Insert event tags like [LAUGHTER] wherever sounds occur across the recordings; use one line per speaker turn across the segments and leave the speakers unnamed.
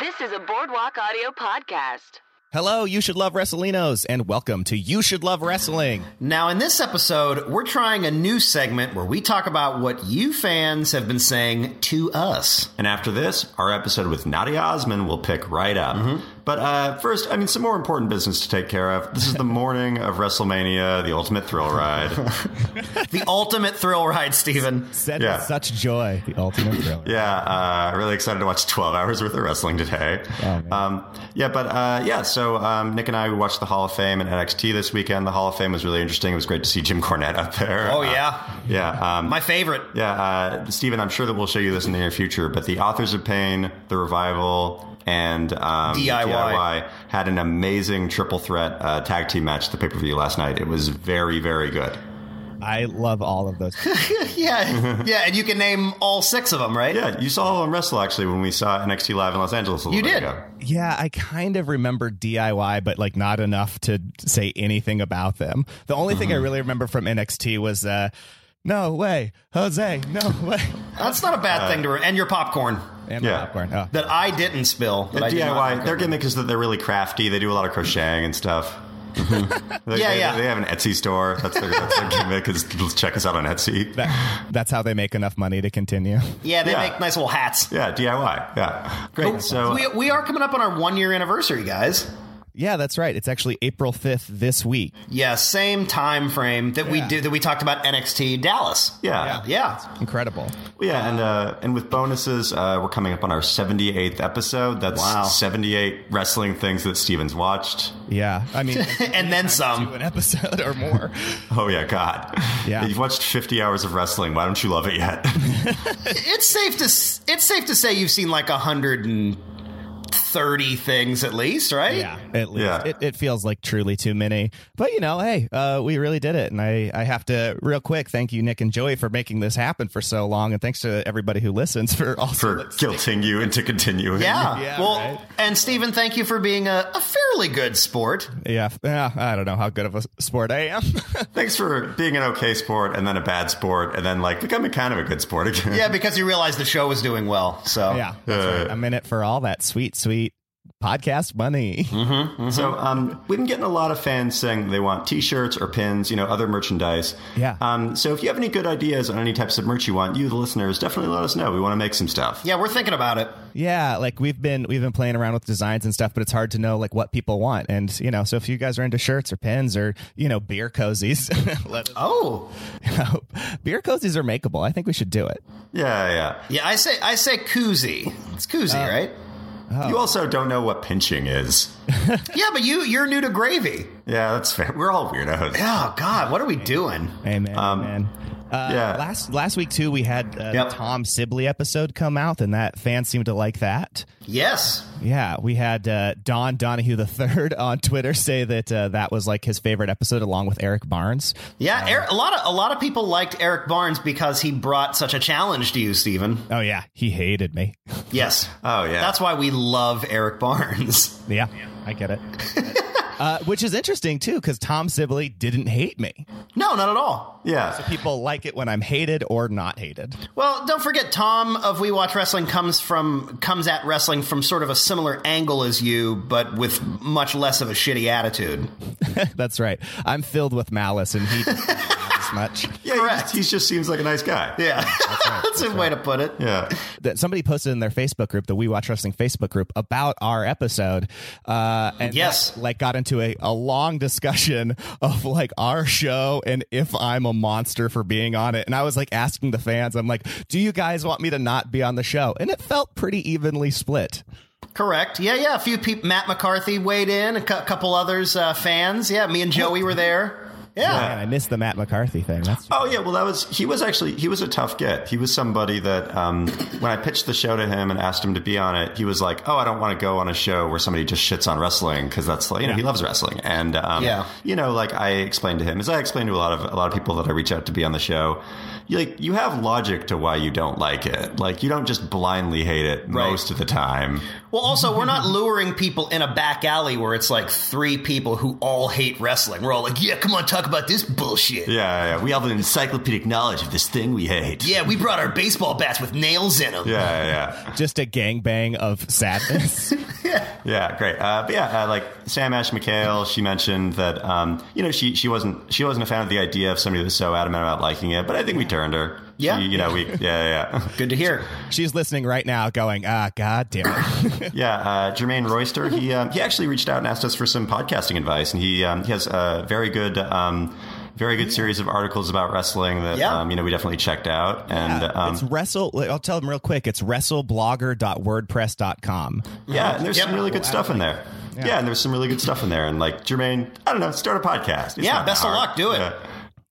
This is a Boardwalk Audio podcast.
Hello, you should love Wrestleinos, and welcome to You Should Love Wrestling.
Now, in this episode, we're trying a new segment where we talk about what you fans have been saying to us.
And after this, our episode with Nadia Osman will pick right up.
Mm-hmm.
But uh, first, I mean, some more important business to take care of.
[LAUGHS]
This is the morning of WrestleMania, the Ultimate Thrill Ride. [LAUGHS]
The ultimate thrill ride, Steven.
Send
Yeah.
such joy, the ultimate thriller.
yeah, uh, really excited to watch 12 hours worth of wrestling today.
Oh,
um, yeah, but uh, yeah, so um, Nick and I we watched the Hall of Fame and NXT this weekend. The Hall of Fame was really interesting. It was great to see Jim Cornette up there.
Oh,
Uh,
yeah.
yeah. Um,
My
[LAUGHS]
favorite.
Yeah, uh, Stephen, I'm sure that we'll show you this in the near future, but the authors of pain, the revival, and um,
DIY.
had an amazing triple threat uh, tag team match at the pay per view last night. It was very, very good.
I love all of those.
Yeah. [LAUGHS] yeah. And you can name all six of them, right?
Yeah, you saw them wrestle actually when we saw NXT live in Los Angeles. A little
You
bit
did.
Ago.
yeah, I kind of remember DIY, but like not enough to say anything about them. The only thing
Mm-hmm.
I really remember from NXT was, uh, no way, Jose, no way,
That's not a bad thing to. Re- and your popcorn
and my
Uh, Yeah.
popcorn. Oh.
that I didn't spill. That I
At
did not
DIY,
recommend.
their gimmick is that they're really crafty. They do a lot of crocheting and
[LAUGHS]
stuff. They-
Yeah,
they,
yeah.
They have an Etsy store. That's their, that's their gimmick. Is check us out on Etsy.
That- that's how they make enough money to continue.
Yeah, they
Yeah.
make nice little hats.
yeah, DIY. Yeah, great. so
we, we are coming up on our one year anniversary, guys.
Yeah, that's right. It's actually April 5th this week.
Yeah, same time frame that we
Yeah.
do that we talked about NXT Dallas.
yeah.
Yeah.
Incredible.
Yeah, and uh, and with bonuses, uh, we're coming up on our 78th episode. That's
Wow.
78 wrestling things that Steven's watched.
Yeah, I mean,
[LAUGHS] And then
do
some.
an episode [LAUGHS] or more.
Oh yeah, God.
Yeah.
you've watched 50 hours of wrestling. Why don't you love it yet? [LAUGHS]
It's safe to s- it's safe to say you've seen like 130 things at least, right?
Yeah, at least
Yeah.
It, it feels like truly too many. But you know, hey, uh, we really did it, and I I have to real quick thank you, Nick and Joey, for making this happen for so long, and thanks to everybody who listens for also
[LAUGHS]
For guilting you into continuing.
Yeah.
Yeah,
well,
right.
and Steven, thank you for being a, a fairly good sport.
yeah yeah. I don't know how good of a sport I
[LAUGHS]
am.
Thanks for being an okay sport and then a bad sport and then like becoming kind of a good sport again.
Yeah, because you realized the show was doing well. So
yeah, that's right. I'm in it for all that sweet sweet podcast money.
Mm-hmm. So um, we've been getting a lot of fans saying they want T-shirts or pins, you know, other merchandise.
Yeah.
Um, so if you have any good ideas on any types of merch you want, you the listeners definitely let us know. We want to make some stuff.
Yeah, we're thinking about it.
Yeah, like we've been we've been playing around with designs and stuff, but it's hard to know like what people want. And you know, so if you guys are into shirts or pins or you know beer cozies, [LAUGHS] let us
Oh.
know. Beer cozies are makeable. I think we should do it.
Yeah, yeah.
Yeah, I say I say koozie. It's koozie,
Uh,
right?
You also don't know what pinching is.
Yeah, but you you're new to gravy.
Yeah, that's fair. We're all weirdos.
Oh God, what are we doing?
Amen. amen. Uh,
yeah.
Last last week too, we had uh,
Yep.
the Tom Sibley episode come out, and that fans seemed to like that.
Yes.
Yeah, we had uh, Don Donahue the [LAUGHS] third on Twitter say that uh, that was like his favorite episode, along with Eric Barnes.
Yeah, Eric, a lot of a lot of people liked Eric Barnes because he brought such a challenge to you, Steven.
Oh yeah, he hated me. [LAUGHS]
Yes.
Oh, yeah.
That's why we love Eric Barnes. [LAUGHS]
Yeah, I get it. uh, which is interesting too, because Tom Sibley didn't hate me.
No, not at all.
Yeah.
People like it when I'm hated or not hated. [LAUGHS]
Well, don't forget Tom of We Watch Wrestling comes from comes at wrestling from sort of a similar angle as you, but with much less of a shitty attitude. [LAUGHS]
That's right. I'm filled with malice, and he doesn't as much.
Yeah, he
Correct.
just, he just seems like a nice guy.
Yeah. [LAUGHS] That's, a way to put it.
Yeah.
that somebody posted in their Facebook group, the We Watch Wrestling Facebook group, about our episode. Uh, and
Yes.
that, like got into a, a long discussion [LAUGHS] of like our show and if I'm a monster for being on it. And I was like asking the fans, I'm like, do you guys want me to not be on the show? And it felt pretty evenly split.
Correct. Yeah, yeah. A few people. Matt McCarthy weighed in. A cou- couple others uh, fans. Yeah, me and Joey were there. Yeah.
Man, I missed the Matt McCarthy thing. That's
Oh, yeah. Well, that was, he was actually, he was a tough get. He was somebody that, um, when I pitched the show to him and asked him to be on it, he was like, oh, I don't want to go on a show where somebody just shits on wrestling because that's like, you know, he loves wrestling. And, um,
Yeah.
you know, like I explained to him, as I explained to a lot of, a lot of people that I reach out to be on the show, you like, you have logic to why you don't like it. Like, you don't just blindly hate it
Right.
most of the time.
Well, also, we're not luring people in a back alley where it's like three people who all hate wrestling. We're all like, yeah, come on, talk talk about this bullshit.
Yeah, yeah. We have an encyclopedic knowledge of this thing we hate.
Yeah, we brought our baseball bats with nails in them.
Yeah, yeah,
Just a gangbang of
[LAUGHS]
sadness.
yeah. Yeah, great. Uh, but yeah, uh, like Sam Ash McHale, she mentioned that um, you know she she wasn't she wasn't a fan of the idea of somebody who was so adamant about liking it, but I think we turned her.
Yeah.
She- you know, we yeah yeah.
Good to hear.
She's listening right now, going, "Ah, god damn
[LAUGHS]
it." [LAUGHS]
Yeah, uh, Jermaine Royster. He um, he actually reached out and asked us for some podcasting advice, and he um, he has a very good um, very good series of articles about wrestling that
Yeah.
um, you know we definitely checked out. And
Yeah,
um,
it's wrestle. I'll tell them real quick. It's wrestleblogger.wordpress.com.
yeah, and there's
Yep.
some really good stuff in there. Yeah. and there's some really good stuff in there. And like Jermaine, I don't know, start a podcast. It's
Yeah,
not
best of
hard.
luck. Do it.
Yeah. [LAUGHS]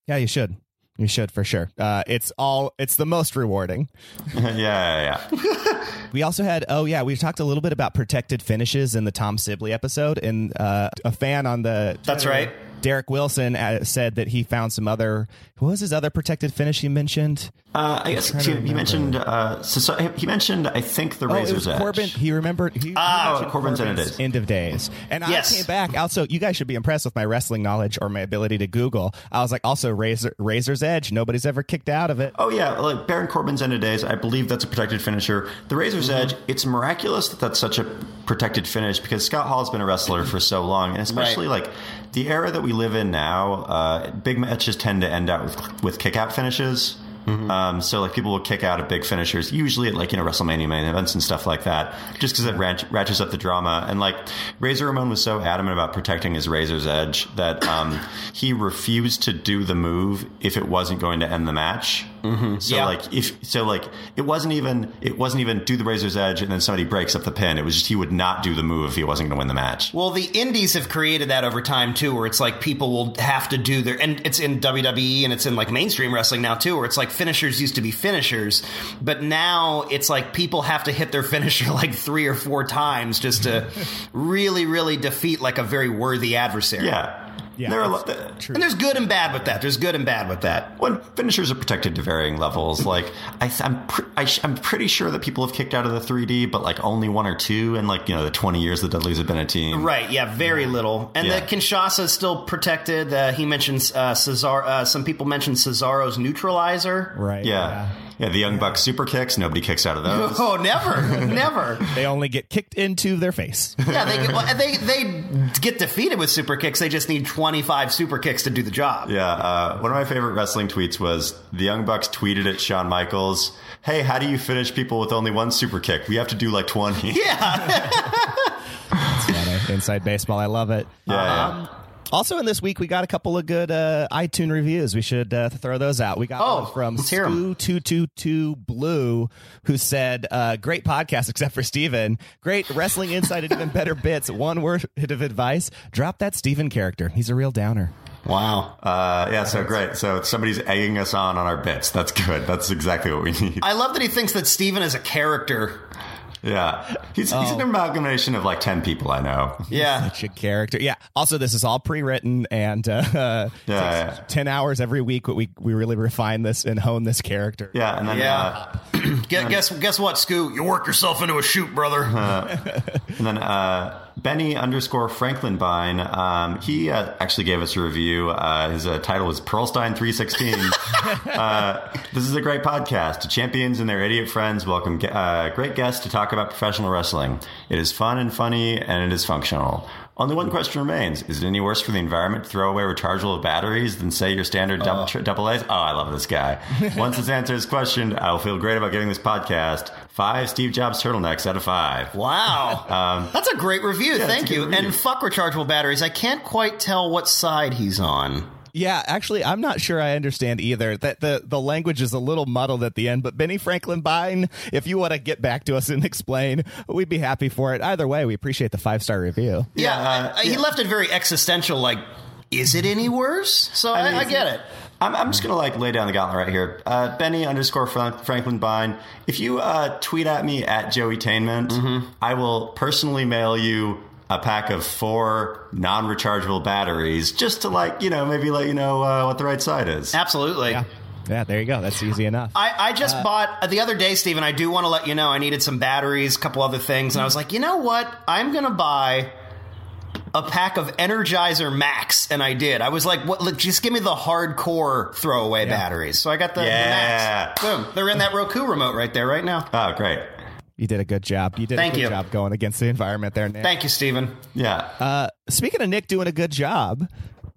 Yeah, you should. You should for sure. Uh, it's all. It's the most rewarding.
yeah, yeah, yeah.
We also had, oh yeah, we talked a little bit about protected finishes in the Tom Sibley episode, and uh, a fan on the
That's
Twitter,
right.
Derek Wilson uh, said that he found some other. What was his other protected finish he mentioned?
[LAUGHS] Uh, I guess he, he mentioned uh, so, so- he mentioned I think the
Oh, it was
razor's edge.
Corbin. He remembered. He,
Oh,
he mentioned
Corbin's end of days.
end of days. And
Ah. Yes.
I came back. Also, you guys should be impressed with my wrestling knowledge or my ability to Google. I was like, also razor, razor's edge. Nobody's ever kicked out of it.
Oh yeah, like Baron Corbin's end of days. I believe that's a protected finisher. The Razor's
Mm-hmm.
Edge. It's miraculous that that's such a protected finish because Scott Hall's been a wrestler for so long, and especially like the era that we live in now. Uh, big matches tend to end out with with kick out finishes. Um, so like people will kick out of big finishers, usually at like you know WrestleMania main events and stuff like that, just because it ratch- ratchets up the drama. And like Razor Ramon was so adamant about protecting his Razor's Edge that um, [LAUGHS] he refused to do the move if it wasn't going to end the match. Mm-hmm. So
Yeah.
like if so like it wasn't even it wasn't even do the Razor's Edge and then somebody breaks up the pin. It was just he would not do the move if he wasn't going to win the match.
Well, the indies have created that over time too, where it's like people will have to do their, and it's in WWE and it's in like mainstream wrestling now too, where it's like finishers used to be finishers, but now it's like people have to hit their [LAUGHS] finisher like three or four times just
[LAUGHS]
to really, really defeat like a very worthy adversary.
Yeah.
Yeah,
There are a
that's
lot-
true.
And there's good and bad with that. There's good and bad with that.
When finishers are protected to varying levels, like I th- I'm pr- I sh- I'm pretty sure that people have kicked out of the 3D, but like only one or two, in like you know the 20 years the Dudleys have been a team.
Right, yeah, very little. And
Yeah.
the Kinshasa is still protected. Uh, he mentions uh, Cesar. Uh, some people mentioned Cesaro's neutralizer.
Right.
Yeah. Yeah. The Young Bucks super kicks. Nobody kicks out of those.
Oh, never, never.
They only get kicked into their face.
Yeah, they get, well, they they get defeated with super kicks. They just need twenty five super kicks to do the job.
Yeah, uh, one of my favorite wrestling tweets was the Young Bucks tweeted at Shawn Michaels, "Hey, how do you finish people with only one super kick? We have to do like 20." Yeah,
That's funny. Inside baseball. I love it.
yeah.
Also, in this week, we got a couple of good uh, iTunes reviews. We should uh, throw those out. We got
Oh,
one from
let's hear 'em.
Stu222 Blue, who said, uh, Great podcast, [LAUGHS] except for Steven. Great wrestling insight and even better bits. One word of advice drop that Steven character. He's a real downer.
Wow. Uh, yeah, so great. So somebody's egging us on on our bits. That's good. That's exactly what we need.
I love that he thinks that Steven is a character.
Yeah. He's, he's an amalgamation of like 10 people I know.
Yeah,
Such a character. Yeah. Also, this is all pre written and uh, [LAUGHS]
Yeah,
takes 10 hours every week. But we, we really refine this and hone this character.
Yeah, and then uh,
Yeah. [CLEARS THROAT] Gu- guess guess what, Scoo? You work yourself into a shoot, brother.
Uh, and then uh, Benny underscore Franklin Bine, um, he uh, actually gave us a review. Uh, his uh, title is Pearlstein three sixteen. uh, this is a great podcast. To champions and their idiot friends, welcome ge- uh, great guests to talk about professional wrestling. It is fun and funny, and it is functional. Only one question remains: Is it any worse for the environment to throw away rechargeable batteries than say your standard double, tri- double A's? Oh, I love this guy. Once this answer is questioned, I will feel great about getting this podcast. Five Steve Jobs turtlenecks out of five. [LAUGHS]
Wow, that's a great review. Thank
Um, it's a
you.
good review.
And fuck rechargeable batteries. I can't quite tell what side he's on.
Yeah, actually, I'm not sure I understand either. That the the language is a little muddled at the end. But Benny Franklin Bine, if you want to get back to us and explain, we'd be happy for it. Either way, we appreciate the five star review.
Yeah,
Yeah,
I- I- he left it very existential. Like, is it any worse? So I, I get it.
I'm, I'm just gonna like lay down the gauntlet right here. Uh, Benny underscore Frank, Franklin Bine. If you uh, tweet at me at Joey Tainment,
Mm-hmm.
I will personally mail you a pack of four non-rechargeable batteries, just to like you know maybe let you know uh, what the right side is.
Absolutely.
Yeah, yeah, there you go. That's easy enough.
I, I just bought the other day, Steven. I do want to let you know I needed some batteries, a couple other things, and I was like, you know what? I'm gonna buy a pack of Energizer Max, and I did. I was like, "What? Look, just give me the hardcore throwaway batteries." So I got the, the
Yeah.
Max. Boom! They're in that Roku remote right there right now.
Oh, great.
You did a good job. You did
Thank
a good
you.
job going against the environment there, Nick.
Thank you, Steven.
Yeah.
Uh, speaking of Nick doing a good job,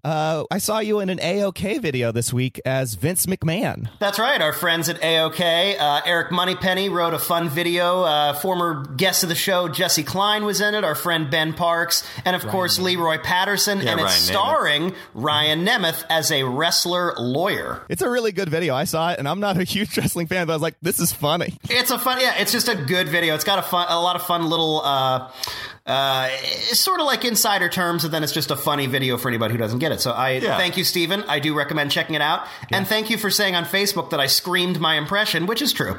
uh, I saw you in an AOK video this week as Vince McMahon.
That's right. Our friends at AOK, uh, Eric Moneypenny wrote a fun video. Uh, former guest of the show, Jesse Klein, was in it. Our friend Ben Parks, and of course Leroy Patterson, and it's
Ryan Nemeth.
starring Ryan Nemeth as a wrestler lawyer.
It's a really good video. I saw it, and I'm not a [LAUGHS] huge wrestling fan, but I was like, this is funny.
It's a fun, yeah. It's just a good video. It's got a fun, a lot of fun little, uh, uh, sort of like insider terms, and then it's just a funny video for anybody who doesn't get it. So I
Yeah.
thank you, Steven. I do recommend checking it out, and thank you for saying on Facebook that I screamed my impression, which is true.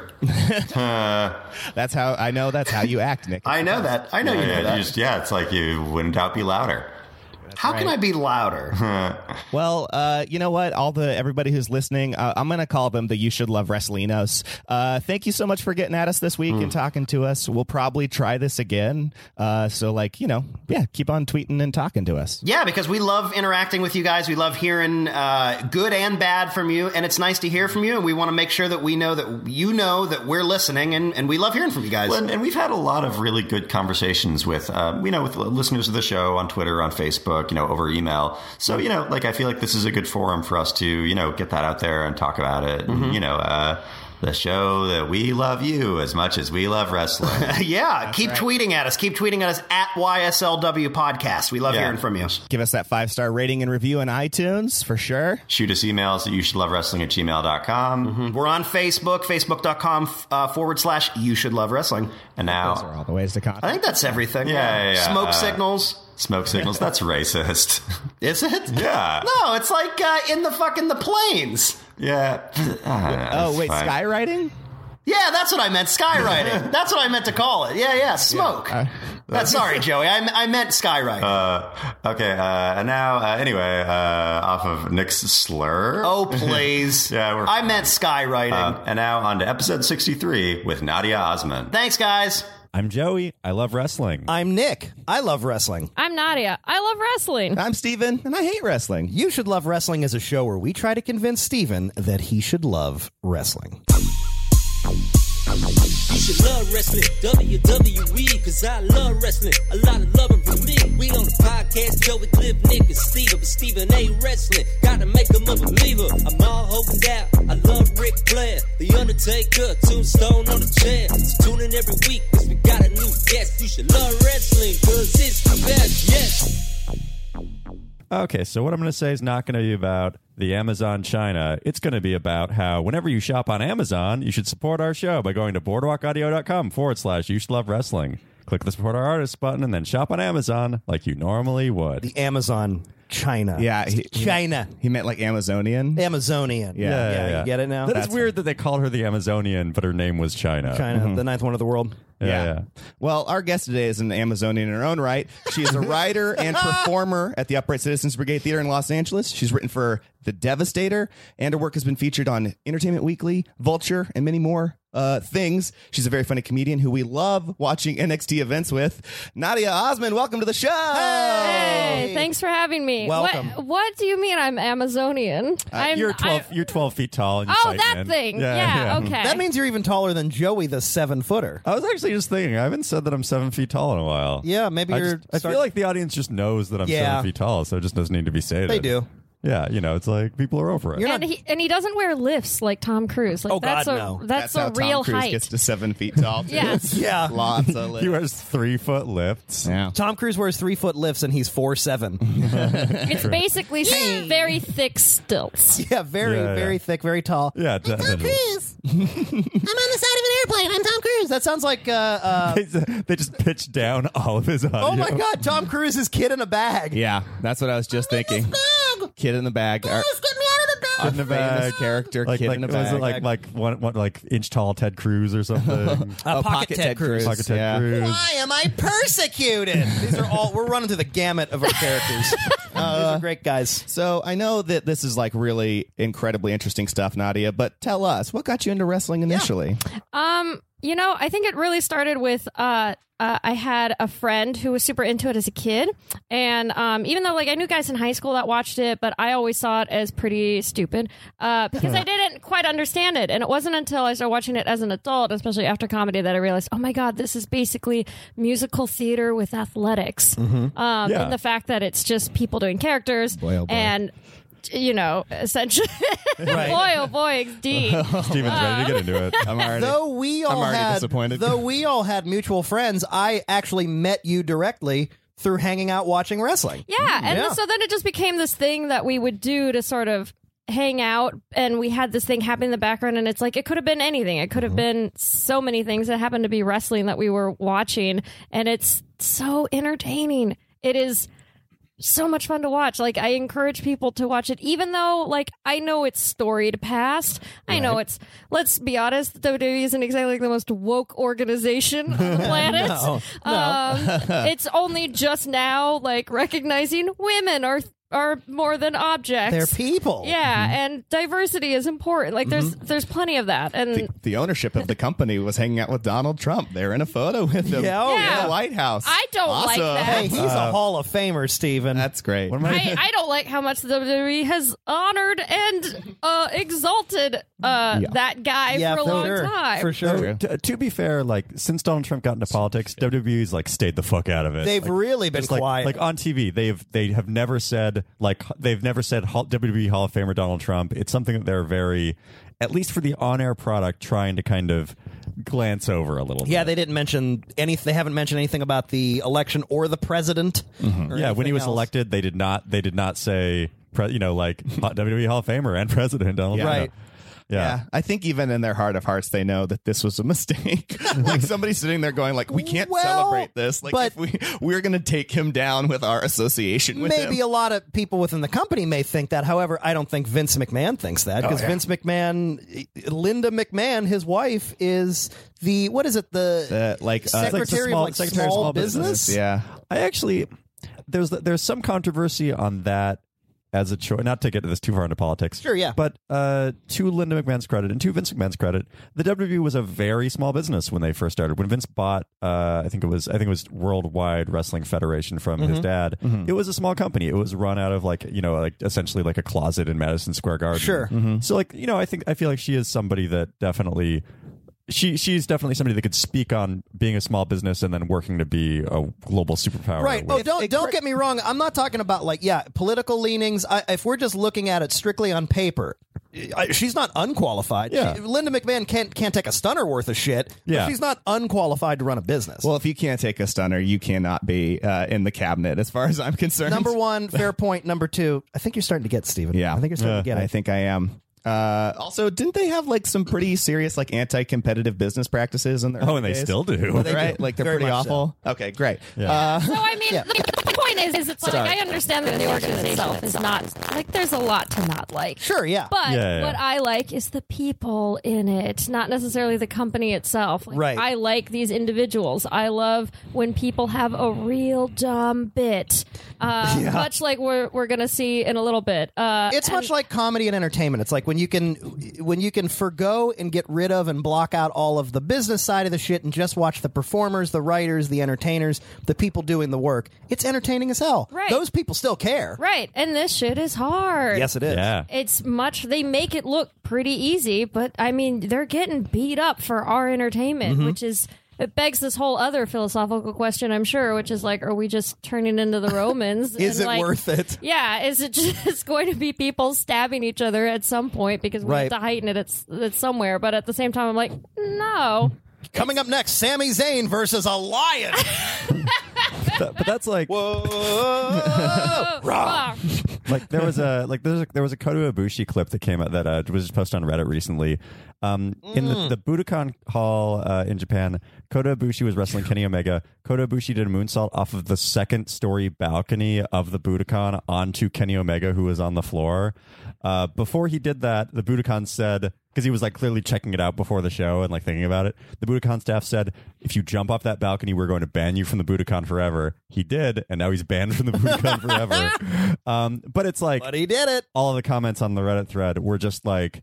That's how I know that's how you act, Nick.
I know that. I know you know
yeah,
that.
you just- yeah, it's like you wouldn't doubt be louder.
How can I be louder?
Well, uh, you know what? All the everybody who's listening, uh, I'm going to call them the "You Should Love Wrestlinos." Uh, thank you so much for getting at us this week and talking to us. We'll probably try this again. Uh, so, like, you know, yeah, keep on tweeting and talking to us.
yeah, because we love interacting with you guys. We love hearing uh, good and bad from you, and it's nice to hear from you. And we want to make sure that we know that you know that we're listening, and, and we love hearing from you guys.
Well, and, and we've had a lot of really good conversations with, um, you know, with listeners of the show on Twitter, on Facebook, you know, over email. So, you know, like I feel like this is a good forum for us to, you know, get that out there and talk about it.
Mm-hmm.
And, you know, uh, the show that we love you as much as we love wrestling.
[LAUGHS]
[LAUGHS]
yeah, keep tweeting at us. Keep tweeting at us at YSLW Podcast. We love
Yeah.
hearing from you.
Give us that five star rating and review on iTunes for sure.
Shoot us emails at you should love wrestling at gmail.com.
Mm-hmm.
We're on Facebook, facebook.com uh, forward slash you should love wrestling.
And
Those are
now
all the ways to contact.
I think that's everything.
Yeah, yeah, yeah.
Smoke
Uh,
signals.
smoke signals.
[LAUGHS]
That's racist.
Is it?
yeah.
No, it's like uh, in the fucking the planes.
Yeah. Ah,
Oh
it's
wait,
fine.
skywriting?
Yeah, that's what I
[LAUGHS]
meant. Skywriting. that's what I meant to call it. Yeah, yeah. Smoke.
[LAUGHS]
that's sorry, Joey. I, I meant skywriting.
Uh, okay. Uh, and now, uh, anyway, uh, off of Nick's slur. [LAUGHS]
oh, please.
Yeah, we're
I meant skywriting.
Uh,
Um, and now on to episode 63 with Nadia Osman.
Thanks, guys.
I'm Joey. I love wrestling.
I'm Nick. I love wrestling.
I'm Nadia. I love wrestling.
I'm Steven, and I hate wrestling.
You Should Love Wrestling is a show where we try to convince Steven that he should love wrestling.
You should love wrestling, WWE, cause I love wrestling. A lot of loving from me. We on the podcast, Joey Cliff, Nick, and Steve, but Steven ain't wrestling. Gotta make him a believer. I'm all hoping that I love Rick Flair, The Undertaker, Tombstone on the chair. So tune in every week, cause we got a new guest. You should love wrestling, cause it's the best, yes.
Okay, so what I'm going to say is not going to be about the Amazon China. It's going to be about how whenever you shop on Amazon, you should support our show by going to boardwalkaudio.com forward slash you should love wrestling. Click the support our artists button and then shop on Amazon like you normally would.
The Amazon, China.
Yeah, he-
China.
He meant like Amazonian.
Amazonian. Yeah. Yeah, You get it now?
That is weird that they called her the Amazonian, but her name was China.
China, the ninth one of the world.
Yeah. yeah.
Well, our guest today is an Amazonian in her own right. She [LAUGHS] is a writer and performer at the Upright Citizens Brigade Theater in Los Angeles. She's written for The Devastator, and her work has been featured on Entertainment Weekly, Vulture, and many more uh, things. She's a very funny comedian who we love watching NXT events with. Nadia Osman, welcome to the show.
Hey, thanks for having me.
Welcome.
What, what do you mean I'm Amazonian? I'm,
Uh, you're 12
I-
you're 12 feet tall and you
oh,
sight
that
man.
thing. Yeah, okay.
That means you're even taller than Joey, the seven footer.
I was actually just thinking. I haven't said that I'm seven feet tall in a while.
Yeah, maybe
I
you're
just- I
start-
feel like the audience just knows that I'm
Yeah.
seven feet tall, so it just doesn't need to be stated.
They do.
Yeah, you know, it's like people are over it.
You're
and
not-
he and he doesn't wear lifts like Tom Cruise. Like
Oh,
that's
God,
a
no.
that's,
how
a real
Tom Cruise
height.
gets to seven feet tall. too.
Yes.
Yeah.
Lots of lips.
he wears three foot lifts.
yeah.
Tom Cruise wears three foot lifts and he's four seven.
it's basically s- very thick stilts.
yeah, very,
Yeah, yeah.
very thick, very tall.
Yeah, definitely.
Cruise, That sounds like uh, uh,
They they just pitched down all of his audio.
Oh my god, Tom Cruise is kid in a bag.
Yeah, that's what I was just thinking. Kid in the bag. Our-
In the bag.
famous character,
Like,
kid
like,
in the
was
bag.
it like like one, one like inch tall Ted Cruz
[LAUGHS]
or
[LAUGHS]
something?
Uh,
Oh, Pocket Ted Cruz.
Pocket Ted
Yeah.
Cruz.
Why am I [LAUGHS] persecuted? These are all we're running through the gamut of our [LAUGHS] characters. Uh, These are great guys.
So I know that this is like really incredibly interesting stuff, Nadia, but tell us what got you into wrestling initially?
Um You know, I think it really started with uh, uh, I had a friend who was super into it as a kid, and um, even though like I knew guys in high school that watched it, but I always saw it as pretty stupid uh, because I didn't quite understand it. And it wasn't until I started watching it as an adult, especially after comedy, that I realized, oh my god, this is basically musical theater with athletics. Um,
Yeah.
And the fact that it's just people doing characters
oh Mm-hmm. boy.
and you know, essentially, [LAUGHS] boy oh boy, D.
[LAUGHS]
Steven's ready to get into it.
I'm already. [LAUGHS]
Though we all
already
had,
disappointed.
though we all had mutual friends, I actually met you directly through hanging out watching wrestling.
Yeah, and
yeah.
so then it just became this thing that we would do to sort of hang out and we had this thing happen in the background and it's like it could have been anything it could have been so many things it happened to be wrestling that we were watching and it's so entertaining it is so much fun to watch like i encourage people to watch it even though like i know it's storied past i know it's let's be honest wwe E isn't exactly the most woke organization on
[LAUGHS]
the planet um, it's only just now like recognizing women are are more than objects.
They're people. Mm-hmm.
Yeah, and diversity is important. Like there's there's plenty of that, and
the, the ownership of the company was hanging out with Donald Trump. They're in a photo with him
Yeah, oh,
in
yeah.
the White House.
I don't like
Awesome.
that.
Hey, he's a Hall of Famer, Steven.
That's great.
I, I don't like how much the WWE has honored and uh, exalted uh, that guy
yeah,
for a
for
long
sure.
time.
For sure.
T- To, be fair, like since Donald Trump got into politics, WWE's like stayed the fuck out of it.
They've
Like,
really been
just like,
quiet.
like on TV, they've they have never said like they've never said Hall- WWE Hall of Famer Donald Trump. It's something that they're very, at least for the on-air product, trying to kind of glance over a little.
yeah,
bit.
they didn't mention any. They haven't mentioned anything about the election or the president. or
yeah. When he
anything
was
else.
elected, they did not they did not say pre- you know like [LAUGHS] WWE Hall of Famer and President Donald Trump.
Right.
Yeah.
Yeah, I think even in their heart of hearts, they know that this was a mistake. [LAUGHS] like somebody sitting there going, "Like we can't
Well,
celebrate this. Like
but-
if we we're gonna take him down with our association with
Maybe
him."
a lot of people within the company may think that. However, I don't think Vince McMahon thinks that because Vince McMahon, Linda McMahon, his wife, is the what is it the
That, like, uh,
It's like the
secretary
small-
of like
Secretary of
small,
Small
business?
Business,
yeah,
I actually there's there's some controversy on that as a choice. Not to get this too far into politics,
Sure, yeah.
But uh, to Linda McMahon's credit and to Vince McMahon's credit, the WWE was a very small business when they first started. When Vince bought, uh, I think it was I think it was Worldwide Wrestling Federation from his
Mm-hmm.
dad. It was a small company. It was run out of like you know like essentially like a closet in Madison Square Garden.
Sure.
So like you know I think I feel like she is somebody that definitely she she's definitely somebody that could speak on being a small business and then working to be a global superpower.
Right.
with-
Oh, don't don't get me wrong. I'm not talking about like yeah, political leanings. I, if we're just looking at it strictly on paper, I, she's not unqualified.
Yeah.
She- Linda McMahon can't can't take a stunner worth of shit. but
Yeah.
she's not unqualified to run a business.
Well, if you can't take a stunner, you cannot be uh, in the cabinet, as far as I'm concerned.
number one, fair point. Number two, I think you're starting to get Steven.
Yeah, Uh,
I think you're starting to get it.
I think I am. Uh, also, didn't they have like some pretty serious like anti-competitive business practices in their
Oh,
early
and they
days?
still do.
right? Like they're
Very
pretty
much so.
awful. Okay, great. Uh,
uh,
So I mean, like, the point is, is it's like I understand that the organization itself is not like there's a lot to not like.
Sure, yeah.
But
Yeah, yeah.
what I like is the people in it, not necessarily the company itself. Like,
Right.
I like these individuals. I love when people have a real dumb bit,
[LAUGHS]
uh, much like we're we're gonna see in a little bit. Uh,
it's much like comedy and entertainment. It's like when you can when you can forgo and get rid of and block out all of the business side of the shit and just watch the performers, the writers, the entertainers, the people doing the work. It's entertaining as hell.
Right.
Those people still care.
right, and this shit is hard.
Yes, it is.
Yeah.
It's much. They make it look pretty easy, but I mean, they're getting beat up for our entertainment,
Mm-hmm.
which is it begs this whole other philosophical question, I'm sure, which is like, are we just turning into the Romans?
[LAUGHS] Is
And,
it
like,
worth it?
Yeah, is it [LAUGHS] just going to be people stabbing each other at some point because we
Right.
have to heighten it? It's it's somewhere, but at the same time, I'm like, no,
Coming up next, Sami Zayn versus a lion.
[LAUGHS]
[LAUGHS]
But- but that's like
Oh,
Oh, Rah.
like there was a like there's a, there was a Kota Ibushi clip that came out that uh, was just posted on Reddit recently. Um, In the, the Budokan Hall uh, in Japan, Kota Ibushi was wrestling Kenny Omega. Kota Ibushi did a moonsault off of the second story balcony of the Budokan onto Kenny Omega, who was on the floor. Uh, before he did that, the Budokan said. Because he was like clearly checking it out before the show and like thinking about it. The Budokan staff said, "If you jump off that balcony, we're going to ban you from the Budokan forever." He did, and now he's banned from the Budokan
[LAUGHS]
forever. Um, but it's like
but he did it.
all of the comments on the Reddit thread were just like,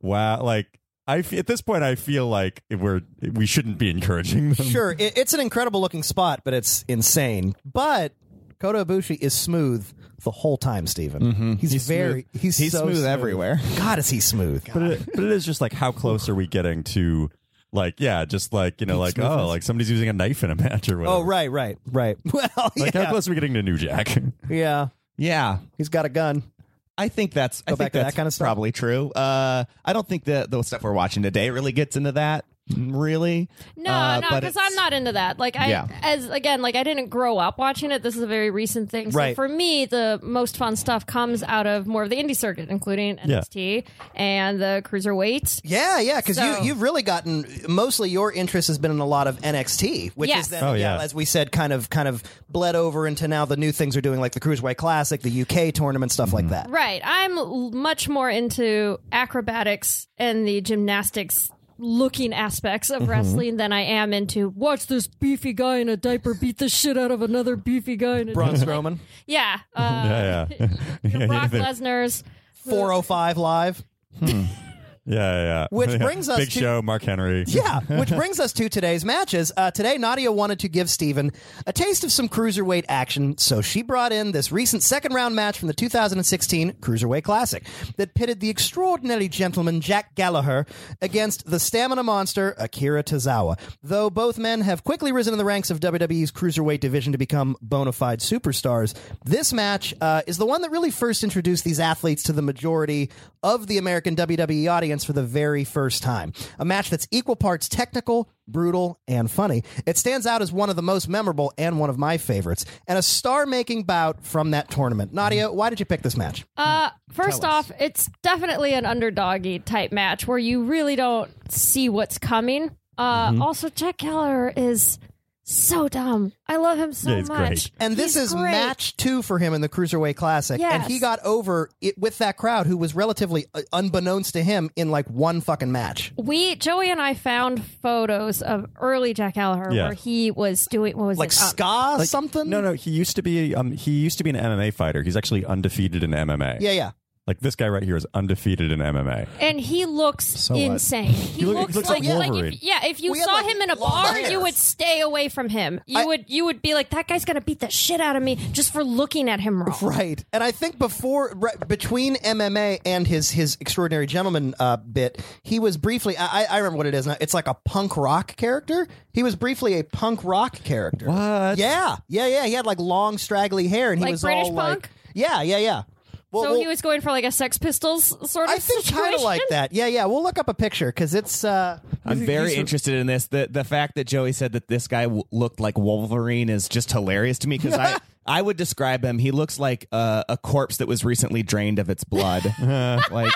wow, like I fe- at this point I feel like we're we shouldn't be encouraging them.
Sure, it, it's an incredible looking spot, but it's insane. But Kota Ibushi is smooth the whole time, Steven. He's, very
smooth.
he's
Mm-hmm. He's
so
smooth everywhere.
God, is he smooth?
[LAUGHS] But it, but it is just like how close are we getting to like yeah, just like you know like oh like somebody's using a knife in a match or whatever.
Oh, right, right, right. [LAUGHS] Well,
Like
yeah,
how close are we getting to New Jack? [LAUGHS]
yeah.
Yeah,
He's got a gun.
I think that's I
Go
think
back to that
that's
kind of stuff?
probably true. Uh, I don't think the the stuff we're watching today really gets into that. Really?
No,
Uh,
no,
but
because
it's-
I'm not into that. Like I,
Yeah.
as again, like I didn't grow up watching it. This is a very recent thing. So
Right.
for me, the most fun stuff comes out of more of the indie circuit, including NXT and the cruiserweight.
Yeah, yeah, because
So-
you, you've really gotten mostly your interest has been in a lot of NXT, which
Yes.
is then,
Oh,
yeah.
yeah.
as we said, kind of kind of bled over into now the new things are doing, like the Cruiserweight Classic, the UK tournament, stuff like that.
Right. I'm l- much more into acrobatics and the gymnastics looking aspects of wrestling than I am into watch this beefy guy in a diaper beat the shit out of another beefy guy in a
Braun
diaper.
[LAUGHS] Strowman,
Yeah. Uh,
yeah, yeah. yeah,
[LAUGHS] Brock
yeah,
Lesnar's.
405 Live.
yeah. [LAUGHS]
Which
Yeah.
brings us
Big
to-
Show, Mark Henry.
Yeah, which brings us to today's matches. Uh, today, Nadia wanted to give Steven a taste of some cruiserweight action, so she brought in this recent second round match from the 2016 Cruiserweight Classic that pitted the extraordinary gentleman Jack Gallagher against the stamina monster Akira Tozawa. Though both men have quickly risen in the ranks of WWE's cruiserweight division to become bona fide superstars, this match uh, is the one that really first introduced these athletes to the majority of the American WWE audience for the very first time. A match that's equal parts technical, brutal, and funny. It stands out as one of the most memorable and one of my favorites, and a star making bout from that tournament. Nadia, why did you pick this match?
Uh,
Hmm.
first off, it's definitely an underdoggy type match where you really don't see what's coming. Uh,
Mm-hmm.
Also, Jack Keller is so dumb. I love him so
Yeah, he's
much.
great.
and this
He's
is
great.
match two for him in the Cruiserweight Classic. And
Yes.
he got over it with that crowd who was relatively uh, unbeknownst to him in like one fucking match.
We Joey and I found photos of early Jack Gallagher
Yeah.
where he was doing what was
Like
it? Um,
ska something?
No, no. He used to be. Um, he used to be an MMA fighter. He's actually undefeated in MMA.
Yeah, yeah.
Like this guy right here is undefeated in MMA.
and he looks insane. He,
look- he
looks,
looks
like,
like
like
Wolverine.
if, yeah. If you
We had,
saw
like,
him in a
long
bar,
hair.
you would stay away from him. You
I-
would you would be like that guy's gonna beat the shit out of me just for looking at him wrong.
[LAUGHS] Right. And I think before, right, between MMA and his his extraordinary gentleman uh, bit, he was briefly. I, I- I remember what it is now. It's like a punk rock character. He was briefly a punk rock character.
What?
Yeah, yeah, yeah. He had like long straggly hair, and he
Like
was
British
all
punk?
like, yeah, yeah, yeah. Well,
so
well,
he was going for like a Sex Pistols sort of
I think
situation.
kind of like that. Yeah, yeah. We'll look up a picture because it's. Uh,
I'm very interested in this. The the fact that Joey said that this guy w- looked like Wolverine is just hilarious to me because I I would describe him. He looks like uh, a corpse that was recently drained of its blood. like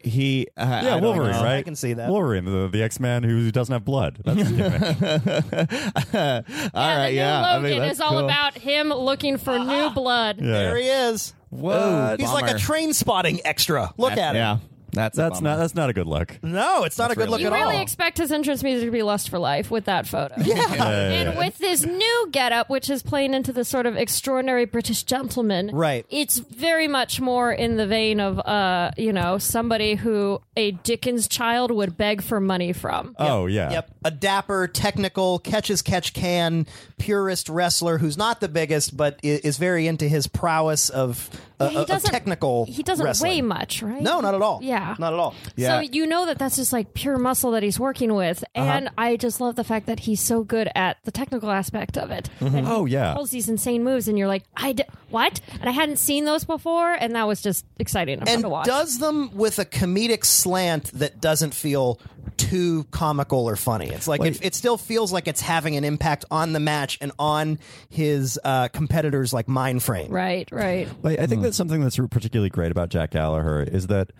he, uh, I
Yeah,
don't
Wolverine,
know.
right?
I can see that.
Wolverine, the, the X Man who doesn't have blood. That's
[LAUGHS]
the gimmick.
All
Yeah, the
right,
new
yeah. I mean,
Logan
that's
is all
cool.
about him looking for
Uh,
new blood.
yeah.
there he is.
Whoa,
He's like a
bummer.
train spotting extra. Look at him.
Yeah, that's a
That's
bummer.
not that's not a good look.
No, it's not a good
really
look
You
at
really
all.
expect his entrance music to be "Lust for Life" with that photo. and with this new getup, which is playing into the sort of extraordinary British gentleman,
Right.
It's very much more in the vein of, uh, you know, somebody who a Dickens child would beg for money from.
Uh,
Oh yeah.
Yep. A dapper, technical, catch as catch can, purist wrestler who's not the biggest, but i- is very into his prowess of, uh,
he
of
doesn't-
technical.
He doesn't
wrestling.
weigh much, right?
No, not at all.
Yeah.
Not at all.
Yeah.
So you know that that's just like pure muscle that he's working with,
Uh-huh.
and I just love the fact that he's so good at the technical aspect of it.
Mm-hmm.
And
Oh yeah.
pulls these insane moves, and you're like, I d- what? And I hadn't seen those before, and that was just exciting and fun
And
to watch.
does them with a comedic slant that doesn't feel too comical or funny. It's like it, it still feels like it's having an impact on the match and on his uh, competitors like mind frame.
right,
[LAUGHS]
right.
Like, I think
Hmm.
that's something that's particularly great about Jack Gallagher is that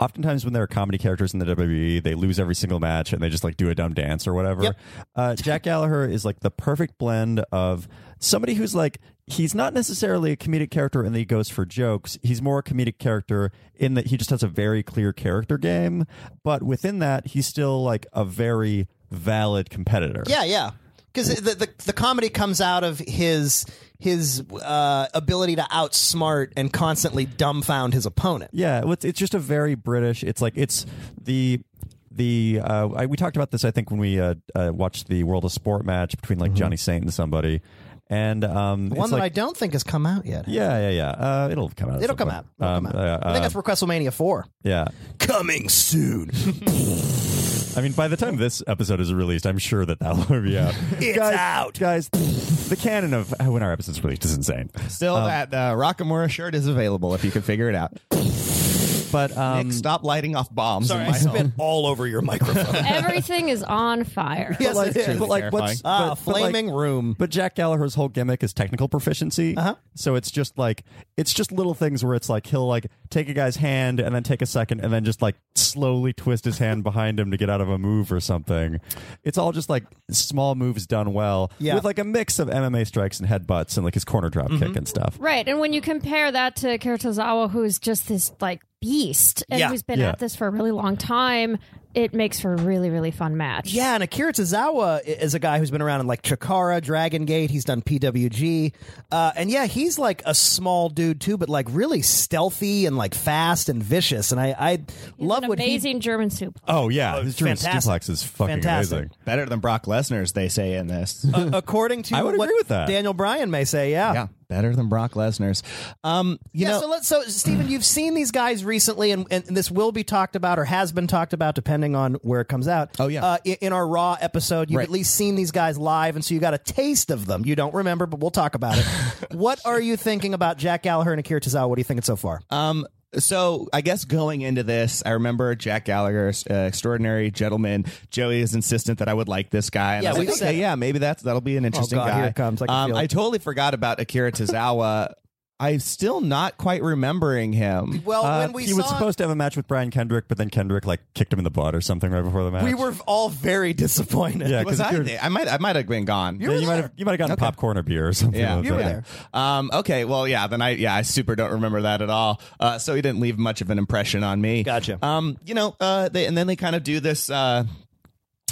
oftentimes when there are comedy characters in the WWE, they lose every single match and they just like do a dumb dance or whatever.
Yep.
Uh, Jack Gallagher is like the perfect blend of somebody who's like he's not necessarily a comedic character and that he goes for jokes. He's more a comedic character in that he just has a very clear character game, but within that he's still like a very valid competitor.
Yeah, yeah. Because the, the the comedy comes out of his his uh, ability to outsmart and constantly dumbfound his opponent.
Yeah, well, it's, it's just a very British. It's like it's the the uh, I, we talked about this I think when we uh, uh, watched the World of Sport match between like Johnny Saint and somebody, and um,
Mm-hmm. One
it's
that
like-
I don't think has come out yet.
yeah yeah yeah uh, it'll come out. at
It'll
some
come
point.
out. It'll
Um,
come out.
uh,
I think
uh,
that's for WrestleMania 4.
yeah.
Coming soon.
I mean, by the time this episode is released, I'm sure that that will be
[LAUGHS]
out. it's guys, out, guys. The canon of when our episode's released is insane.
Still, that uh, Rockamora shirt is available if you can figure it out.
But um,
Nick, stop lighting off bombs. in my home.
all over your microphone.
Everything is on fire.
[LAUGHS]
yes,
like,
it is.
but like what's
Ah,
but- but, like-
flaming room.
But Jack Gallagher's whole gimmick is technical proficiency.
Uh-huh.
So it's just like it's just little things where it's like he'll like take a guy's hand and then take a second and then just like slowly twist his hand [LAUGHS] behind him to get out of a move or something. It's all just like small moves done well
Yeah.
with like a mix of MMA strikes and headbutts and like his corner drop kick
Mm-hmm.
and stuff.
Right, and when you compare that to Kiritozawa, who's just this like beast and
Yeah.
who's been
Yeah.
at this for a really long time, it makes for a really really fun match.
Yeah, and Akira Tozawa i- is a guy who's been around in like Chikara, Dragon Gate. He's done PWG, uh, and yeah, he's like a small dude too, but like really stealthy and like fast and vicious. And I, I love
an
what he-
amazing German soup.
Oh yeah, his German
fantastic.
suplex is fucking
Fantastic.
amazing.
Better than Brock Lesnar's, they say in this.
Uh, according to
I would
what
agree with that.
Daniel Bryan may say. Yeah,
yeah, better than Brock Lesnar's. Um, you
yeah,
know,
so let's so Stephen, you've seen these guys recently, and, and this will be talked about or has been talked about, depending on where it comes out.
Oh, yeah.
uh, i- in our Raw episode, you've
Right.
at least seen these guys live, and so you got a taste of them. You don't remember, but we'll
[LAUGHS]
talk about it. what are you thinking about Jack Gallagher and Akira Tozawa? What are you thinking so far?
Uh,
so I guess going into this, I remember Jack Gallagher, uh, extraordinary gentleman. Joey is insistent that I would like this guy. And
Yeah,
I was
we've
like,
said-
okay, yeah, maybe that's that'll be an interesting
Oh, God,
guy.
here it comes. I can
um,
feel it.
I totally forgot about Akira Tozawa. I'm still not quite remembering him.
well,
Uh,
when we
he
saw,
was supposed to have a match with Brian Kendrick, but then Kendrick like kicked him in the butt or something right before the match.
we were all very disappointed. [LAUGHS]
yeah,
was
because
I? there? I might I might have been gone.
you might have you might have gotten popcorn or beer or something.
Yeah,
like that.
Um, okay, well, yeah. Then I, yeah, I super don't remember that at all. Uh, so he didn't leave much of an impression on me.
Gotcha.
Um, you know, uh, they, and then they kind of do this. Uh,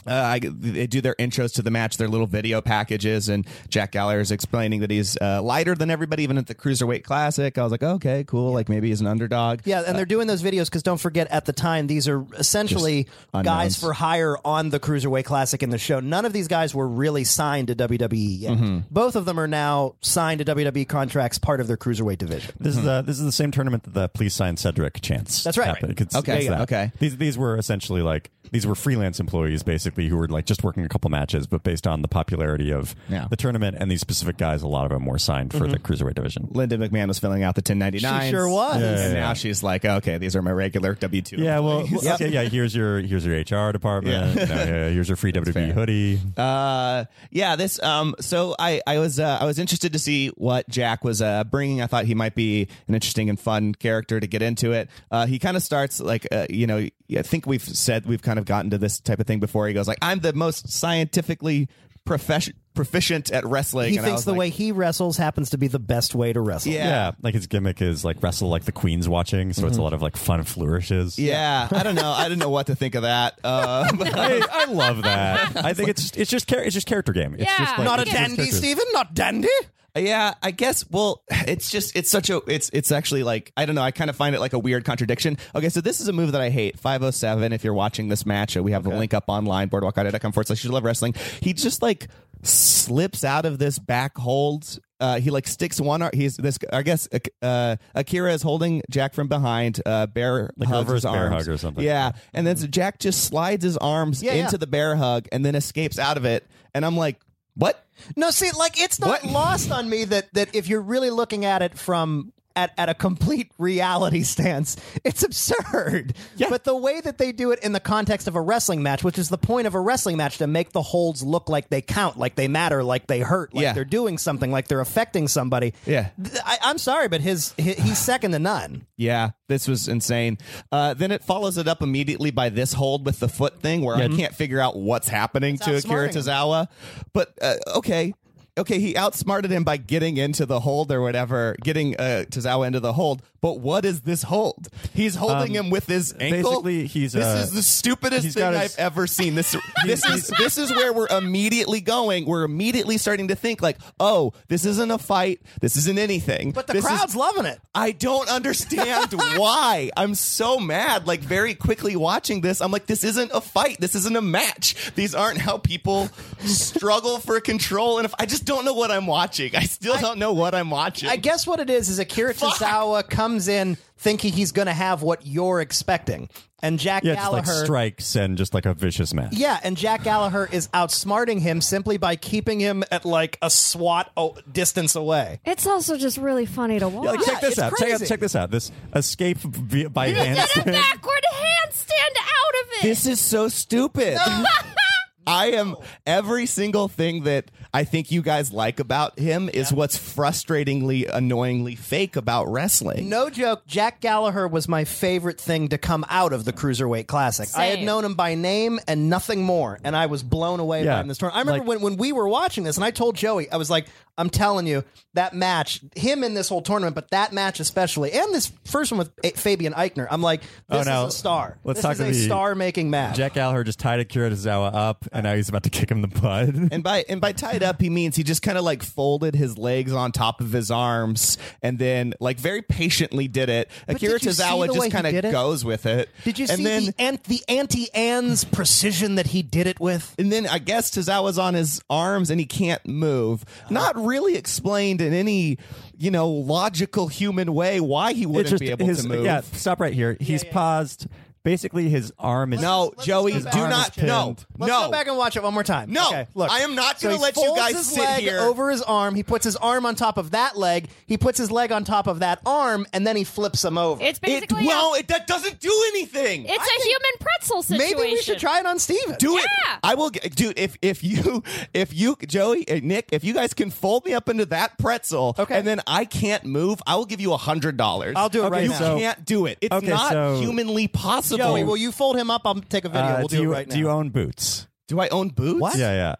uh, I, they do their intros to the match, their little video packages, and Jack Gallagher is explaining that he's uh, lighter than everybody, even at the cruiserweight classic. I was like, okay, cool. Like maybe he's an underdog.
Yeah, and they're doing those videos because don't forget at the time these are essentially guys
unknowns.
for hire on the Cruiserweight Classic in the show. None of these guys were really signed to WWE yet. Both of them are now signed to WWE contracts, part of their Cruiserweight division.
This is the this is the same tournament that the please sign Cedric chance.
That's right.
happened. It's-
Okay,
it's
yeah,
that.
okay.
These these were essentially like these were freelance employees basically who were like just working a couple matches, but based on the popularity of
Yeah.
the tournament and these specific guys, a lot of them were signed for the cruiserweight division.
Linda McMahon was filling out the 1099.
She sure was. Yeah,
and
yeah,
now
yeah.
she's like, okay, these are my regular W two.
Yeah, well, okay, yeah. Here's your here's your HR department.
Yeah.
You know, yeah, here's your free WB hoodie.
Uh, yeah, this. Um, so I, I was, uh, I was interested to see what Jack was uh, bringing. I thought he might be an interesting and fun character to get into it. Uh, he kind of starts like, uh, you know, I think we've said we've kind of gotten to this type of thing before. He goes like, "I'm the most scientifically profession proficient at wrestling."
He
And I
thinks
was
the
like,
way he wrestles happens to be the best way to wrestle.
Yeah.
Yeah. like his gimmick is like wrestle like the queen's watching, so it's a lot of like fun flourishes.
Yeah, I don't know. I didn't know what to think of
[LAUGHS]
that. Uh,
I, I love that. I think it's it's just char- it's just character game. It's
Yeah.
just like,
Not a
it's just
dandy,
characters.
Steven? Not dandy?
Yeah, I guess. Well, it's just it's such a it's it's actually like I don't know. I kind of find it like a weird contradiction. Okay, so this is a move that I hate. Five oh seven. If you're watching this match, uh, we have a link up online boardwalkaudio.com forward slash you love wrestling. He just like slips out of this back hold. Uh, he like sticks one. ar- He's this. I guess uh, Akira is holding Jack from behind. Uh, bear
Like a
hugs
reverse
his
bear
arms.
hug or something.
Yeah, and then so Jack just slides his arms
Yeah, yeah.
into the bear hug and then escapes out of it. And I'm like, what?
No, see, like it's not
What?
lost on me that that if you're really looking at it from at, at a complete reality [LAUGHS] stance, it's absurd. But the way that they do it in the context of a wrestling match, which is the point of a wrestling match to make the holds look like they count, like they matter, like they hurt, like
Yeah.
they're doing something, like they're affecting somebody.
Yeah.
Th- I, I'm sorry, but his, his he's second to none.
Yeah, this was insane. Uh, then it follows it up immediately by this hold with the foot thing, where I can't figure out what's happening to Akira
outsmarting him.
Tozawa. But uh, okay, okay, he outsmarted him by getting into the hold or whatever, getting uh, Tozawa into the hold. But what is this hold? He's holding him with his ankle.
Um, basically, he's,
this
uh,
is the stupidest
he's
thing
got
I've
his-
ever seen.
[LAUGHS]
This this is this is where we're immediately going. We're immediately starting to think like, oh, this isn't a fight. This isn't anything.
But the
This is-
crowd's loving it.
I don't [LAUGHS] understand why. I'm so mad. Like very quickly watching this, I'm like, this isn't a fight. This isn't a match. These aren't how people struggle for control. And if I just don't know what I'm watching, I still don't know what I'm watching.
I guess what it is is Akira Tozawa comes in thinking he's going to have what you're expecting, and Jack
Yeah, just
Gallagher.
like strikes and just like a vicious match.
yeah, and Jack Gallagher is outsmarting him simply by keeping him at like a SWAT o- distance away.
It's also just really funny to watch.
Like, check this
it's
out. Check out.
crazy.
Check this out. This escape via, by [LAUGHS]
Get a
handstand.
backward handstand out of it. [LAUGHS]
This is so stupid. [LAUGHS] I am every single thing that I think you guys like about him is what's frustratingly, annoyingly fake about wrestling.
No joke, Jack Gallagher was my favorite thing to come out of the Cruiserweight Classic. I had
Same.
known him by name and nothing more, and I was blown away
Yeah.
by him this tournament. I remember
Like-
when, when we were watching this, and I told Joey, I was like, I'm telling you, that match, him in this whole tournament, but that match especially, and this first one with A- Fabian Eichner, I'm like,
Oh,
this
now,
is a star.
let's
this
talk
is
to
a
the-
star-making match.
Jack Gallagher just tied Akira Tozawa up, and now he's about to kick him in the butt.
And by and by tied up, he means he just kind of like folded his legs on top of his arms, and then like very patiently did it. Akira
did you see
Tozawa
the way
just
he
kind
did
of
it?
goes with it.
Did you
and
see
then,
the, ant- the anti-Ann's precision that he did it with?
And then I guess Tozawa's on his arms and he can't move. Not
Uh-huh.
really explained in any you know logical human way why he wouldn't be able
his,
to move.
Yeah, stop right here. He's paused. Basically, his arm is
No, Joey, do
His arm is
not.
pinned.
No,
Let's
no.
go back and watch it one more time.
No,
okay, look,
I am not
So
gonna
he
let you
folds
guys
his
sit
leg
here.
over his arm. He puts his arm on top of that leg. He puts his leg on top of that arm, and then he flips him over.
it's
it,
basically
well,
a,
it, that doesn't do anything.
it's a human pretzel situation.
Maybe we should try it on Steven.
Do
Yeah.
it. I will get, dude. If if you [LAUGHS] if you Joey uh, Nick, if you guys can fold me up into that pretzel,
Okay.
and then I can't move, I will give you a hundred dollars.
I'll do it right
you
now.
so-
can't do it. It's
Okay,
not
so-
humanly possible.
Joey, will you fold him up? I'll take a video.
Uh,
we'll do,
you
it right now.
do you own boots?
do I own boots?
What?
Yeah, yeah.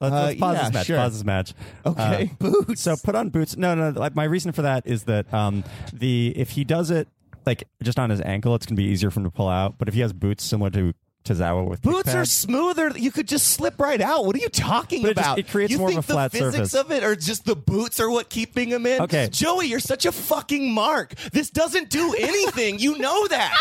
Let's,
Uh,
let's pause
yeah,
this match.
sure.
Pause this match.
Okay.
boots. So put on boots. No, no. Like my reason for that is that um the if he does it like just on his ankle, it's gonna be easier for him to pull out. But if he has boots similar to Tozawa with kick
Boots are
pads-
smoother. You could just slip right out. What are you talking
But it just-
about?
it creates
you
more of
think
a flat
the physics
surface.
of it, or just the boots are what keeping them in?
Okay.
Joey, you're such a fucking mark. This doesn't
[LAUGHS]
do anything. you know that.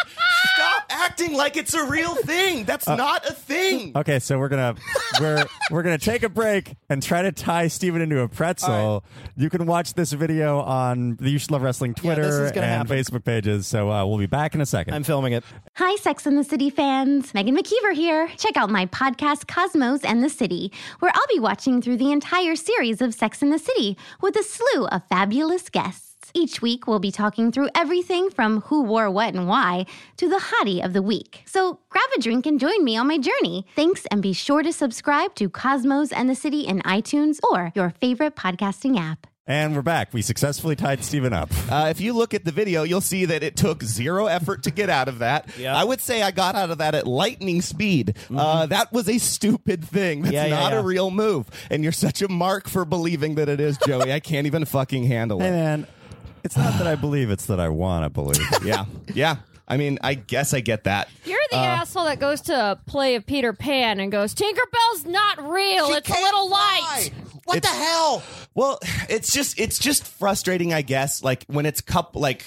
Stop acting like it's a real thing. That's
Uh,
not a thing.
Okay, so we're gonna we're we're gonna take a break and try to tie Steven into a pretzel. You can watch this video on the You Should Love Wrestling
Yeah, this is
Twitter
gonna
and
happen.
Facebook pages. So uh, we'll be back in a 2nd
I'm filming it.
Hi, Sex and the City fans. Megan McKeever here. Check out my podcast, Cosmos and the City, where I'll be watching through the entire series of Sex and the City with a slew of fabulous guests. Each week, we'll be talking through everything from who wore what and why to the hottie of the week. So grab a drink and join me on my journey. Thanks, and be sure to subscribe to Cosmos and the City in iTunes or your favorite podcasting app.
and we're back. We successfully tied Steven up.
Uh, if you look at the video, you'll see that it took zero effort to get out of that. I would say I got out of that at lightning speed. Uh, that was a stupid thing. That's
Mm-hmm. Yeah, yeah,
not
yeah.
a real move. And you're such a mark for believing that it is, Joey. I can't even fucking handle
Hey
it.
man, it's not
[SIGHS]
that I believe; it's that I want to believe.
Yeah. Yeah. I mean, I guess I get that.
You're the asshole that goes to a play of Peter Pan and goes, Tinkerbell's not real. it's a little light.
What the hell?
Well, it's just it's just frustrating, I guess. Like when it's cup like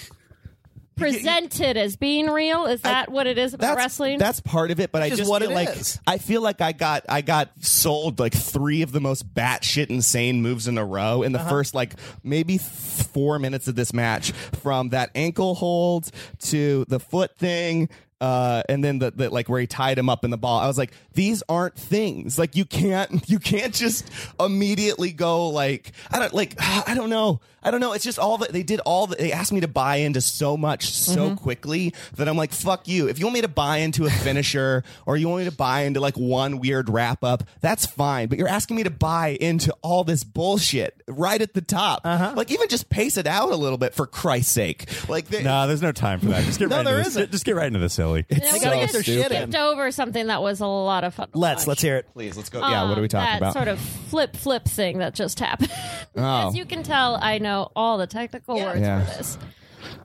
Presented as being real. Is that what it is about
that's
wrestling?
that's part of it, but I
is
just
what
feel
it
like
is.
I feel like I got I got sold like three of the most batshit insane moves in a row in the
Uh-huh.
first like maybe th- four minutes of this match, from that ankle hold to the foot thing. Uh, and then the, the like where he tied him up in the ball, I was like, these aren't things. Like you can't [LAUGHS] you can't just immediately go like I don't like [SIGHS] I don't know I don't know. It's just all that they did all the, they asked me to buy into so much so
Mm-hmm.
quickly that I'm like fuck you. If you want me to buy into a finisher or you want me to buy into like one weird wrap up, that's fine. But you're asking me to buy into all this bullshit right at the top.
Uh-huh.
Like even just pace it out a little bit for Christ's sake. Like they,
no, there's no time for that. Just get
No,
right into
there
this.
isn't.
Just get right into this hill. Billy.
And
It's
we
gotta
so
get their
just
shit
stupid.
in.
skipped over something that was a lot of fun. to
Let's
watch.
let's hear it.
Please, let's go. yeah, what are we
that
talking about?
Sort of flip flip thing that just happened. [LAUGHS]
Oh.
As you can tell, I know all the technical words
Yeah.
for this.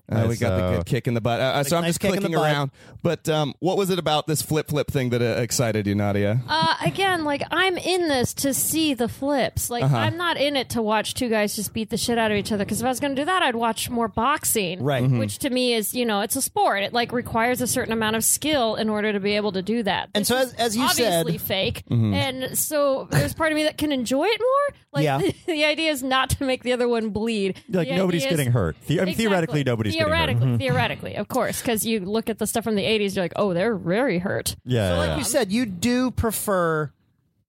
Uh, we got the
So-
good kick in the butt. Uh, Uh, so I'm
nice
just
kick in the
clicking
butt.
around. But um, what was it about this flip flip thing that uh, excited you, Nadia?
Uh, again, like I'm in this to see the flips. Like
Uh-huh.
I'm not in it to watch two guys just beat the shit out of each other. Because if I was going to do that, I'd watch more boxing,
Right.
Mm-hmm.
Which to me is, you know, it's a sport. It like requires a certain amount of skill in order to be able to do that.
And
This
so
is
as- as you
obviously
said-
fake.
Mm-hmm.
And so there's part of me that can enjoy it more. Like
Yeah.
[LAUGHS] the, idea is not to make the other one bleed.
Like
The
nobody's
idea is-
getting hurt. The- I mean, Theoretically,
Exactly.
nobody's
theoretically,
getting hurt. Mm-hmm.
Theoretically, of course, because you look at the stuff from the '80s, you're like, oh, they're very hurt.
Yeah, yeah, yeah.
you said you do prefer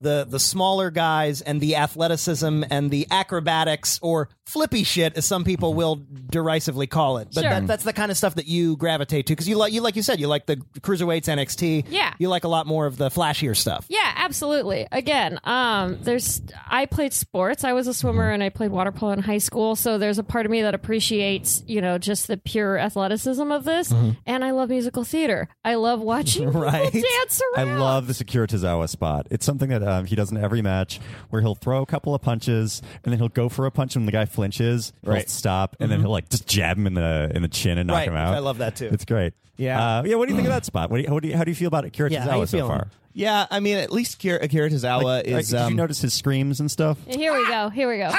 the the smaller guys and the athleticism and the acrobatics or flippy shit as some people will derisively call it but
Sure.
that, that's the kind of stuff that you gravitate to because you like you like you said you like the cruiserweights NXT
Yeah.
you like a lot more of the flashier stuff
Yeah, absolutely. Again, um, there's I played sports. I was a swimmer
Mm-hmm.
and I played water polo in high school. So there's a part of me that appreciates, you know, just the pure athleticism of this. And I love musical theater. I love
[LAUGHS]
watching
Mm-hmm. Right.
people dance
I
around.
love the Akira Tozawa spot. It's something that um, he does in every match, where he'll throw a couple of punches, and then he'll go for a punch, and the guy flinches, he'll
Right.
stop, and then he'll like just jab him in the in the chin and knock
Mm-hmm. Right,
him out.
I love that, too.
It's great.
Yeah.
uh, yeah. What do you think of that spot? What do you, how, do you, how do you feel about Akira
Yeah, how you
Tozawa so
feeling?
far?
Yeah, I mean, at least Akira, Akira Tozawa
Like,
is.
did you
um,
notice his screams and stuff?
Here we go. Here we go.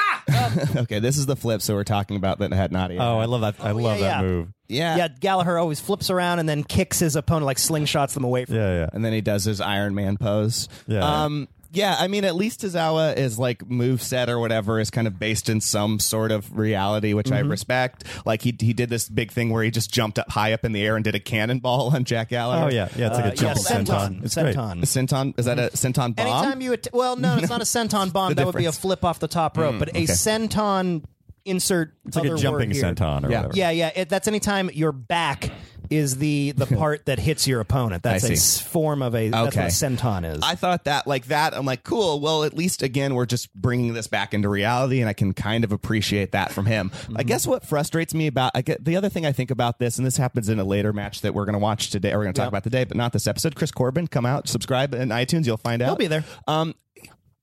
okay, this is the flip. So we're talking about that had Nadia.
Oh, I love that. I love
yeah,
that
yeah.
move.
yeah,
yeah Gallagher always flips around and then kicks his opponent like slingshots them away from
Yeah, yeah.
and then he does his Iron Man pose.
Yeah.
Um, yeah, I mean, at least Tozawa is like move set or whatever is kind of based in some sort of reality, which
Mm-hmm.
I respect. Like he he did this big thing where he just jumped up high up in the air and did a cannonball [LAUGHS] on Jack Gallagher.
Oh yeah, yeah. It's like
Uh,
a jump
yeah,
senton. Mm-hmm. It's great.
senton.
Centon is that a centon bomb?
Anytime you att- well, no, it's not a senton bomb. that would be a
difference.
flip off the top rope, but a senton insert.
It's like a jumping senton or
Yeah.
whatever.
Yeah, yeah. It, that's anytime your back is the the part that hits your opponent. That's a
see.
s- form of a. That's what
Okay.
a senton is.
I thought that like that. I'm like, cool. Well, at least again, we're just bringing this back into reality, and I can kind of appreciate that from him. I
Mm-hmm.
guess what frustrates me about I get, the other thing I think about this, and this happens in a later match that we're going to watch today, or we're going to talk about today, but not this episode. Chris Corbin, come out, subscribe in iTunes. You'll find out.
He'll be there.
Um,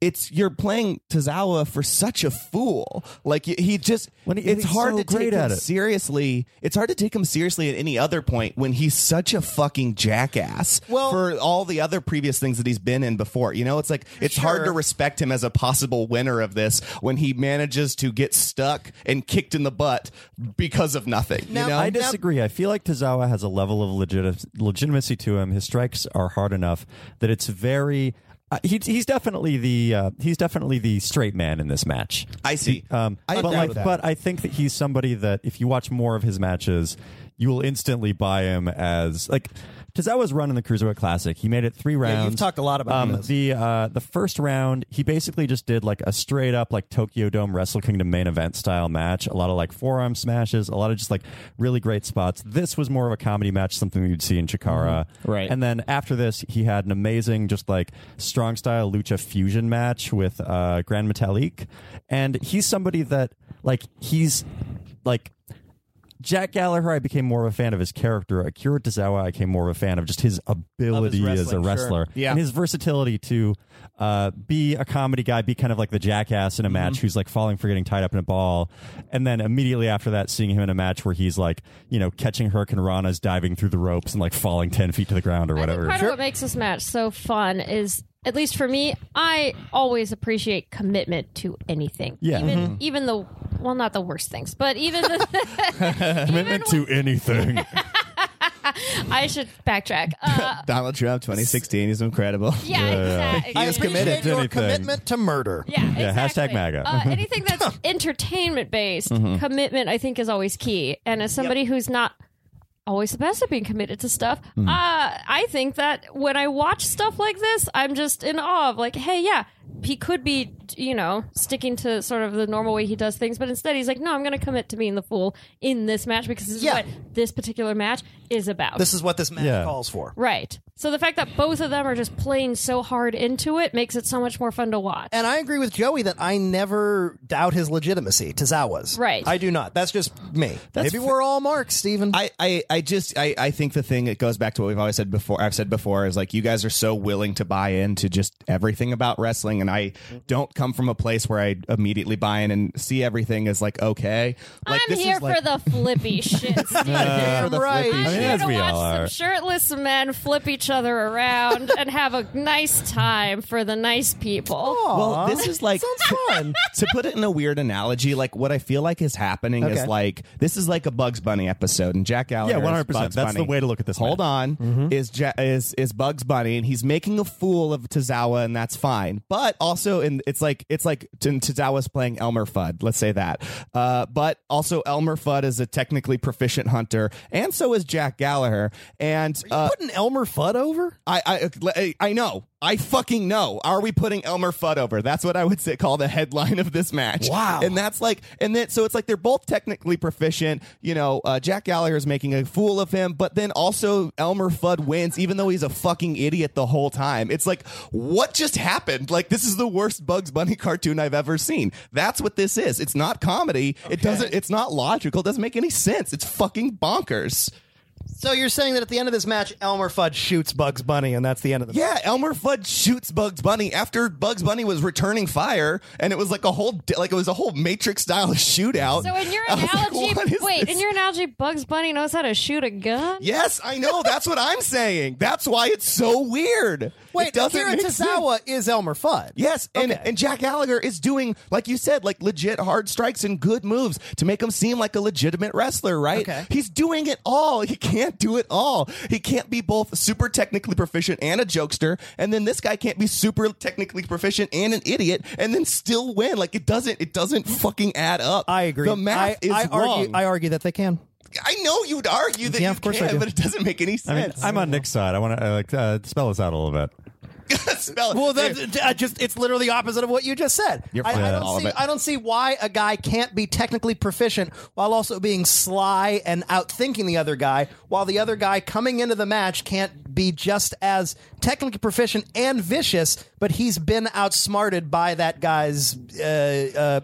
it's you're playing Tozawa for such a fool. Like y- he just,
When he-
it's
he's
hard
so
to
great
take
at
him
it.
seriously. It's hard to take him seriously at any other point when he's such a fucking jackass.
Well-
for all the other previous things that he's been in before, you know, it's like it's hard to
Sure.
respect him as a possible winner of this when he manages to get stuck and kicked in the butt because of nothing.
Now,
you know,
I disagree. I feel like Tozawa has a level of legit- legitimacy to him. His strikes are hard enough that it's very. Uh, he, he's definitely the uh, he's definitely the straight man in this match.
I see.
Um,
I
but
agree
like,
with that.
but I think that he's somebody that if you watch more of his matches, you will instantly buy him as like. Tozawa's run in the Cruiserweight Classic, he made it three rounds.
you've talked a lot about
um,
this.
the uh, the first round. He basically just did like a straight up like Tokyo Dome Wrestle Kingdom main event style match. A lot of like forearm smashes, a lot of just like really great spots. This was more of a comedy match, something you'd see in Chikara,
Mm-hmm.
Right.
And then after this, he had an amazing just like strong style lucha fusion match with uh, Grand Metalik, and he's somebody that like he's like Jack Gallagher, I became more of a fan of his character. Akira Tozawa, I became more of a fan of just his ability as a
wrestling,
wrestler
Yeah.
and his versatility to uh, be a comedy guy, be kind of like the jackass in a match who's like falling for getting tied up in a ball, and then immediately after that, seeing him in a match where he's like, you know, catching Hurricane Rana's diving through the ropes and like falling ten feet to the ground or
I
whatever.
think part of what makes this match so fun is, at least for me, I always appreciate commitment to anything.
Yeah.
Even
Mm-hmm.
even the well, not the worst things, but even the
[LAUGHS]
[LAUGHS]
Commitment to anything.
I should backtrack. [LAUGHS] Uh,
Donald Trump, 2016, he's incredible.
yeah, exactly.
I
is
appreciate
committed to
your
anything.
commitment [LAUGHS] to murder.
Yeah,
Yeah,
exactly.
hashtag MAGA.
Uh, anything [LAUGHS] that's entertainment based, commitment I think is always key. And as somebody who's not always the best at being committed to stuff, uh, I think that when I watch stuff like this, I'm just in awe of like, hey, yeah, he could be, you know, sticking to sort of the normal way he does things, but instead he's like, no, I'm going to commit to being the fool in this match because this is
Yeah.
what this particular match is about.
This is what this match
Yeah.
calls for.
right. So the fact that both of them are just playing so hard into it makes it so much more fun to watch.
And I agree with Joey that I never doubt his legitimacy, Tazawa's.
Right.
I do not. That's just me. Maybe we're all marks, Steven.
I, I, I just I, I think the thing it goes back to what we've always said before I've said before is like you guys are so willing to buy into just everything about wrestling and I don't come from a place where I immediately buy in and see everything as like okay like
I'm here for the
[LAUGHS]
flippy shit, Steven.
for the
Right.
flippy
I'm
mean,
shit.
here
as
to
we
watch
all
some
are.
shirtless men flip each other around and have a nice time for the nice people.
Well, this is like
Sounds fun.
[LAUGHS] to put it in a weird analogy, like what I feel like is happening
Okay.
is like this is like a Bugs Bunny episode, and Jack Gallagher. is
100%.
Bugs
That's
Bunny.
the way to look at this,
Hold
man. Mm-hmm.
on, is ja- is is Bugs Bunny, and he's making a fool of Tozawa, and that's fine. But also, in it's like it's like T- Tozawa's playing Elmer Fudd. Let's say that. Uh, but also, Elmer Fudd is a technically proficient hunter, and so is Jack Gallagher. And uh,
Putting Elmer Fudd over?
I, I I know. I fucking know. Are we putting Elmer Fudd over? That's what I would say call the headline of this match.
Wow.
And that's like and then so it's like they're both technically proficient. You know, uh, Jack Gallagher is making a fool of him, but then also Elmer Fudd wins, even though he's a fucking idiot the whole time. It's like, what just happened? Like this is the worst Bugs Bunny [LAUGHS] cartoon I've ever seen. That's what this is. It's not comedy. It doesn't it's not logical, it doesn't make any sense. It's fucking bonkers.
So you're saying that at the end of this match, Elmer Fudd shoots Bugs Bunny, and that's the end of the
Yeah, Elmer Fudd shoots Bugs Bunny after Bugs Bunny was returning fire, and it was like a whole like it was a whole Matrix style [LAUGHS] shootout.
So
[LAUGHS]
in your
I was like,
analogy,
"What is
wait,
this?"
in your analogy, Bugs Bunny knows how to shoot a gun.
yes, I know. That's what I'm saying. That's why it's so weird.
Wait,
it doesn't
Akira
make sense.
Tozawa is Elmer Fudd.
Yes, and, and Jack Gallagher is doing, like you said, like legit hard strikes and good moves to make him seem like a legitimate wrestler, right?
Okay.
He's doing it all. He can't do it all. He can't be both super technically proficient and a jokester, and then this guy can't be super technically proficient and an idiot, and then still win. Like it doesn't, it doesn't fucking add up.
I agree.
The math
I,
is
I
wrong.
Argue, I argue that they can.
I know you'd argue that
Yeah,
you
of course I
can,
do.
but it doesn't make any
I mean,
sense.
I'm on Nick's side. I want to uh, like uh, spell this out a little bit.
[LAUGHS] Spell it.
Well, that's I just it's literally opposite of what you just said.
You're
I,
fine.
I don't
All of
see
it.
I don't see why a guy can't be technically proficient while also being sly and outthinking the other guy, while the other guy coming into the match can't be just as technically proficient and vicious, but he's been outsmarted by that guy's uh, uh,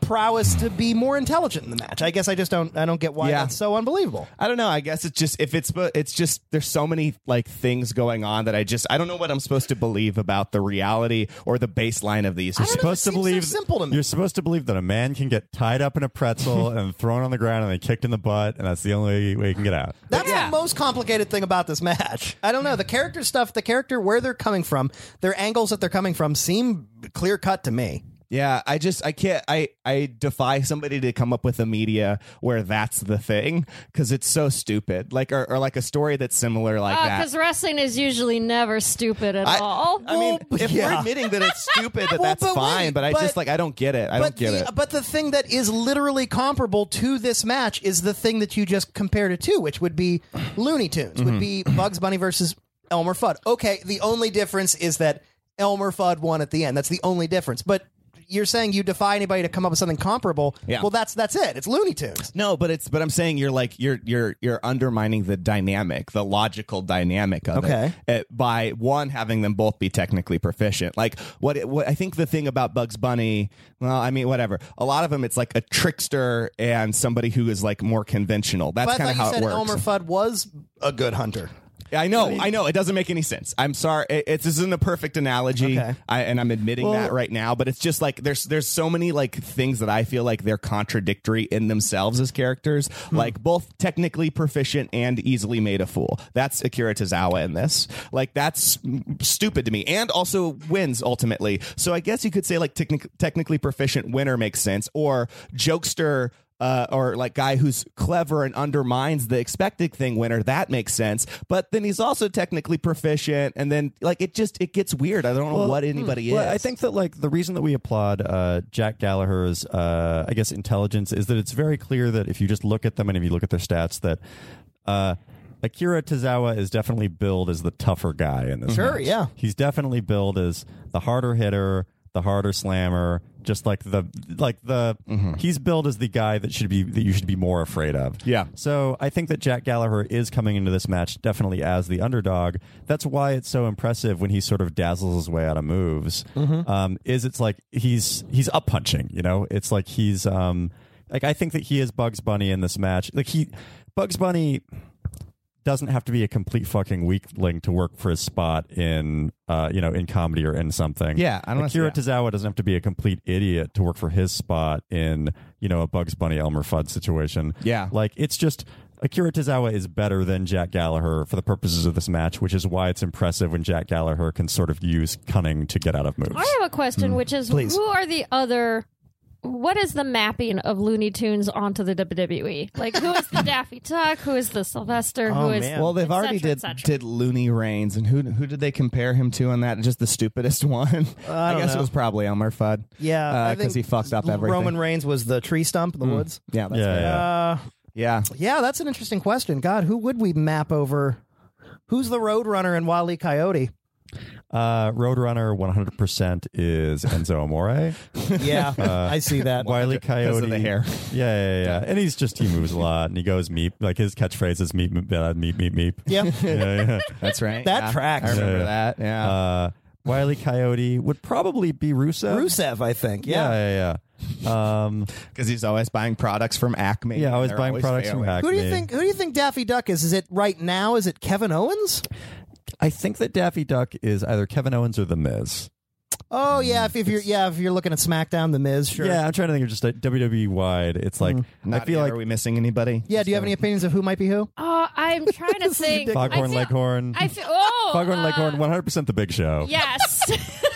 prowess to be more intelligent in the match. I guess I just don't I don't get why
Yeah.
that's so unbelievable.
I don't know. I guess it's just if it's but it's just there's so many like things going on that I just I don't know what I'm supposed to believe about the reality or the baseline of these.
I don't know,
supposed
it
to
seems so
believe
simple to me.
you're supposed to believe that a man can get tied up in
[LAUGHS]
a pretzel and thrown on the ground and then kicked in the butt, and that's the only way he can get out.
That's the most complicated thing about this match. I don't know. The character stuff, the character, where they're coming from, their angles that they're coming from seem clear cut
[LAUGHS]
to me.
Yeah, I just I can't I I defy somebody to come up with a media where that's the thing because it's so stupid. Like or, or like a story that's similar like that.
Because Uh, wrestling is usually never stupid at
I,
all.
I mean,
Well,
if
yeah.
we're admitting that it's stupid,
[LAUGHS]
that
Well,
that's
but
fine.
wait,
but I
but-
just like I don't get it. I
but
don't get
the,
it.
But the thing that is literally comparable to this match is the thing that you just compared it to, which would be Looney Tunes,
Mm-hmm.
would be Bugs Bunny versus Elmer Fudd. Okay, the only difference is that Elmer Fudd won at the end. That's the only difference. But you're saying you defy anybody to come up with something comparable.
Yeah.
Well, that's that's it. It's Looney Tunes.
No, but it's but I'm saying you're like you're you're you're undermining the dynamic, the logical dynamic of
Okay.
it, uh, by one having them both be technically proficient. Like what, it, what I think the thing about Bugs Bunny, well, I mean whatever. A lot of them, it's like a trickster and somebody who is like more conventional. That's
But I
kind
thought
of
you
how it
said
works.
Elmer Fudd was a good hunter.
I know, I know. It doesn't make any sense. I'm sorry. It, it's this isn't a perfect analogy,
Okay.
I, and I'm admitting
Well-
that right now. But it's just like there's there's so many like things that I feel like they're contradictory in themselves as characters,
Hmm.
like both technically proficient and easily made a fool. That's Akira Tozawa in this. Like that's mm, stupid to me, and also wins ultimately. So I guess you could say like technic- technically proficient winner makes sense, or jokester uh, or like guy who's clever and undermines the expected thing winner that makes sense but then he's also technically proficient and then like it just it gets weird i don't know what anybody is
Well, I think that like the reason that we applaud uh, Jack Gallagher's, uh, I guess, intelligence is that it's very clear that if you just look at them and if you look at their stats, that uh, Akira Tozawa is definitely billed as the tougher guy in this.
Sure,
match.
yeah.
he's definitely billed as the harder hitter. the harder slammer, just like the like the
Mm-hmm.
he's billed as the guy that should be that you should be more afraid of.
Yeah.
So I think that Jack Gallagher is coming into this match definitely as the underdog. That's why it's so impressive when he sort of dazzles his way out of moves.
Mm-hmm.
Um, is it's like he's he's up punching. You know, it's like he's um, like I think that he is Bugs Bunny in this match. Like he Bugs Bunny doesn't have to be a complete fucking weakling to work for his spot in uh you know in comedy or in something.
Yeah, I don't know-
Akira
yeah.
Tozawa doesn't have to be a complete idiot to work for his spot in you know a Bugs Bunny Elmer Fudd situation.
Yeah.
like it's just. Akira Tozawa is better than Jack Gallagher for the purposes of this match, which is why it's impressive when Jack Gallagher can sort of use cunning to get out of moves.
I have a
Hmm.
question, which is
please.
who are the other. What is the mapping of Looney Tunes onto the WWE? Like, who is
[LAUGHS]
the Daffy Duck? Who is the Sylvester?
Oh,
who is
man.
Well, they've
et
already
cetera, et
did
cetera.
did Looney Reigns, and who who did they compare him to on that? Just the stupidest [LAUGHS] one. I,
don't
guess
know.
it was probably Elmer Fudd.
Yeah, I
because Uh, he
think
fucked up everything. Hmm.
Roman Reigns was the tree stump in the woods.
Yeah, that's
yeah,
right.
yeah.
Uh,
yeah.
yeah, that's an interesting question. God, who would we map over? Who's the road runner in Wile E. Coyote?
Uh, Roadrunner 100% is Enzo
[LAUGHS]
Amore.
[LAUGHS] Yeah, I see that.
Wiley Coyote.
of the hair.
Yeah, yeah, yeah. And he's just, he moves a lot and he goes meep. Like his catchphrase is meep, meep, uh, meep, meep, meep.
Yeah.
[LAUGHS] yeah,
[LAUGHS] That's right.
That
yeah.
tracks.
I remember
Yeah.
that. Yeah.
yeah. Uh, Wiley Coyote would probably be Rusev.
Rusev, I think.
Yeah,
Yeah.
yeah, yeah. Um,
because he's always buying products from Acme.
[LAUGHS]
yeah, I was
They're
buying
always
products from
failing.
Acme.
Who do you think? Who do you think Daffy Duck is? Is it right now? Is it Kevin Owens?
I think that Daffy Duck is either Kevin Owens or The Miz.
Oh yeah, if, if you're yeah, if you're looking at SmackDown, The Miz, sure.
Yeah, I'm trying to think of just like WWE wide. It's like,
Not
I feel
here.
like
are we missing anybody?
Yeah, do you have any opinions of who might be who?
Oh, I'm trying
[LAUGHS]
to think. I
Foghorn
feel-
Leghorn.
I feel. Oh,
Foghorn
uh,
Leghorn, 100% The Big Show.
Yes.
[LAUGHS]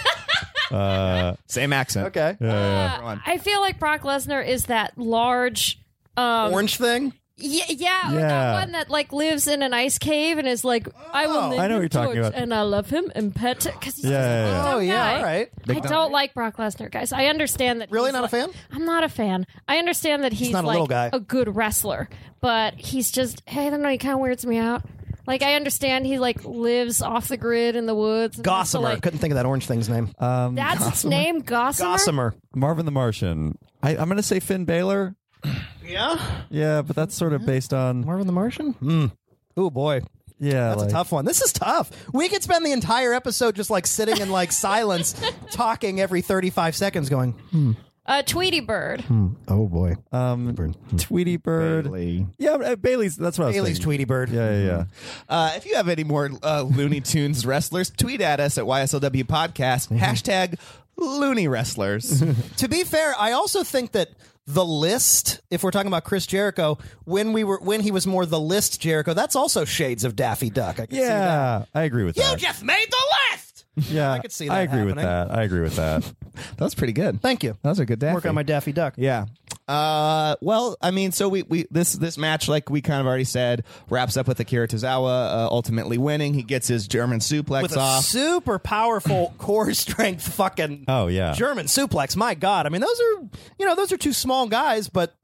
Uh,
Same accent.
Okay.
Uh, I feel like Brock Lesnar is that large. Um,
Orange thing?
Yeah, yeah,
Yeah. Oh.
or that one that like lives in an ice cave and is like, I will. Name
I know
him
what you're talking
George,
about.
and I love him and pet because
Yeah, yeah, yeah.
Oh yeah, all right.
I don't like Brock Lesnar, guys. I understand that.
Really
he's
not a
like-
fan?
I'm not a fan. I understand that he's,
not a
like
little guy.
a good wrestler, but he's just hey, I don't know. He kind of weirds me out. Like I understand he like lives off the grid in the woods. and has to,
Gossamer.
like-
Couldn't think of that orange thing's name.
Uh,
that's its name. Gossamer.
Gossamer.
Marvin the Martian. I, I'm going to say Finn Balor.
Yeah.
Yeah, but that's sort of based on
Marvin the Martian? Hmm. Oh boy.
yeah.
That's
like-
a tough one. This is tough. We could spend the entire episode just like sitting in like silence,
[LAUGHS]
talking every 35 seconds, going,
Uh, Tweety Bird.
Hmm.
oh boy.
Tweety Bird.
Bailey.
Yeah, uh, Bailey's. That's what I was
Bailey's
thinking.
Tweety Bird.
Yeah, yeah, yeah.
Uh, if you have any more uh, Looney Tunes wrestlers, tweet at us at YSLW Podcast
Mm-hmm.
hashtag Looney
[LAUGHS]
Wrestlers.
To be fair, I also think that the list, if we're talking about Chris Jericho, when we were when he was more the list Jericho, that's also shades of Daffy Duck. I can see that.
Yeah, I agree with that.
You just made the list.
yeah, I
could see that
I agree with
happening.
that. I agree with that.
that was pretty good.
Thank you.
That was a good day.
Work on my Daffy Duck.
Yeah. Uh, well, I mean, so we, we this this match, like we kind of already said, wraps up with Akira Tozawa uh, ultimately winning. He gets his German suplex
With a
off.
super powerful core strength fucking
Oh, yeah.
German suplex. My God. I mean, those are, you know, those are two small guys, but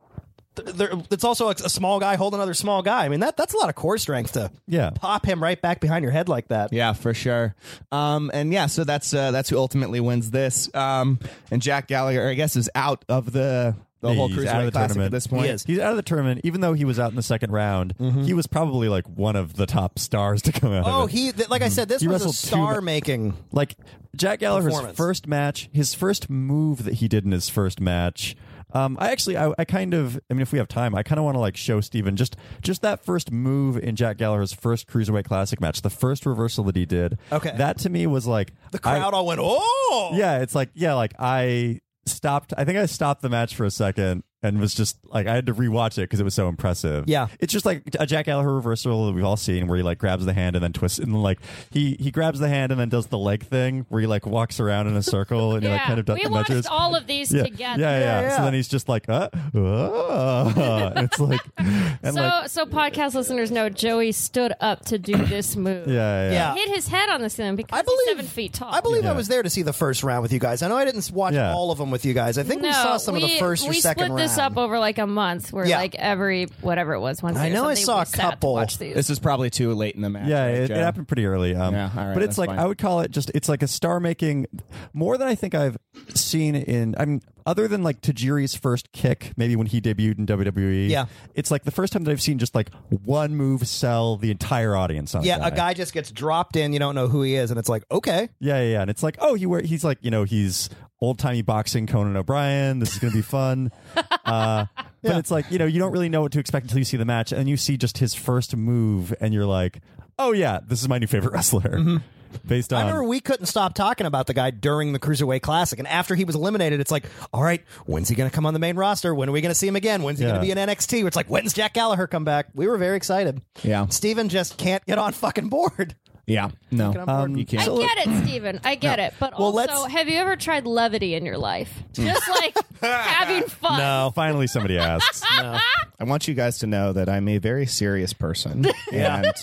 th- they're, it's also a, a small guy holding another small guy. I mean, that that's a lot of core strength to
Yeah.
pop him right back behind your head like that.
yeah, for sure. Um, and yeah, so that's uh, that's who ultimately wins this. Um, and Jack Gallagher, I guess, is out of the the whole
He's out
cruiserweight
of the
classic
tournament
at this point.
He is.
He's out of the tournament, even though he was out in the second round. He was probably like one of the top stars to come out.
Mm-hmm. Oh,
of it.
he, th- like I said, this
He
was a
wrestled two-
star making.
Like Jack Gallagher's
Performance.
first match, his first move that he did in his first match. Um, I actually, I, I kind of, I mean, if we have time, I kind of want to like show Steven just just that first move in Jack Gallagher's first cruiserweight classic match, the first reversal that he did.
Okay.
that to me was like
The crowd all went, oh!
yeah, it's like yeah, like I stopped. I think I stopped the match for a second and was just like I had to rewatch it because it was so impressive.
Yeah.
it's just like a Jack Gallagher reversal that we've all seen, where he like grabs the hand and then twists, and like he he grabs the hand and then does the leg thing where he like walks around in a circle and he like
Yeah,
kind of does
we
the
watched
measures.
all of these
yeah. Yeah,
together.
yeah, So
yeah.
then he's just like, uh, uh, [LAUGHS] and it's
[LAUGHS]
like, and
So,
like,
so podcast listeners know Joey stood up
[COUGHS]
to do this move.
yeah, yeah,
Yeah.
hit his head on the ceiling because
I believe
he's seven feet tall.
I believe
Yeah.
I was there to see the first round with you guys. I know I didn't watch
Yeah.
all of them with you
you guys. I think we saw some of the first or
we
second
split this
round.
up over like a month. Where
Yeah.
like every whatever it was once.
I know I saw a couple.
Watch these.
This is probably too late in the match.
Yeah,
right,
it, it
Joe?
happened pretty early. Um,
Yeah, all right,
but it's
that's
like
fine.
I would call it just it's like a star making more than I think I've seen in. I mean, other than like Tajiri's first kick, maybe when he debuted in WWE.
Yeah.
it's like the first time that I've seen just like one move sell the entire audience on.
Yeah, a guy just gets dropped in. You don't know who he is, and it's like, okay,
Yeah, yeah, yeah, and it's like oh he wear he's like you know he's old timey boxing Conan O'Brien. This is gonna be fun.
[LAUGHS]
uh, But it's like you know you don't really know what to expect until you see the match, and you see just his first move, and you're like, oh yeah, this is my new favorite [LAUGHS] wrestler. Based on
Mm-hmm. I remember we couldn't stop talking about the guy during the Cruiserweight Classic, and after he was eliminated, it's like, all right, when's he going to come on the main roster? When are we going to see him again? When's he
Yeah.
going to be in NXT? It's like, when's Jack Gallagher come back? We were very excited.
Yeah.
Steven just can't get on fucking board.
Yeah, no, you can't.
I get it, Steven. I get it. But
Well,
also,
let's-
have you ever tried levity in your life? Just like having
[LAUGHS]
fun.
No, finally somebody asks.
I want you guys to know that I'm a very
[LAUGHS]
serious person, and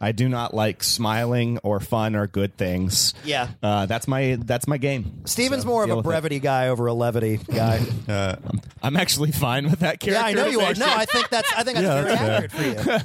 I do not like smiling or fun or good things.
Yeah.
uh, that's my that's my game.
Steven's
So,
more of
deal
a
with it.
brevity guy over a levity guy.
I'm actually fine with that
Uh, yeah, [LAUGHS] I
character.
know you are. No, I think that's I think that's
Yeah,
very
that's fair.
accurate for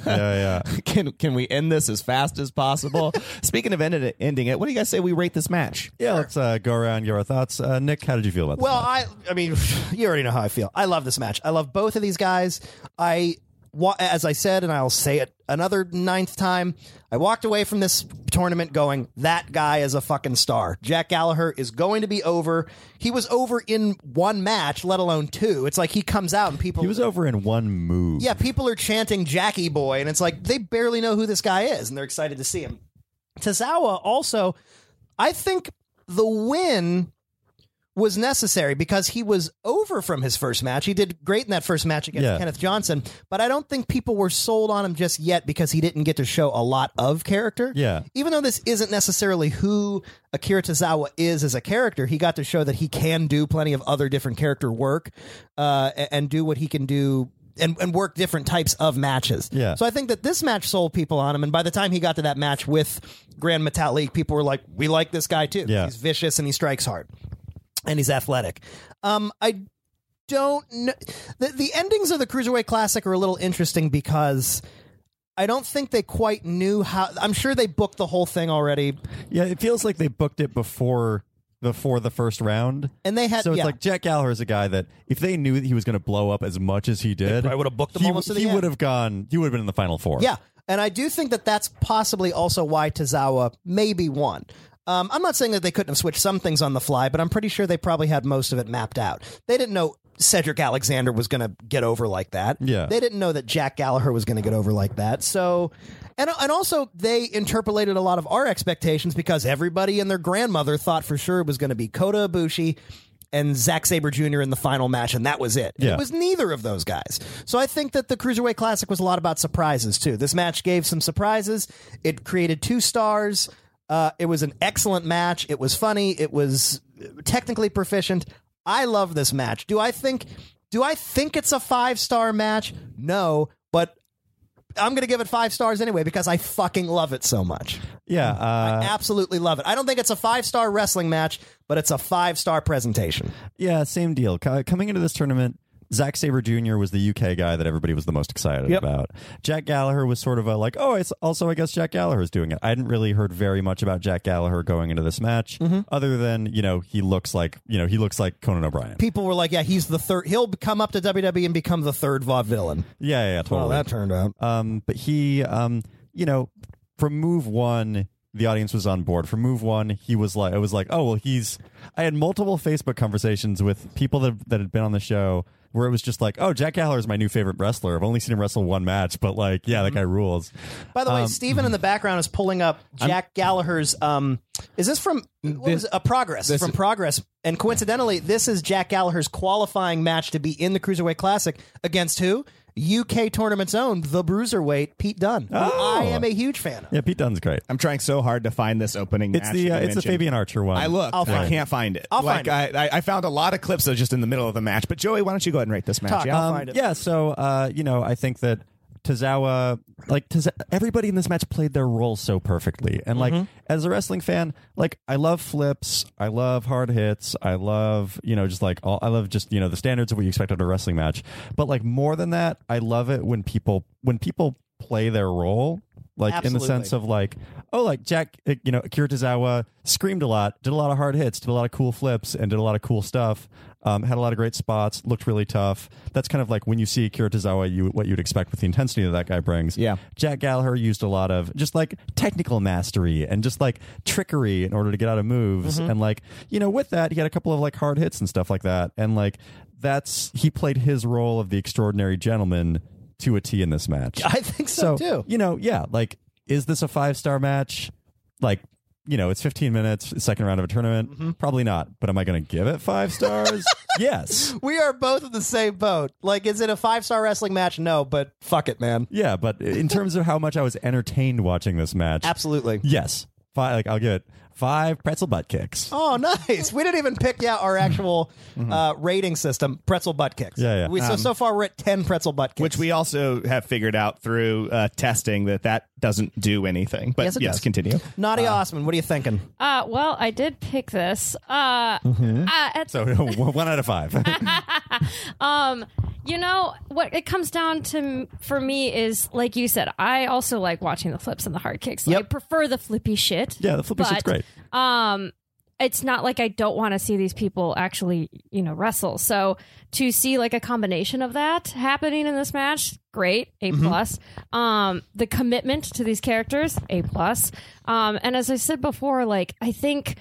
you.
[LAUGHS]
yeah, yeah.
Can can we end this as fast
[LAUGHS]
as possible? Speaking of ended, ending it, what do you guys say we rate this match?
Yeah, let's uh, go around your thoughts. Uh, Nick, how did you feel about
Well, I I mean, [LAUGHS] you already know how I feel. I love this match. I love both of these guys. I wa- as I said, and I'll say it another ninth time. I walked away from this tournament going, that guy is a fucking star. Jack Gallagher is going to be over. He was over in one match, let alone two. It's like he comes out and people
this? He was over in one move.
yeah, people are chanting Jackie Boy, and it's like they barely know who this guy is, and they're excited to see him. Tazawa also, I think the win was necessary because he was over from his first match. He did great in that first match against
Yeah.
Kenneth Johnson, but I don't think people were sold on him just yet because he didn't get to show a lot of character.
Yeah.
Even though this isn't necessarily who Akira Tozawa is as a character, he got to show that he can do plenty of other different character work uh, a- and do what he can do and, and work different types of matches.
Yeah.
So I think that this match sold people on him. And by the time he got to that match with Grand Metalik, people were like, we like this guy too.
Yeah.
He's vicious and he strikes hard and he's athletic. Um, I don't know. The, the endings of the Cruiserweight Classic are a little interesting because I don't think they quite knew how. I'm sure they booked the whole thing already,
yeah. It feels like they booked it before before the first round.
and they had.
so it's
yeah.
like Jack Gallagher is a guy that if they knew that he was going to blow up as much as he did,
probably would've booked him
he,
almost to the
He
end.
would have gone. He would have been in the final four.
Yeah, and I do think that that's possibly also why Tozawa maybe won. Um, I'm not saying that they couldn't have switched some things on the fly, but I'm pretty sure they probably had most of it mapped out. They didn't know Cedric Alexander was going to get over like that.
Yeah.
they didn't know that Jack Gallagher was going to get over like that. So, and and also they interpolated a lot of our expectations because everybody and their grandmother thought for sure it was going to be Kota Ibushi. And Zack Saber Jr. in the final match, and that was it.
Yeah.
It was neither of those guys. So I think that the Cruiserweight Classic was a lot about surprises too. This match gave some surprises. It created two stars. Uh, it was an excellent match. It was funny. It was technically proficient. I love this match. Do I think? Do I think it's a five star match? No, but I'm gonna give it five stars anyway because I fucking love it so much.
yeah. Uh,
Absolutely love it. I don't think it's a five star wrestling match, but it's a five star presentation.
Yeah, same deal. Co- Coming into this tournament, Zack Saber Jr. was the UK guy that everybody was the most excited about. Jack Gallagher was sort of a like, oh, it's also I guess Jack Gallagher is doing it. I hadn't really heard very much about Jack Gallagher going into this match,
Mm-hmm.
other than you know he looks like you know he looks like Conan O'Brien.
People were like, "Yeah, he's the third. He'll come up to WWE and become the third vaudevillain."
Yeah, yeah, yeah totally.
turned out.
Um, but he, um, you know, from move one, the audience was on board. From move one, he was like, I was like, oh well, he's. I had multiple Facebook conversations with people that that had been on the show where it was just like, oh, Jack Gallagher is my new favorite wrestler. I've only seen him wrestle one match, but like, yeah,
Mm-hmm.
that guy rules.
By the
Um,
way, Steven in the background is pulling up Jack Gallagher's. Um, is this from what
This-
was it? a progress?
this-
from progress, and coincidentally, this is Jack Gallagher's qualifying match to be in the Cruiserweight Classic against who? UK tournament's own the Bruiserweight Pete Dunn. who
Oh.
I am a huge fan. of.
Yeah, Pete Dunne's great.
I'm trying so hard to find this opening.
It's
match
the uh,
that you
it's the
mentioned.
Fabian Archer one.
I looked.
I'll find
I
it.
can't find it.
I'll
like,
find
I, I, I found a lot of clips that was just in the middle of the match. But Joey, why don't you go ahead and rate this match?
Talk.
yeah?
I'll
Um,
find it.
Yeah, so uh, you know, I think that Tozawa, like Toz- everybody in this match played their role so perfectly. And like as a wrestling fan, like I love flips, I love hard hits, I love you know just like all, I love just you know the standards of what you expect out of a wrestling match. But like more than that, I love it when people when people play their role. Like in the
Absolutely.
sense of like, oh, like Jack, uh, you know, Akira Tozawa screamed a lot, did a lot of hard hits, did a lot of cool flips, and did a lot of cool stuff. Um, had a lot of great spots, looked really tough. That's kind of like when you see Akira Tozawa, you what you'd expect with the intensity that that guy brings.
Yeah.
Jack Gallagher used a lot of just like technical mastery and just like trickery in order to get out of moves. And like, you know, with that, he had a couple of like hard hits and stuff like that. And like, that's he played his role of the extraordinary gentleman to a T in this match.
I think so, too.
You know, yeah, like, is this a five star match? Like, you know, it's 15 minutes, it's second round of a tournament.
Mm-hmm.
Probably not, but am I going to give it five
[LAUGHS]
stars? yes.
We are both in the same boat. Like, is it a five star wrestling match? No, but fuck it, man.
Yeah, but in terms of how much I was entertained watching this match,
Absolutely.
yes. Five, like, I'll give it five pretzel butt kicks.
Oh, nice. We didn't even pick out
[LAUGHS]
our actual
Mm-hmm.
uh, rating system. Pretzel butt kicks.
Yeah, yeah.
We, so so far we're at ten pretzel butt kicks.
Um, Which we also have figured out through uh, testing that that doesn't do anything. But
Yes,
yes,
it does.
continue.
Nadia Osman, what are you thinking?
[LAUGHS] Uh, well, I did pick this. Uh, uh, at
So [LAUGHS] one out of five.
Um, you know what it comes down to m- for me is like you said, I also like watching the flips and the hard kicks. I
Yep.
prefer the flippy shit.
yeah, the flippy shit's
but,
great.
Um, it's not like I don't want to see these people actually, you know, wrestle. So to see like a combination of that happening in this match, great, A plus. Um, the commitment to these characters, A plus. Um, and as I said before, like I think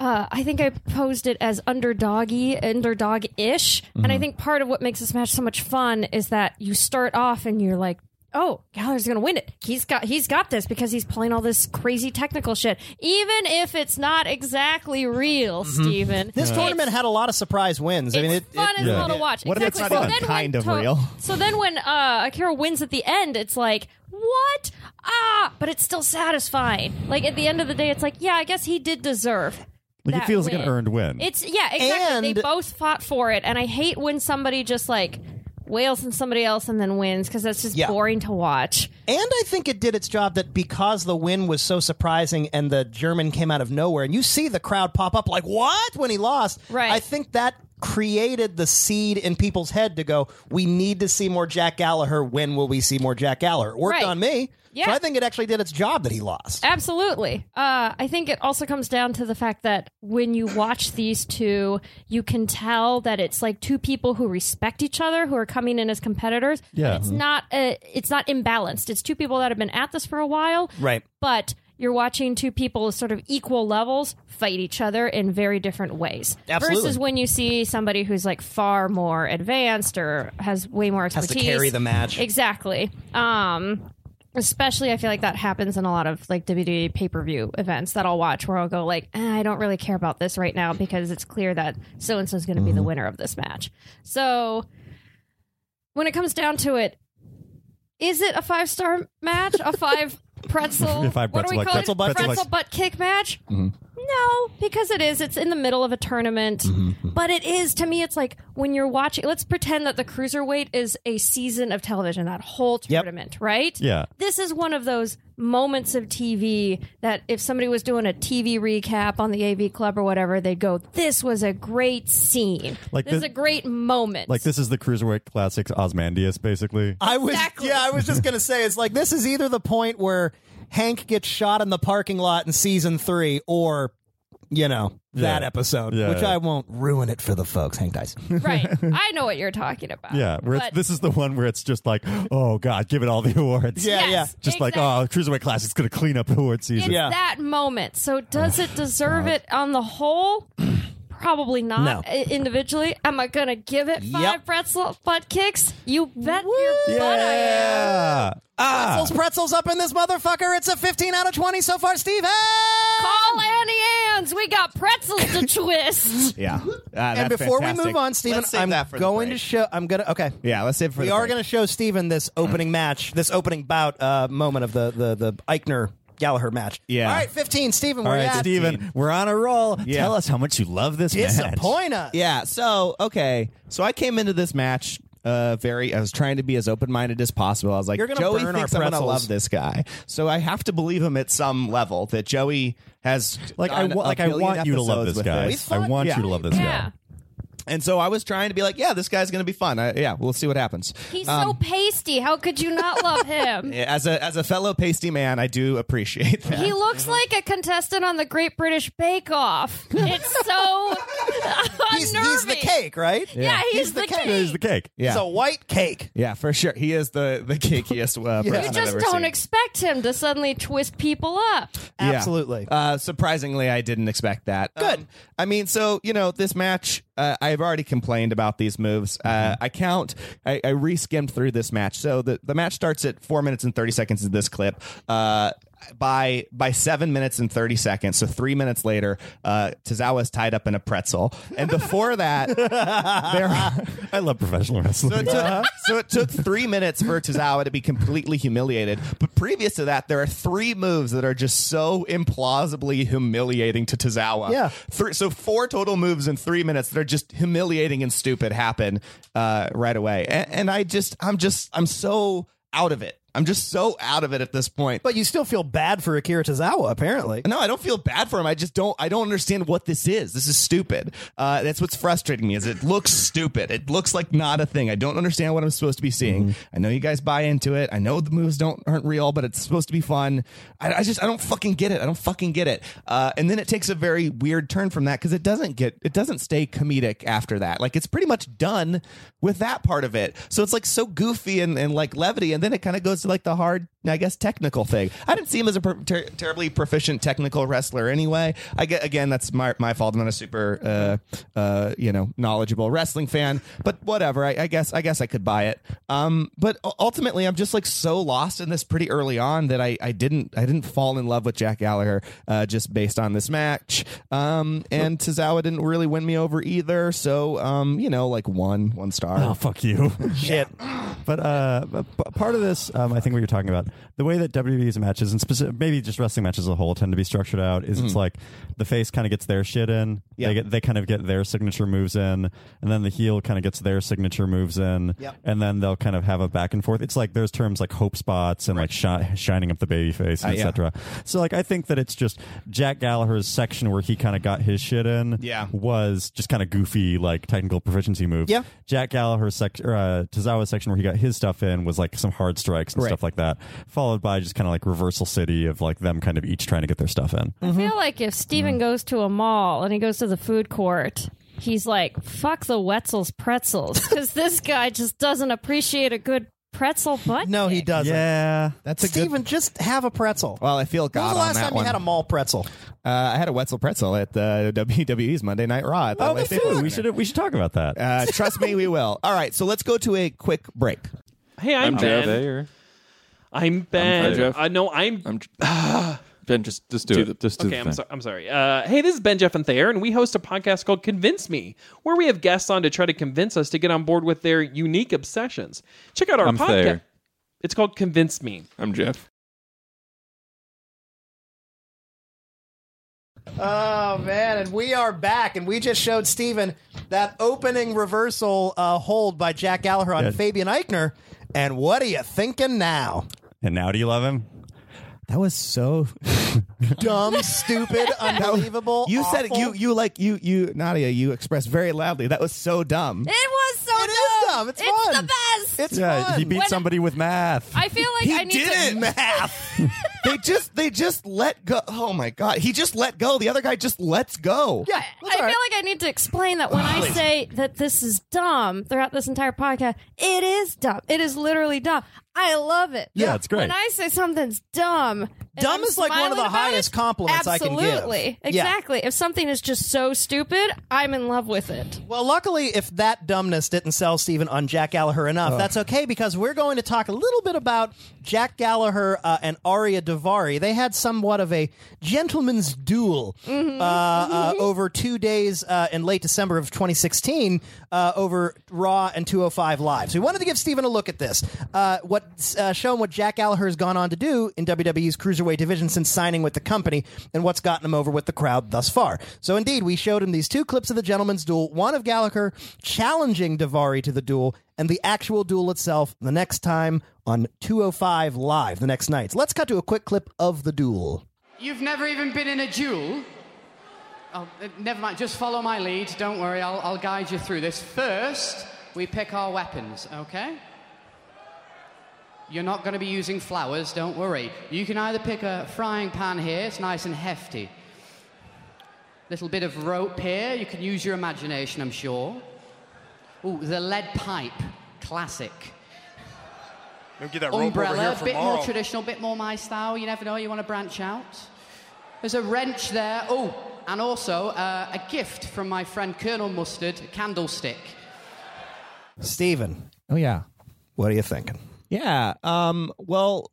uh, I think I posed it as underdoggy, underdog ish. And I think part of what makes this match so much fun is that you start off and you're like, Oh, Gallagher's gonna win it. He's got he's got this because he's playing all this crazy technical shit. Even if it's not exactly real, Steven.
This
it's-
tournament had a lot of surprise wins. I mean, it,
it's fun
it-
as hell to watch.
What if it's
exactly.
not even
then
kind
when
of real?
So then when uh, Akira wins at the end, it's like, what? Ah, but it's still satisfying. Like at the end of the day, it's like, yeah, I guess he did deserve.
Like it
that
feels like an
win.
earned win.
It's yeah, exactly.
And-
they both fought for it, and I hate when somebody just like wails on somebody else and then wins because that's just
Yeah.
boring to watch.
and I think it did its job that because the win was so surprising and the German came out of nowhere, and you see the crowd pop up like "What?" when he lost.
Right.
I think that created the seed in people's head to go, "We need to see more Jack Gallagher. When will we see more Jack Gallagher?" It worked
Right.
on me. So
Yeah.
I think it actually did its job that he lost.
Absolutely. Uh, I think it also comes down to the fact that when you watch these two, you can tell that it's like two people who respect each other who are coming in as competitors.
Yeah.
It's
Mm-hmm.
not uh it's not imbalanced. It's two people that have been at this for a while.
Right.
But you're watching two people as sort of equal levels fight each other in very different ways.
Absolutely.
Versus when you see somebody who's like far more advanced or has way more
Has
expertise.
to carry the match.
Exactly. Um, especially, I feel like that happens in a lot of like WWE pay per view events that I'll watch, where I'll go like, eh, I don't really care about this right now because it's clear that so and so is going to
Mm-hmm.
be the winner of this match. So, when it comes down to it, is it a five star match? A
[LAUGHS]
five pretzel?
A five
what do we
pretzel- pretzel
call it?
butt-
pretzel
pretzel-
butt kick match? No, because it is. It's in the middle of a tournament,
Mm-hmm,
but it is to me. It's like when you're watching. Let's pretend that the cruiserweight is a season of television, that whole tournament, right?
Yeah.
This is one of those moments of TV that if somebody was doing a TV recap on the AV Club or whatever, they'd go, "This was a great scene.
Like
this is
the-
a great moment."
like this is the Cruiserweight Classics Osmandius, basically.
I was
Exactly.
yeah, I was just gonna say it's like this is either the point where Hank gets shot in the parking lot in season three, or you know that
Yeah.
episode,
Yeah,
which
yeah.
I won't ruin it for the folks. Hank dies.
[LAUGHS]
right? I know what you're talking about.
Yeah, where it's,
But-
this is the one where it's just like, oh god, give it all the awards.
Yeah,
Yes,
yeah.
just like, oh, Cruiserweight Classic's going to clean up award season.
it's that moment. So does it deserve it on the whole? Probably not
No.
I- individually. Am I gonna give it five
Yep.
pretzel butt kicks? You bet your butt I am.
Yeah. Ah.
Pretzels, pretzels up in this motherfucker. It's a 15 out of 20 so far, Steve. Hey!
Call Annie Ann's. We got pretzels to twist.
Yeah. Uh,
And before we move on, Steven,
Let's save
I'm
that for the
going to
break.
show. I'm gonna okay.
yeah, let's save it for
We
the
are
break.
going to show Steven this opening match, this opening bout uh, moment of the the the Eichner Gallagher match.
Yeah.
All right, 15, Steven.
all
we're
right,
at.
Steven, we're on a roll.
Yeah.
Tell us how much you love this match.
Disappoint us.
Yeah. So okay. So I came into this match uh, uh, very. I was trying to be as open minded as possible. I was like,
You're gonna
Joey
burn
thinks
our
I'm gonna
pretzels.
love this guy, so I have to believe him at some level that Joey has
Like I
done
wa-
a
like I
billion
want you to love
episodes
this
with
guy.
this.
I want you to love this
Yeah.
guy.
And so I was trying to be like, yeah, this guy's gonna be fun. I, yeah, we'll see what happens.
He's so pasty. How could you not love him?
As a as a fellow pasty man, I do appreciate
[LAUGHS]
that.
He looks like a contestant on the Great British Bake Off. It's so [LAUGHS]
He's, he's the
unnerving.
cake, right?
Yeah, he's,
He's the
the,
cake.
cake.
Here's the cake.
yeah,
It's a white cake.
yeah, for sure. He is the the kinkiest uh, person
You
I've
just
ever
don't
seen.
expect him to suddenly twist people up.
Yeah.
Absolutely.
Uh, surprisingly, I didn't expect that. Good. I mean, so you know, this match, uh, I've already complained about these moves. Uh, I count. I, I reskimmed through this match. So the the match starts at four minutes and thirty seconds of this clip. Uh, by by seven minutes and thirty seconds, so three minutes later, uh, Tozawa is tied up in a pretzel, and before that, there
I love professional wrestling.
so it, took, so it took three minutes for Tozawa to be completely humiliated. But previous to that, there are three moves that are just so implausibly humiliating to Tozawa.
Yeah.
Three, so four total moves in three minutes that are just humiliating and stupid happen uh, right away. And, and I just, I'm just, I'm so out of it. I'm just so out of it at this point.
But you still feel bad for Akira Tozawa, apparently.
No, I don't feel bad for him. I just don't. I don't understand what this is. This is stupid. Uh, that's what's frustrating me. Is it looks stupid. It looks like not a thing. I don't understand what I'm supposed to be seeing. I know you guys buy into it. I know the moves don't aren't real, but it's supposed to be fun. I, I just I don't fucking get it. I don't fucking get it. Uh, and then it takes a very weird turn from that because it doesn't get it doesn't stay comedic after that. Like it's pretty much done with that part of it. So it's like so goofy and, and like levity, and then it kind of goes to like the hard, I guess, technical thing. I didn't see him as a per- ter- terribly proficient technical wrestler anyway. I get again, that's my my fault. I'm not a super uh, uh, you know knowledgeable wrestling fan, but whatever. I, I guess I guess I could buy it. Um, but u- ultimately, I'm just like so lost in this pretty early on that I, I didn't I didn't fall in love with Jack Gallagher uh, just based on this match. Um, and Tozawa didn't really win me over either. So um, you know, like one one star.
Oh fuck you! Shit. [LAUGHS] But uh, but p- part of this, um, I think what you're talking about, the way that WWE's matches and specific, maybe just wrestling matches as a whole tend to be structured out is it's like the face kind of gets their shit in,
Yeah.
they get they kind of get their signature moves in, and then the heel kind of gets their signature moves in,
Yep.
and then they'll kind of have a back and forth. It's like there's terms like hope spots and like shi- shining up the baby face,
Uh, yeah.
etc. So like I think that it's just Jack Gallagher's section where he kind of got his shit in,
Yeah.
was just kind of goofy like technical proficiency moves.
Yeah.
Jack Gallagher's section, uh, Tozawa's section where he got his stuff in was like some hard strikes and
Right.
stuff like that, followed by just kind of like reversal city of like them kind of each trying to get their stuff in.
I
Mm-hmm.
feel like if Steven goes to a mall and he goes to the food court, he's like, fuck the Wetzel's pretzels. [LAUGHS] Because this guy just doesn't appreciate a good pretzel butt.
No, he doesn't.
Yeah.
That's a
Steven,
good.
just have a pretzel.
Well, I feel God
when was the
on
last
that
time
one.
you had a mall pretzel?
Uh, I had a Wetzel pretzel at uh, the WWE's Monday Night Raw. At the
Oh,
LA
that's
Staples
true. We
Center.
should we should talk about that.
Uh,
[LAUGHS]
trust me, we will. All right, so let's go to a quick break.
Hey, I'm, Ben. I'm Ben.
I'm Jeff.
Uh, no, I'm.
I'm Ben. Just just do,
Do
it.
the-
just do
okay,
the
I'm,
thing.
so- I'm sorry. Uh, hey, this is Ben, Jeff, and Thayer, and we host a podcast called Convince Me, where we have guests on to try to convince us to get on board with their unique obsessions. Check out our
I'm
podcast.
Thayer.
It's called Convince Me.
I'm Jeff.
Oh man, and we are back, and we just showed Steven that opening reversal uh, hold by Jack Gallagher on
Yeah.
Fabian Eichner. And what are you thinking now?
and now do you love him?
That was [LAUGHS] so.
Dumb,
[LAUGHS]
stupid, unbelievable.
You said it- you
awful.
you like you you Nadia. You expressed very loudly. That was so dumb.
It was so
It is dumb. It's fun.
the best.
It's
yeah,
fun.
he beat
When-
somebody with math.
I feel like
he
I need
did
to.
it.
[LAUGHS]
Math. [LAUGHS] they just they just let go. Oh my god, he just let go. The other guy just lets go.
yeah,
I feel like I need to explain that when I say that this is dumb throughout this entire podcast, it is dumb. It is literally dumb. I love it.
Yeah, it's great.
When I say something's dumb, and
Dumb
I'm
is like one of the
smiling about
highest
it,
compliments I can give.
absolutely. Exactly. If something is just so stupid, I'm in love with it.
Well, luckily, if that dumbness didn't sell Steven on Jack Gallagher enough, that's okay because we're going to talk a little bit about Jack Gallagher uh, and Aria Davari. They had somewhat of a gentleman's duel uh, uh, over two days uh, in late December of 2016 uh, over Raw and 205 Live. So we wanted to give Steven a look at this. Uh, what uh, shown what Jack Gallagher has gone on to do in WWE's cruiserweight division since signing with the company and what's gotten him over with the crowd thus far. So indeed, we showed him these two clips of the gentleman's duel, one of Gallagher challenging Davari to the duel and the actual duel itself the next time on 205 Live the next night. So let's cut to a quick clip of the duel.
You've never even been in a duel? Oh, uh, never mind. Just follow my lead. Don't worry. I'll, I'll guide you through this. First, we pick our weapons, okay? You're not going to be using flowers, don't worry. You can either pick a frying pan here, it's nice and hefty. Little bit of rope here, you can use your imagination, I'm sure. Ooh, the lead pipe, classic.
Maybe get that rope over here
Umbrella,
for
bit
Morrow.
more traditional, bit more my style. You never know, you want to branch out. There's a wrench there. Oh, and also uh, a gift from my friend Colonel Mustard, a candlestick.
Steven.
Oh yeah.
What are you thinking?
Yeah. Um well,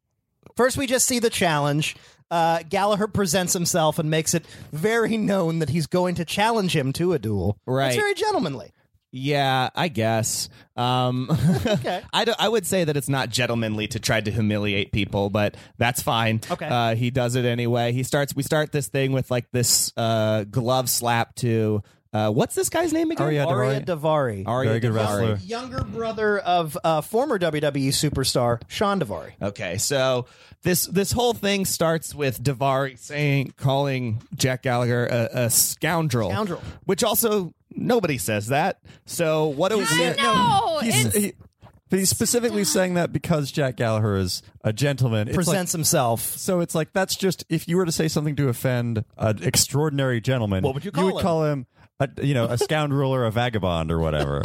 first we just see the challenge. Uh, Gallagher presents himself and makes it very known that he's going to challenge him to a duel.
Right.
It's very gentlemanly.
Yeah, I guess. Um, [LAUGHS]
okay.
I, don't- I would say that it's not gentlemanly to try to humiliate people, but that's fine.
Okay.
Uh, he does it anyway. He starts. We start this thing with like this uh, glove slap to uh, what's this guy's name again?
Aria Davari.
Aria
Very good
Davari.
wrestler.
Younger brother of uh, former WWE superstar Sean Davari.
Okay, so this this whole thing starts with Davari saying, calling Jack Gallagher a, a scoundrel,
Scoundrel.
which also nobody says that. So what do we?
know,
he's,
it's-
he, but he's specifically saying that because Jack Gallagher is a gentleman. It's
Presents
like-
himself.
so it's like that's just if you were to say something to offend an extraordinary gentleman,
What would
You
you call
would
him?
call him, a, you know, a scoundrel or a vagabond or whatever.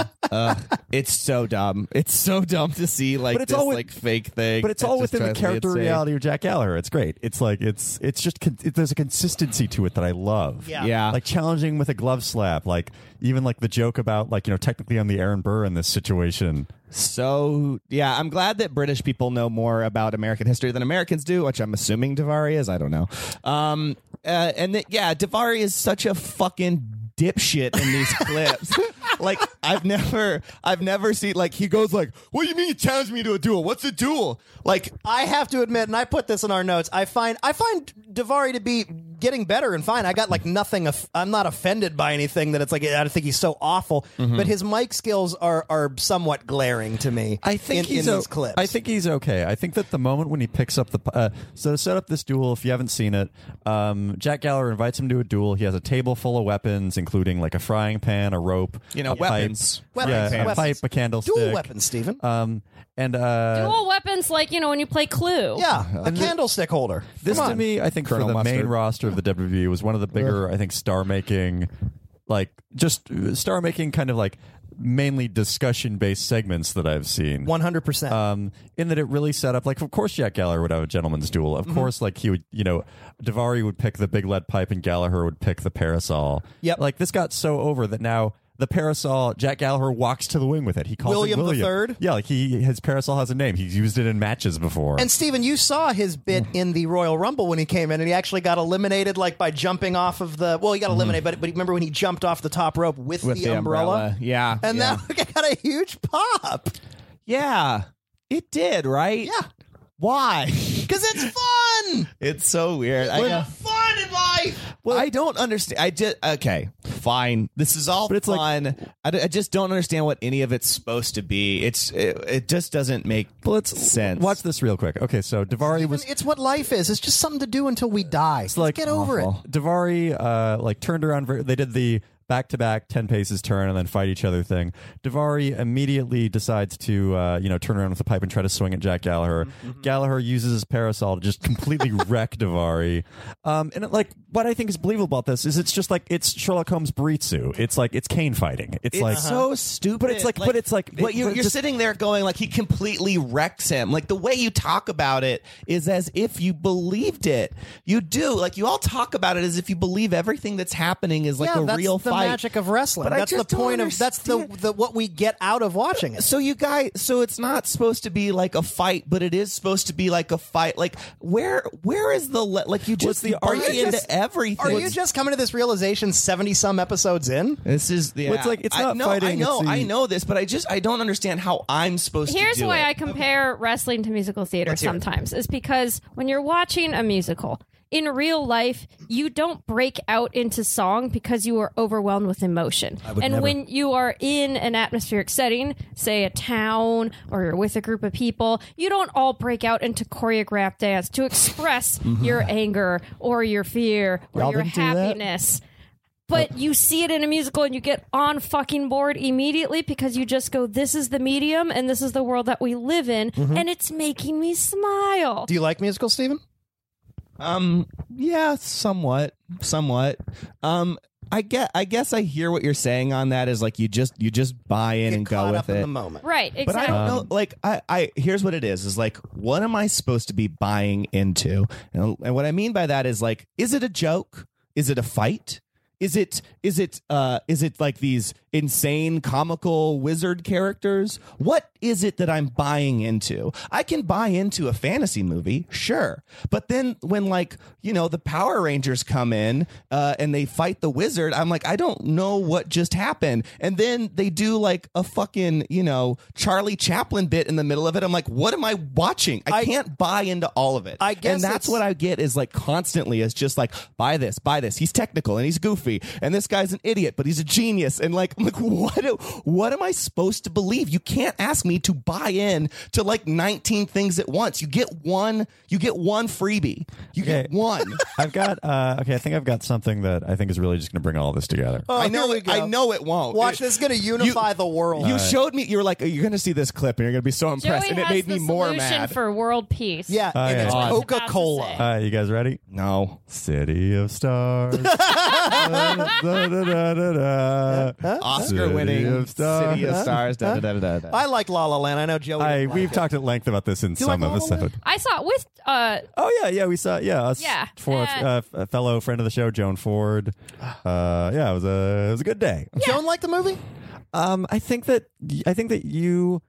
It's so dumb. It's so [LAUGHS] dumb to see like
But it's
this
all with-
like fake thing.
but it's
that
all
just
within the
drives me
character
insane.
reality of Jack Gallagher. It's great. It's like it's it's just con- it, there's a consistency to it that I love.
Yeah.
Yeah.
like challenging with a glove slap. Like even like the joke about like you know technically I'm the Aaron Burr in this situation.
So yeah, I'm glad that British people know more about American history than Americans do, which I'm assuming Davari is. I don't know. Um, uh, and that yeah, Davari is such a fucking dipshit in
[LAUGHS]
these clips. Like I've never, I've never seen like he goes like, "What do you mean you challenged me to a duel? What's a duel?" Like
I have to admit, and I put this in our notes. I find I find Davari to be getting better and fine. I got like nothing. Of, I'm not offended by anything that it's like I think he's so awful,
Mm-hmm.
but his mic skills are are somewhat glaring to me.
I think
in,
he's
in
o-
these clips.
I think he's okay. I think that the moment when he picks up the p- uh, so to set up this duel, if you haven't seen it, um, Jack Gallagher invites him to a duel. He has a table full of weapons, including like a frying pan, a rope,
You know,
a pipe.
weapons.
Weapons,
yeah, a
weapons.
pipe, a candlestick,
dual weapons, Stephen.
um, and uh,
Dual weapons, like you know, when you play Clue.
yeah, a candlestick holder.
This
Come
to
on.
me, I think,
Colonel
for the main
Mustard.
roster of the WWE was one of the bigger, I think, star-making, like just uh, star-making kind of like mainly discussion-based segments that I've seen.
100%.
Um, in that it really set up, like, of course, Jack Gallagher would have a gentleman's duel.
Mm-hmm.
Of course, like he would, you know, Davari would pick the big lead pipe, and Gallagher would pick the parasol.
Yep.
Like this got so over that now. The parasol, Jack Gallagher walks to the wing with it. He calls
William
it
the
William
Third?
Yeah, like he his parasol has a name. He's used it in matches before.
And Steven, you saw his bit
Mm.
in the Royal Rumble when he came in, and he actually got eliminated like by jumping off of the. Well, he
Mm-hmm.
got eliminated, but, but remember when he jumped off the top rope with,
with the, umbrella. yeah,
And
yeah.
[LAUGHS] that got a huge pop
yeah, it did right.
Yeah.
[LAUGHS] why?
because it's fun.
It's so weird. I know.
fun in life.
I don't understand. I just okay, fine. This is all
But it's like-
fun. I, d- I just don't understand what any of it's supposed to be. It's it, it just doesn't make
Well, let's
sense.
Watch this real quick. Okay, so Davari was
It's what life is. It's just something to do until we die. Let's
like
get over
awful. Davari uh, like turned around. ver- They did the back to back ten paces turn and then fight each other thing. Davari immediately decides to uh, you know turn around with the pipe and try to swing at Jack Gallagher.
Mm-hmm.
Gallagher uses his parasol to
[LAUGHS]
just completely wreck Davari. Um, and it, like what I think is believable about this is it's just like it's Sherlock Holmes Buritsu. It's like it's cane fighting. It's,
It's
like
so stupid.
But it's like- but it's like-
but you,
but
you're
just-
sitting there going like he completely wrecks him. Like the way you talk about it is as if you believed it. You do like you all talk about it as if you believe everything that's happening is like
yeah,
a
that's
real
the
fight.
magic of wrestling.
But I
that's
just
the
don't
point of that's the,
understand.
the what we get out of watching it.
so you guys so it's not supposed to be like a fight but it is supposed to be like a fight like where where is the le- like you just
the-
buy
are you
into
just-
everything
Are you just coming to this realization seventy some episodes in?
this is the
Well, it's like- it's
I,
not
no,
fighting,
i know
it's the-
i know this but i just i don't understand how i'm supposed
Here's
to do
why
it.
I compare wrestling to musical theater sometimes is because when you're watching a musical, in real life, you don't break out into song because you are overwhelmed with emotion.
I
And
would never.
when you are in an atmospheric setting, say a town or you're with a group of people, you don't all break out into choreographed dance to express
Mhm.
your anger or your fear or
Y'all
your
didn't do that?
happiness. But you see it in a musical and you get on fucking board immediately because you just go, this is the medium and this is the world that we live in
Mm-hmm.
Mhm.
and it's making me smile.
Do you like musicals, Steven?
Um, yeah, somewhat, somewhat. Um, I get, I guess I hear what you're saying on that is like you just you just buy in and go with
up
it
in the moment.
Right, exactly.
But I don't know. Like, I, I here's what it is: is like, what am I supposed to be buying into? And, and what I mean by that is like, is it a joke? Is it a fight? Is it is it uh is it like these insane comical wizard characters? What is it that I'm buying into? I can buy into a fantasy movie, sure, but then when like you know the Power Rangers come in uh, and they fight the wizard, I'm like I don't know what just happened, and then they do like a fucking you know Charlie Chaplin bit in the middle of it. I'm like, what am I watching? I, can't buy into all of it. I
guess
and that's
it's-
what I get is like constantly is just like buy this, buy this. He's technical and he's goofy, and this guy's an idiot, but he's a genius. And like, [LAUGHS] I'm like, what? do- What am I supposed to believe? You can't ask me to buy in to like 19 things at once. You get one. You get one freebie. You get
[LAUGHS]
one.
I've got uh, okay. I think I've got something that I think is really just going to bring all this together.
I know it. Oh, I know it won't.
Watch,
It-
this is gonna unify
you-
the world.
You
All right.
showed me. You were like, "Oh, you're going to see this clip, and you're going to be so impressed,
Joey
and it
has
made me
the
more
solution
mad.
for world peace.
Yeah,
Oh, yeah.
Coca Cola.
[LAUGHS]
All right, you guys ready?
No.
City of Stars.
[LAUGHS] Oh, Oscar-winning City of Stars, da, da, da, da, da, da.
I like La La Land. I know Joey.
I,
didn't like
we've
it.
talked at length about this in
Do you
some
like La La
episode.
I saw it with uh
Oh yeah, yeah, we saw yeah, us
Yeah,
for
uh,
a fellow friend of the show, Joan
[GASPS]
Ford. Uh, yeah, it was a it was a good day.
Joan liked the movie.
Um, I think that I think that you,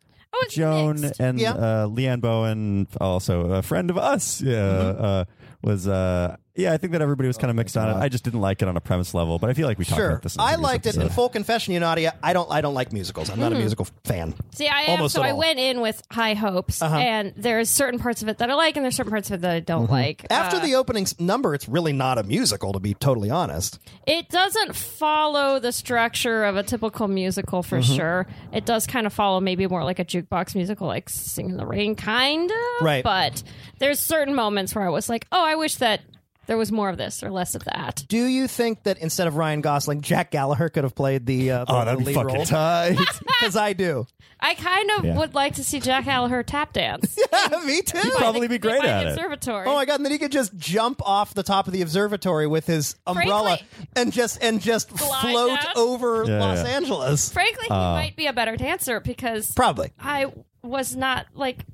Joan, and
Yeah.
uh, Leanne Bowen, also a friend of us, yeah,
Mm-hmm.
uh, was uh, yeah. I think that everybody was kind of mixed on it. I just didn't like it on a premise level, but I feel like we talked
Oh, Sure,
about this. in a
I
previous
liked it.
episode.
And full confession, you Nadia, I don't. I don't like musicals. I'm not a
Mhm.
musical fan.
See, I am.
Almost
so
at
I
all.
went in with high hopes,
Uh-huh.
and there's certain parts of it that I like, and there's certain parts of it that I don't
Mm-hmm.
Mhm.
like.
After
Uh,
the opening s- number, it's really not a musical, to be totally honest.
it doesn't follow the structure of a typical musical for
Mhm.
sure. It does kind of follow maybe more like a jukebox musical, like Sing in the Rain, kind of.
Right.
But there's certain moments where I was like, oh, I wish that there was more of this or less of that.
Do you think that instead of Ryan Gosling, Jack Gallagher could have played the, uh, the
Oh, that'd be
lead
fucking
role? [LAUGHS]
tight.
Because I do.
I kind of
Yeah.
would like to see Jack Gallagher tap dance.
yeah, [LAUGHS] me too.
He'd probably be great at it. observatory.
Oh my god! And then he could just jump off the top of the observatory with his umbrella and just and just float over
Yeah,
Los
yeah.
Angeles.
Frankly, he
Uh,
might be a better dancer because
Probably.
I was not like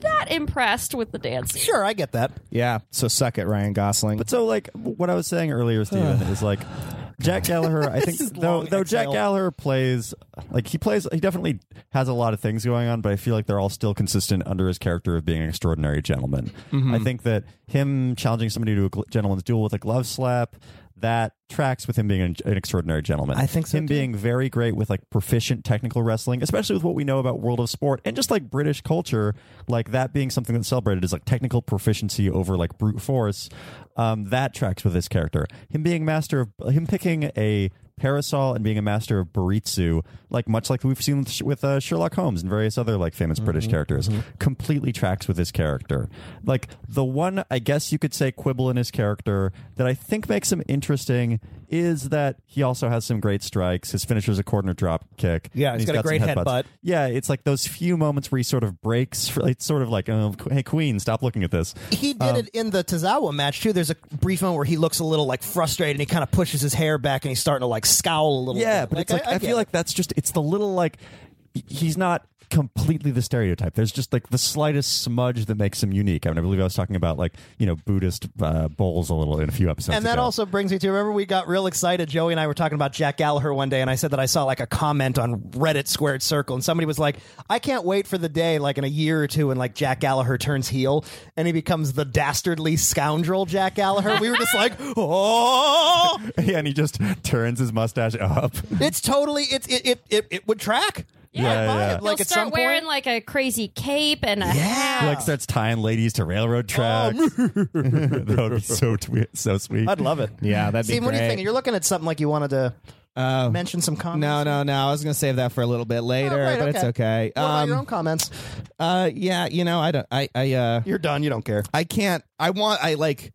that impressed with the dancing.
Sure, I get that.
Yeah. So suck it, Ryan Gosling.
But so, like, what I was saying earlier, Steven, is like
[SIGHS]
Jack Gallagher. I think
This is
though,
long
though Jack
exhale.
Gallagher plays like he plays, he definitely has a lot of things going on, but I feel like they're all still consistent under his character of being an extraordinary gentleman.
Mhm.
I think that him challenging somebody to a gl- gentleman's duel with a glove slap. That tracks with him being an, an extraordinary gentleman. I think so. Him being very great with like proficient technical wrestling, especially with what we know about world of sport and just like British culture, like that being something that's celebrated is like technical proficiency over like brute force. Um, that tracks with his character. Him being master of him picking a parasol and being a master of baritsu, like much like we've seen with, with uh, Sherlock Holmes and various other like famous
Mm-hmm.
British characters, completely tracks with his character. Like the one, I guess you could say, quibble in his character that I think makes him interesting is that he also has some great strikes. His finisher's a corner drop kick.
Yeah,
and
he's got a great
some
headbutt.
headbutts. Yeah, it's like those few moments where he sort of breaks. [LAUGHS] For, it's sort of like, oh, hey, Queen, stop looking at this.
He did
Um,
it in the Tozawa match too. There's a brief moment where he looks a little like frustrated and he kind of pushes his hair back and he's starting to like scowl a little.
Yeah,
bit.
but it's like I,
get
feel
it.
like that's just it's the little like h- he's not completely the stereotype. There's just like the slightest smudge that makes him unique. I mean, I believe I was talking about like you know Buddhist uh, bowls a little in a few episodes.
And that
ago. [LAUGHS]
also brings me to remember we got real excited. Joey and I were talking about Jack Gallagher one day, and I said that I saw like a comment on Reddit Squared Circle, and somebody was like, "I can't wait for the day, like in a year or two, when like Jack Gallagher turns heel and he becomes the dastardly scoundrel Jack Gallagher." We were just like, [LAUGHS] "Oh, [LAUGHS]
yeah, and he just turns his mustache up.
it's totally it's it it it, it would track."
Yeah, yeah.
You'll
Like at some
start
point-
wearing like a crazy cape and a hat.
He, like starts tying ladies to railroad
Oh, [LAUGHS]
tracks. [LAUGHS] that would be so twe- so sweet.
I'd love it.
Yeah, that'd
Steve,
be
what do you
great.
think? You're looking at something like you wanted to mention some comments.
No, no, no. I was going to save that for a little bit later,
Oh, right,
but it's okay. Um,
What about your own comments?
Uh, yeah, you know, I don't. I, I. Uh,
You're done. You don't care.
I can't. I want. I like.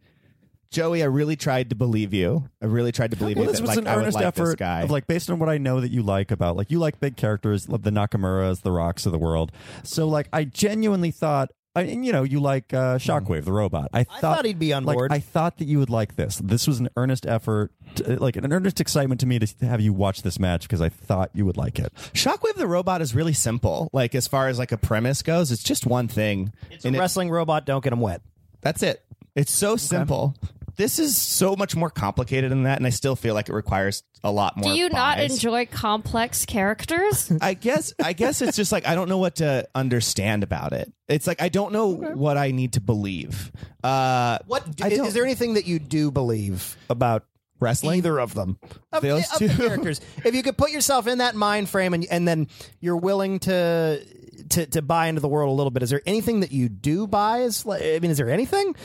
Joey, I really tried to believe you. I really tried to believe
Well,
you.
this
that,
was
like,
an
I would
earnest
like this
effort
guy.
of like based on what I know that you like about like you like big characters, love the Nakamuras, the Rocks of the world. So like I genuinely thought. I, and you know you like uh, Shockwave, the robot. I thought,
thought he'd be on
like,
board.
I thought that you would like this. This was an earnest effort, to, like an earnest excitement to me to to have you watch this match because I thought you would like it.
Shockwave the robot is really simple. Like as far as like a premise goes, it's just one thing. It's
a wrestling robot. Don't get him wet.
That's it. It's so simple. This is so much more complicated than that, and I still feel like it requires a lot more.
Do you not
buys.
enjoy
[LAUGHS]
complex characters?
I guess I guess it's just like I don't know what to understand about it. It's like I don't know what I need to believe. Uh,
What
I
is,
don't-
is there anything that you do believe about
wrestling?
Either of them, of,
Those
of the
two.
characters. If you could put yourself in that mind frame, and and then you're willing to to to buy into the world a little bit, is there anything that you do buy? Is like, I mean, is there anything?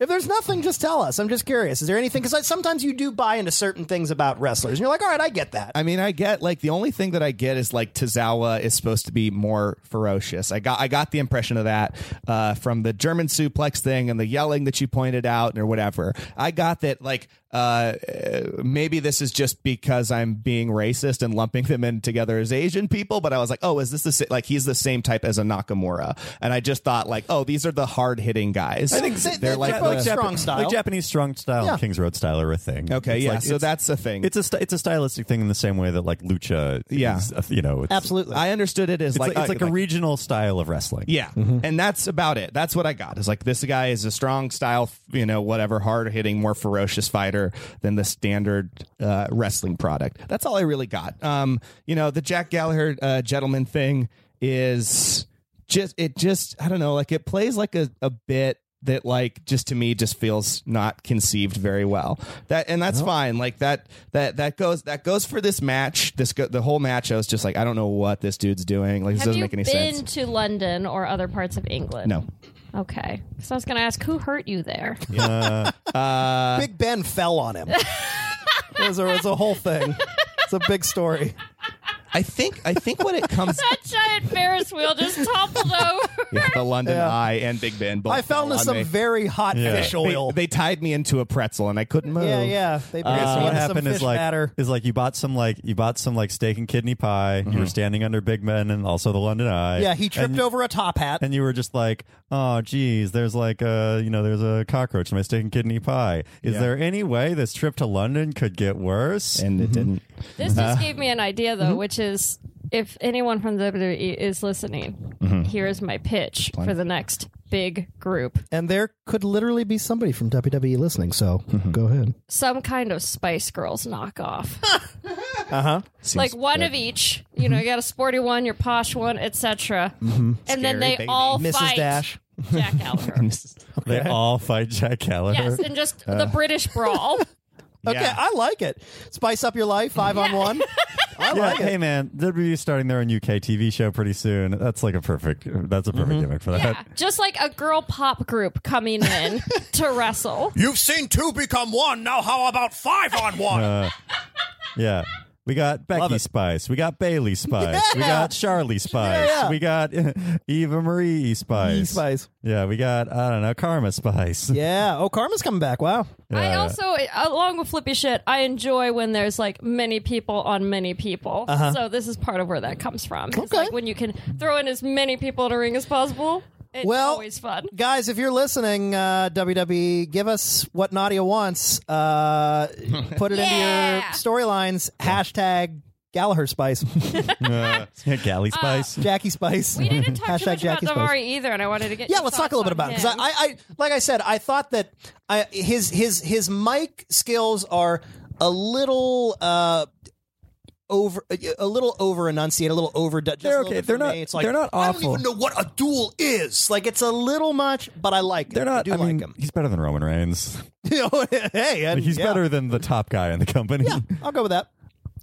If there's nothing, just tell us. I'm just curious. Is there anything? Because sometimes you do buy into certain things about wrestlers, and you're like, all right, I get that.
I mean, I get like the only thing that I get is like Tozawa is supposed to be more ferocious. I got I got the impression of that uh, from the German suplex thing and the yelling that you pointed out or whatever. I got that like uh, uh, maybe this is just because I'm being racist and lumping them in together as Asian people, but I was like, oh, is this the sa-? like he's the same type as a Nakamura? And I just thought like, oh, these are the hard hitting guys.
I think they- they're both
the-
Jap- strong style.
like Japanese strong style,
Yeah.
Kings Road style are a thing.
Okay,
It's
yeah.
like-
so
it's-
that's a thing.
It's a st- it's a stylistic thing in the same way that like lucha,
Yeah.
is a th- you know, it's,
Absolutely.
I understood it as
It's like, it's like a regional style of wrestling.
Yeah, and that's about it. That's what I got. Is like this guy is a strong style, you know, whatever, hard hitting, more ferocious fighter than the standard uh, wrestling product. That's all I really got. Um, you know, the Jack Gallagher uh, gentleman thing is just it just I don't know, like it plays like a, a bit that like just to me just feels not conceived very well that and that's fine like that that that goes that goes for this match this go, the whole match i was just like i don't know what this dude's doing like this
Have
doesn't
you
make any
been
sense
to London or other parts of England?
no
Okay. So I was going to ask, who hurt
[LAUGHS]
you there?
Big Ben fell on him. it, was a, it was a whole thing. It's a
[LAUGHS]
big story.
I think I think when it comes
that giant Ferris wheel just
[LAUGHS]
toppled over.
[LAUGHS]
yeah, the London
Yeah.
Eye and Big Ben, both
I fell into
on
some
me.
very hot fish
They-
oil.
They, tied me into a pretzel and I couldn't move. Uh,
yeah, yeah. They
Okay, so what happened is like
batter.
is like you bought some like you bought some like steak and kidney pie. You were standing under Big Ben and also the London Eye.
Mm-hmm. Yeah, he tripped
and,
over a top hat.
and you were just like, oh, geez, there's like a you know there's a cockroach in my steak and kidney pie. Is
Yeah.
there any way this trip to London could get worse?
and it didn't.
This
Uh-huh.
just gave me an idea,
Mm-hmm.
though, which is if anyone from WWE is listening,
Mm-hmm.
here is my pitch for the next big group
And there could literally be somebody from WWE listening, so go ahead.
some kind of Spice Girls knockoff.
Seems
like one
good.
of each. You
Mm-hmm.
know, you got a sporty one, your posh one, etc. And then they
baby.
all
Mrs.
fight
Mm-hmm. Dash. [LAUGHS]
Jack Gallagher.
They all fight Jack Gallagher.
yes, and just
Uh.
the British brawl. [LAUGHS]
Okay,
Yeah.
I like it. Spice up your life, five on one.
[LAUGHS]
Yeah,
I like
hey
it.
man, WWE starting their own UK TV show pretty soon. That's like a perfect. That's a perfect gimmick for that.
Mm-hmm. Yeah, just like a girl pop group coming
[LAUGHS]
in to wrestle.
You've seen two become one. Now, how about five on one?
Yeah. We got Becky Spice. We got
[LAUGHS]
Bailey Spice. We
Yeah.
got Charlie Spice.
Yeah, yeah.
We got [LAUGHS] Eva Marie Spice.
Spice.
Yeah, we got I don't know Karma Spice.
[LAUGHS] yeah. Oh, Karma's coming back. Wow.
I also, along with flippy shit, I enjoy when there's like many people on many people. So this is part of where that comes from. It's
Uh-huh. Okay.
like when you can throw in as many people in a ring as possible. It's
Well,
always fun.
Guys, if you're listening, uh, WWE, give us what Nadia wants. [LAUGHS] Uh, put it
Yeah.
into your storylines. Hashtag Gallagher [LAUGHS] Spice.
[LAUGHS] Uh, Galley Spice.
Jackie Spice.
We
[LAUGHS]
didn't talk
Hashtag
too much about
Jackie Spice.
Davari either, and I wanted to get
yeah
your
let's talk a little bit
thoughts
about
on
it
him.
because I, I, I like i said i thought that I, his his his mic skills are a little uh over a little over enunciate a little over
They're okay. They're not.
it's like
they're not
i don't
awful.
even know what a duel is like it's a little much but i like him.
They're not.
i
I,
do
mean,
like him
he's better than Roman Reigns.
[LAUGHS] You know, hey and-
He's
yeah.
better than the top guy in the company.
i'll go with that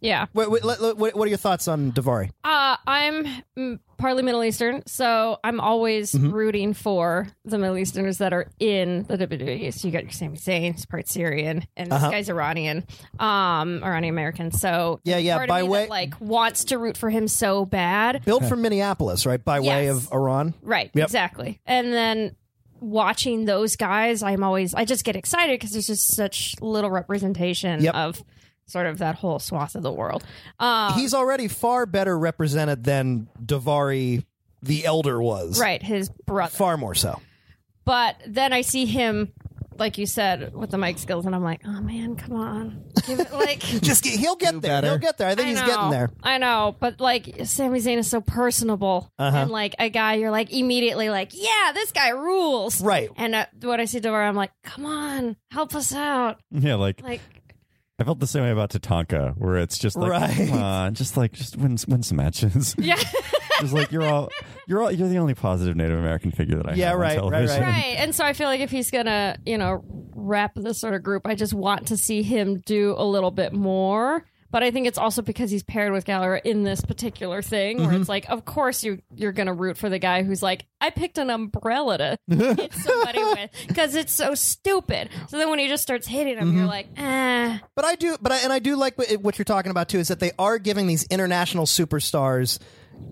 yeah.
wait, wait, let- let- what what are your thoughts on davari
Uh, I'm mm, partly Middle Eastern, so I'm always
Mm-hmm.
Mhm.
rooting for the Middle Easterners that are in the WWE. So you got your Sami Zayn, it's part Syrian, and
Uh-huh.
this guy's Iranian, um, Iranian American. So
Yeah,
there's
yeah,
part of
by
me that,
way-
like wants to root for him so bad.
Built from Minneapolis, right? By way
Yes.
of Iran.
Right,
Yep.
exactly. And then watching those guys, I'm always I just get excited because there's just such little representation
Yep.
of sort of that whole swath of the world. Um,
He's already far better represented than Davari the Elder was.
right, his brother.
Far more
[LAUGHS]
so.
But then I see him, like you said, with the mic skills, and I'm like, oh man, come on, give it
[LAUGHS]
like.
Just get, he'll get there. He'll get there. I think he's
know,
getting there.
I know, but like Sami Zayn is so personable,
Uh-huh.
and like a guy, you're like immediately like, yeah, this guy rules,
Right.
And uh, when I see Devara, I'm like, come on, help us out,
[LAUGHS] Yeah, like
like
I felt the same way about Tatanka, where it's just like,
Right.
come on, just like just win win some
[LAUGHS]
matches.
yeah.
[LAUGHS] just like you're all you're all you're the only positive Native American figure that I
Yeah,
have on
right, right, right.
television.
Right. And so I feel like if he's going to, you know, rep this sort of group, I just want to see him do a little bit more. But I think it's also because he's paired with Gallagher in this particular thing where it's like, of course you you're gonna root for the guy who's like, I picked an umbrella to hit somebody with because it's so stupid. So then when he just starts hitting him, you're like, eh.
But I do, but I, and I do like what what you're talking about too. Is that they are giving these international superstars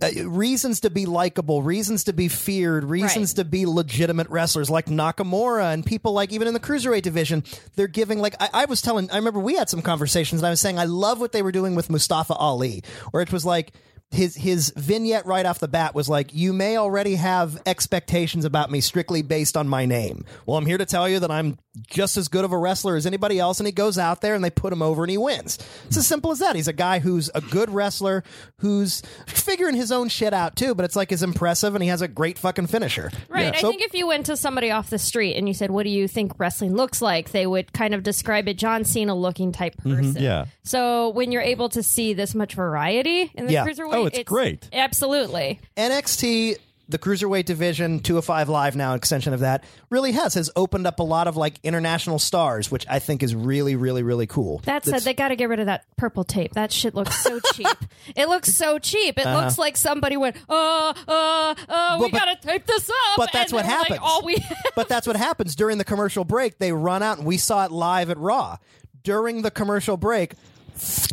uh, reasons to be likable, reasons to be feared, reasons to be legitimate wrestlers like Nakamura and people like even in the cruiserweight division. They're giving like I, I was telling. I remember we had some conversations, and I was saying I love what they were doing with Mustafa Ali, where it was like. His his vignette right off the bat was like, "You may already have expectations about me strictly based on my name. Well, I'm here to tell you that I'm just as good of a wrestler as anybody else, and he goes out there and they put him over and he wins. It's as simple as that. He's a guy who's a good wrestler who's figuring his own shit out too, but it's like is impressive and he has a great fucking finisher.
Right. I [LAUGHS]
So-
think if you went to somebody off the street and you said, What do you think wrestling looks like? they would kind of describe a John Cena looking type
Mm-hmm.
person.
Yeah.
So when you're able to see this much variety in the
Yeah.
cruiserweight,
Oh, it's great.
Absolutely.
NXT, the cruiserweight division, 205 Live now, an extension of that, really has has opened up a lot of like international stars, which I think is really, really, really cool.
That said,
It's-
they got to get rid of that purple tape. That shit looks
[LAUGHS]
so cheap. it looks so cheap. It
Uh-huh.
looks like somebody went, uh, uh, uh, we
But- but-
got to tape this up.
but that's
And
what
it was, like,
happens. Mm-hmm.
all we
but that's what happens during the commercial break. They run out, and we saw it live at Raw. During the commercial break,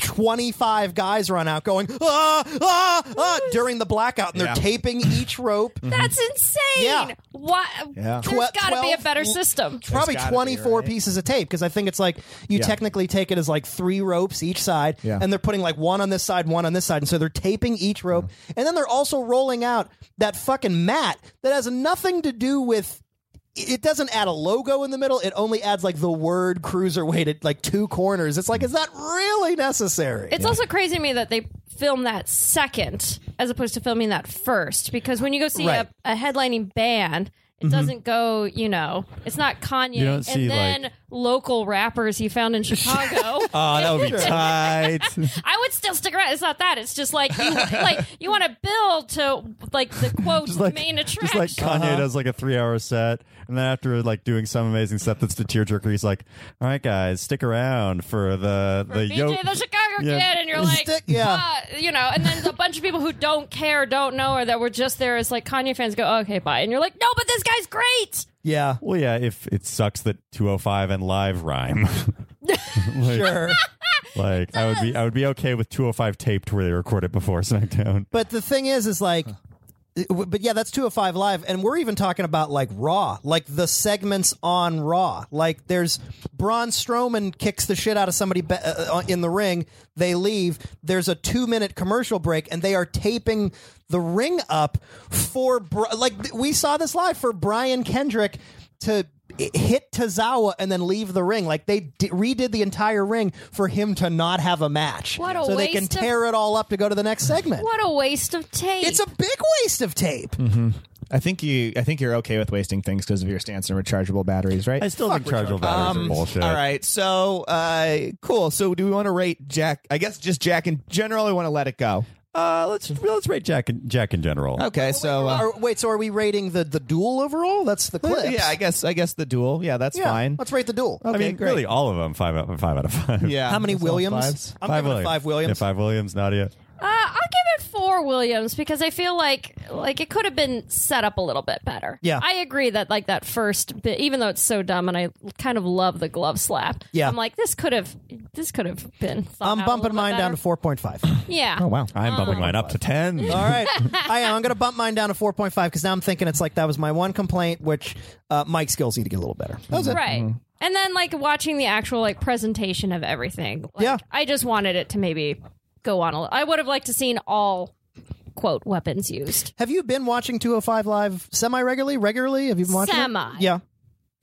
25 guys run out going, ah, ah, ah, during the blackout, and they're
Yeah.
taping each rope.
[LAUGHS] That's insane.
Yeah.
Why?
Yeah.
There's
Twe-
got to be a
12
better system.
It's probably 24 pieces of tape because I think it's like you
Yeah.
technically take it as like three ropes each side,
Yeah.
and they're putting like one on this side, one on this side. And so they're taping each rope, and then they're also rolling out that fucking mat that has nothing to do with. It doesn't add a logo in the middle. It only adds like the word cruiserweight at like two corners. It's like, is that really necessary?
It's also crazy to me that they film that second as opposed to filming that first because when you go see
Right.
a, a headlining band, it
Mhm.
doesn't go, you know, it's not Kanye
You don't see,
and then
like-
local rappers he found in Chicago.
[LAUGHS] Oh, that
[LAUGHS]
would be [LAUGHS] tight.
I would still stick around. It's not that. It's just like you [LAUGHS] like you want to build to like the quote
Just like,
main attraction.
just like Kanye does like a three hour set, and then after like doing some amazing stuff that's the tearjerker, he's like, "All right, guys, stick around for the the
BJ
yo."
the Chicago
Yeah.
kid, and you're like,
yeah.
"Uh," you know, and then a bunch of people who don't care, don't know, or that were just there as like Kanye fans go, okay, bye, and you're like, no, but this guy's great.
Yeah.
Well, yeah. If it sucks that 205 and live rhyme, [LAUGHS] Like-
Sure.
Like I would be, I would be okay with 205 taped where they record it before [LAUGHS] SmackDown.
But the thing is, is like, it- w- but yeah, that's 205 Live. And we're even talking about like Raw, like the segments on Raw. Like there's Braun Strowman kicks the shit out of somebody be- uh, uh, in the ring. They leave. There's a two minute commercial break and they are taping the ring up for, Br- like, th- we saw this live for Brian Kendrick to i- hit Tazawa and then leave the ring. Like they d- redid the entire ring for him to not have a match.
What a
so they can
waste of-
tear it all up to go to the next segment.
What a waste of tape.
It's a big waste of tape.
Mm-hmm. I think you. I think you're okay with wasting things because of your stance on rechargeable batteries, right?
I still think rechargeable batteries are bullshit.
All right, so uh, cool. So do we want to rate Jack? I guess just Jack in general. I want to let it go.
Uh, let's let's rate Jack in, Jack in general.
Okay, so uh,
Are, wait, so are we rating the the duel overall? That's the clips.
yeah, I guess I guess the duel. Yeah, that's
Yeah,
fine.
Let's rate the duel.
I mean, really, all of them five out five out of five.
Yeah.
[LAUGHS]
How many
That's all
Williams?
fives.
I'm giving it five Williams.
Yeah, five Williams, Nadia.
Uh, I'll give it for Williams because I feel like like it could have been set up a little bit better.
Yeah.
I agree that like that first bit, even though it's so dumb, and I kind of love the glove slap.
Yeah.
I'm like this could have this could have been. thought
I'm
out a
bumping
little bit
mine down to
better.
[LAUGHS]
4.5.
Yeah.
Oh, I'm bumping mine up to 10.
All right. I am. I'm going to bump mine down to 4.5 because now I'm thinking it's like that was my one complaint, which uh, Mike's skills need to get a little better. That was it.
Right. And then like watching the actual like presentation of everything. Like, yeah. I just wanted it to maybe go on a little. I would have liked to seen all quote weapons used.
Have you been watching 205 Live semi regularly? Regularly? Have you been watching? it?
Semi.
Yeah.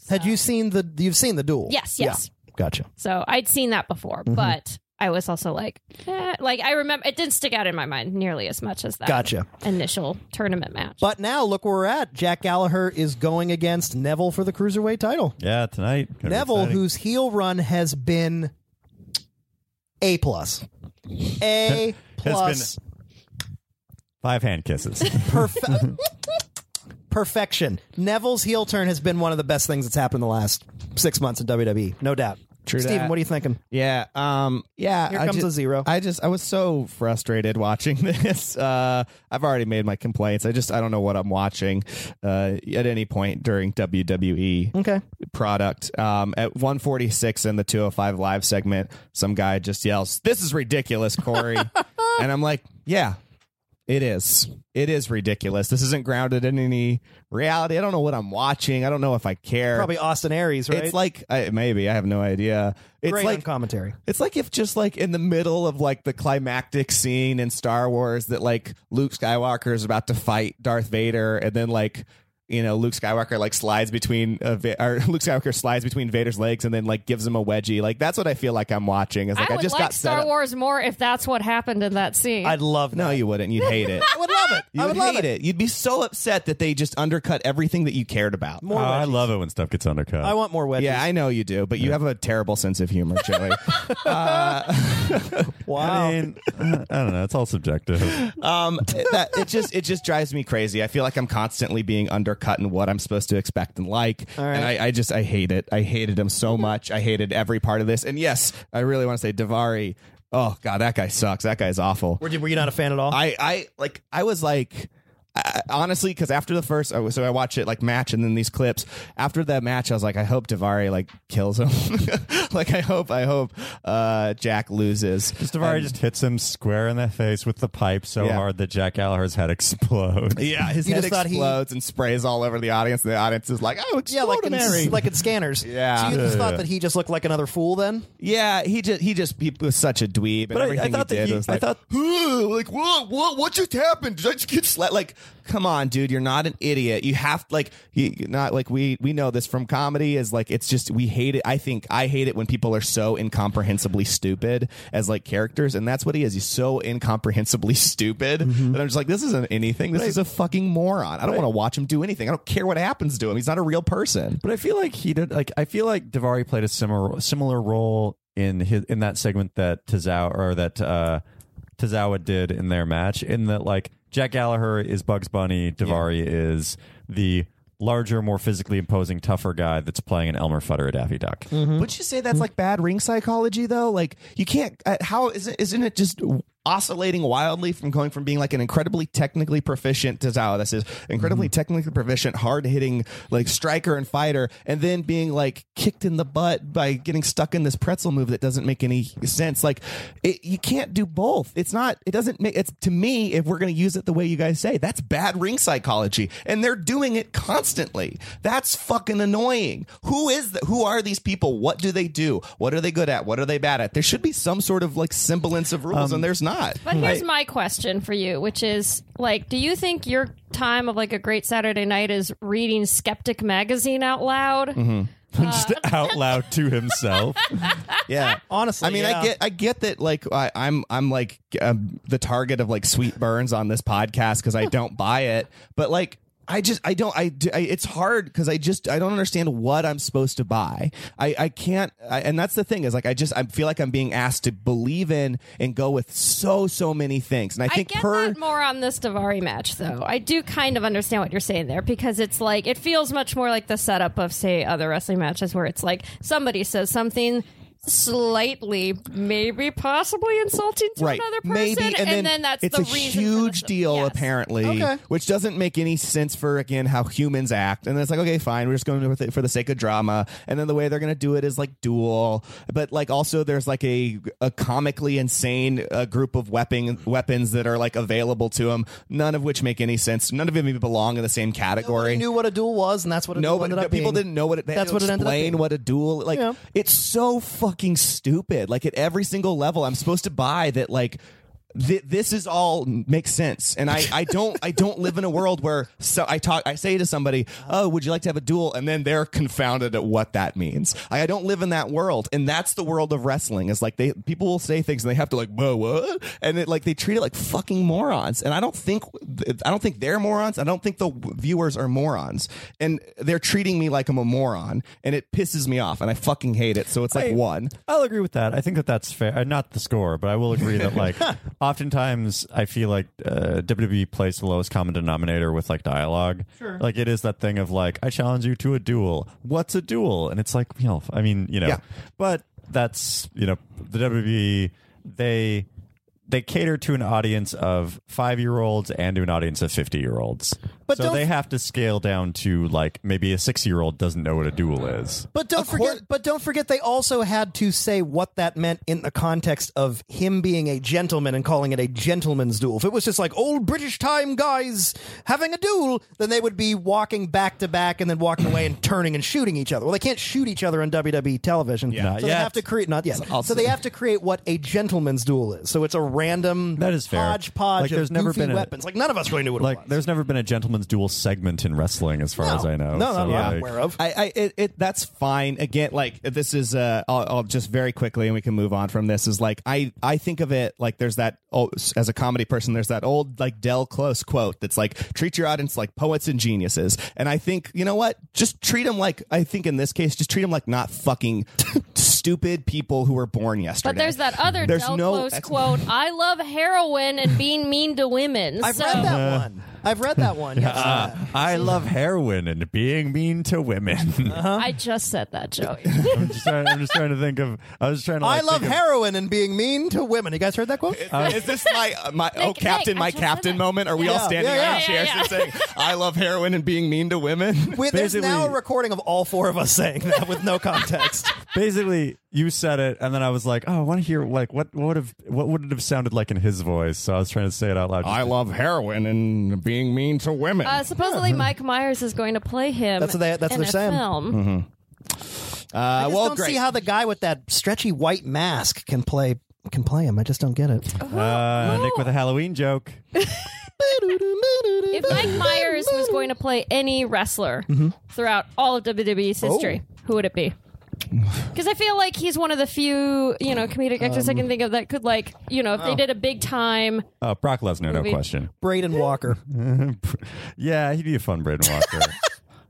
Had you seen the? You've seen the duel?
Yes, yes. Uh,
Yeah. Gotcha.
So I'd seen that before,
Mhm.
but I was also like, eh, like I remember it didn't stick out in my mind nearly as much as that
Gotcha.
initial tournament match.
But now look where we're at. Jack Gallagher is going against Neville for the cruiserweight title.
Yeah, tonight. Gonna be
Neville,
exciting.
whose heel run has been a plus,
[LAUGHS]
been-
a plus,
Five hand
[LAUGHS]
kisses.
Perfe- perfection. Neville's heel turn has been one of the best things that's happened in the last six months in WWE, no doubt.
True
Steven,
dat.
what are you thinking?
Yeah. Um. Yeah.
Here
I
comes
ju-
a zero.
I just I was so frustrated [LAUGHS] watching this. Uh, I've already made my complaints. I just I don't know what I'm watching uh, at any point during WWE
Okay.
product. Um, at 146 in the 205 live segment, some guy just yells, "This is ridiculous,
[LAUGHS]
Corey," and I'm like, "Yeah." It is. It is ridiculous. This isn't grounded in any reality. I don't know what I'm watching. I don't know if I care.
Probably Austin Aries, right?
It's like I, maybe I have no idea. It's
Great on
like
commentary.
it's like if just like in the middle of like the climactic scene in Star Wars that like Luke Skywalker is about to fight Darth Vader and then like you know Luke Skywalker like slides between uh, Va- or [LAUGHS] Luke Skywalker slides between Vader's legs and then like gives him a wedgie. Like that's what I feel like I'm watching. Is like
I
I,
would
just
like
got set
Star
up-
Wars more if that's what happened in that scene.
I'd love
No, you wouldn't. You'd hate it.
[LAUGHS] I would love it.
You
I
would
would love
hate
it.
it. You'd be so upset that they just undercut everything that you cared about.
Oh, I love it when stuff gets undercut.
I want more wedges.
Yeah, I know you do, but you have a terrible sense of humor, Joey.
Wow.
I mean, [LAUGHS] uh, I don't know. It's all subjective.
um, that, it just it just drives me crazy. I feel like I'm constantly being undercut in what I'm supposed to expect and like,
right.
and I, I just I hate it. I hated him so much. I hated every part of this. And yes, I really want to say Davari. Oh god, that guy sucks. That guy's awful.
Were you, were you not a fan at all?
I I like I was like I, honestly because after the first I was- so I watch it like match and then these clips after that match I was like I hope Davari like kills him [LAUGHS] like I hope I hope uh Jack loses
Stavari just hits him square in the face with the pipe so
Yeah.
hard that Jack Gallagher's head explodes.
[LAUGHS]
Yeah, his
You
head
just thought he-
explodes and sprays all over the audience, and the audience is like, "Oh,
yeah, like in,
extraordinary!"
like
[LAUGHS]
in scanners.
Yeah.
So you just
Yeah,
thought
yeah.
that he just looked like another fool then?
yeah, he just he just he was such a dweeb, and
But I- I
everything
thought
he
that
did
he-
was
I
like,
thought-
"Huh, like what what what just happened? Did I just get slapped?" Like, come on, dude, you're not an idiot. You have like you not like we we know this from comedy is like it's just we hate it. I think I hate it when people are so incomprehensibly stupid as like characters, and that's what he is. He's so incomprehensibly [LAUGHS] stupid Mm-hmm. that I'm just like, this isn't anything. This is a fucking moron. I don't want to watch him do anything. I don't care what happens to him. He's not a real person.
But I feel like he did. Like I feel like Davari played a similar similar role in his in that segment that Tozawa or that uh, Tozawa did in their match. In that, like Jack Gallagher is Bugs Bunny, Davari is the larger, more physically imposing, tougher guy that's playing an Elmer Fudd or a Daffy Duck.
Mm.
Would you say that's like bad ring psychology though? Like you can't. Uh, how is it, isn't it just oscillating wildly from going from being like an incredibly technically proficient to how this is incredibly technically proficient, hard hitting like striker and fighter, and then being like kicked in the butt by getting stuck in this pretzel move that doesn't make any sense. Like it, you can't do both. It's not. It doesn't make. It's to me if we're going to use it the way you guys say, that's bad ring psychology, and they're doing it constantly. That's fucking annoying. Who is the, who are these people? What do they do? What are they good at? What are they bad at? There should be some sort of like semblance of rules, and there's not.
But here's my question for you, which is like, do you think your time of like a great Saturday night is reading Skeptic magazine out loud?
[LAUGHS]
Mm-hmm.
Just out loud
[LAUGHS]
to himself.
yeah,
Honestly,
I mean,
yeah.
I get, I get that. Like, I, I'm, I'm like um, the target of like sweet burns on this podcast because I don't buy it. But like, I just, I don't, I, do- I it's hard because I just, I don't understand what I'm supposed to buy. I, I can't, I, and that's the thing is like, I just, I feel like I'm being asked to believe in and go with so, so many things, and I
I,
think
get
per.
that more on this Davari match, though. I do kind of understand what you're saying there because it's like it feels much more like the setup of, say, other wrestling matches where it's like somebody says something, slightly, maybe possibly insulting to
right.
another person,
Maybe, and, then,
that's
it's
the
a
reason.
huge deal, apparently,
Okay.
which doesn't make any sense for again how humans act. And then it's like, okay, fine, we're just going with it for the sake of drama. And then the way they're going to do it is like duel, but like also there's like a a comically insane uh, group of weapon weapons that are like available to them, none of which make any sense. None of them even belong in the same category.
Nobody knew what a duel was, and that's what a
No,
duel
but
ended up
people
being.
didn't know what it. They
that's
had
what
to
it ended up
explain
being.
what a duel like.
Yeah.
It's so fucking stupid. Like at every single level, I'm supposed to buy that. Like th- this is all makes sense, and I I don't I don't live in a world where so I talk I say to somebody, oh, would you like to have a duel, and then they're confounded at what that means. I, I don't live in that world, and that's the world of wrestling. Is like they people will say things and they have to like whoa what, and it like they treat it like fucking morons, and I don't think I don't think they're morons. I don't think the viewers are morons, and they're treating me like I'm a moron, and it pisses me off, and I fucking hate it. So it's like
I-
one.
I'll agree with that. I think that that's fair. Uh, Not the score, but I will agree that
[LAUGHS]
like oftentimes I feel like uh, WWE plays the lowest common denominator with like dialogue. Sure. Like it is that thing of like I challenge you to a duel. What's a duel? And it's like you know, I mean, you know,
Yeah.
but that's you know the WWE they they cater to an audience of five year olds and to an audience of fifty year olds.
But
so
don't-
they have to scale down to like maybe a six year old doesn't know what a duel is.
But don't forget. But don't forget, they also had to say what that meant in the context of him being a gentleman and calling it a gentleman's duel. If it was just like old British time guys having a duel, then they would be walking back to back and then walking away and turning and shooting each other. Well, they can't shoot each other on WWE television.
Yeah. Not
so they
yet.
have to create not yet.
I'll
so they
say.
have to create what a gentleman's duel is. So it's a random
That is fair.
hodgepodge
Like,
of
there's never
goofy
been a-
weapons. like none of us really knew what it
like
was.
there's never been a gentleman's duel segment in wrestling as far as i know
No, no,
So,
no.
like,
of.
I, I it, it, that's fine. Again, like this is, uh, I'll, I'll just very quickly, and we can move on from this. Is like I, I think of it like there's that oh, as a comedy person, there's that old like Del Close quote that's like treat your audience like poets and geniuses, and I think you know what, just treat them like I think in this case, just treat them like not fucking stupid people who were born yesterday.
But there's that other
There's
Del
no-
Close
[LAUGHS]
quote: "I love heroin and being mean to women."
I've
so
read that one. I've read that one.
[LAUGHS]
Yes.
uh, i love heroin and being mean to women [LAUGHS]
Uh-huh.
I just said that,
[LAUGHS]
Joey.
I'm, just trying, I'm just trying to think of i was trying to
I
like,
love
think of-
heroin and being mean to women. You guys heard that quote?
is this my uh, my oh
Nick,
captain
Nick, I
my
just said
captain
that.
moment? Are we all
Yeah.
standing
Yeah, yeah.
on
Yeah,
chairs
yeah,
and saying I love heroin and being mean to women?
We, there's now a
Basically-
recording of all four of us saying that with
[LAUGHS]
no
Uh,
context.
basically you said it and then i was like oh i want to hear like what what would have what would it have sounded like in his voice so i was trying to say it out loud
I love heroin and being mean to women.
Uh, supposedly, Mike Myers is going to play him.
That's what they- that's what
in
they're
a
saying. Mm-hmm.
Film.
I just
well,
don't
great.
see how the guy with that stretchy white mask can play can play him. I just don't get
[LAUGHS]
it.
uh, nick with a halloween joke
If Mike Myers was going to play any wrestler
Mm-hmm.
throughout all of WWE's
Oh.
history, who would it
[SIGHS]
be? Because I feel like he's one of the few, you know, comedic actors
Um,
I can think of that could, like, you know, if
oh.
they did a big time,
uh, brock lesnar no
Movie.
question
Braden Walker.
yeah he'd be a fun braden
[LAUGHS]
walker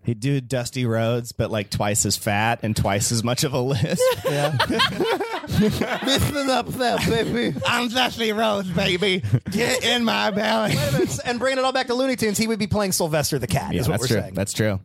He'd do Dusty Rhodes, but like twice as fat and twice as much of a [LAUGHS] list.
Listen up there, baby.
I'm Dusty Rhodes, baby. Get in my belly.
and bringing it all back to Looney Tunes, he would be playing Sylvester the Cat.
Yeah,
is what
that's
we're
true.
saying.
That's true.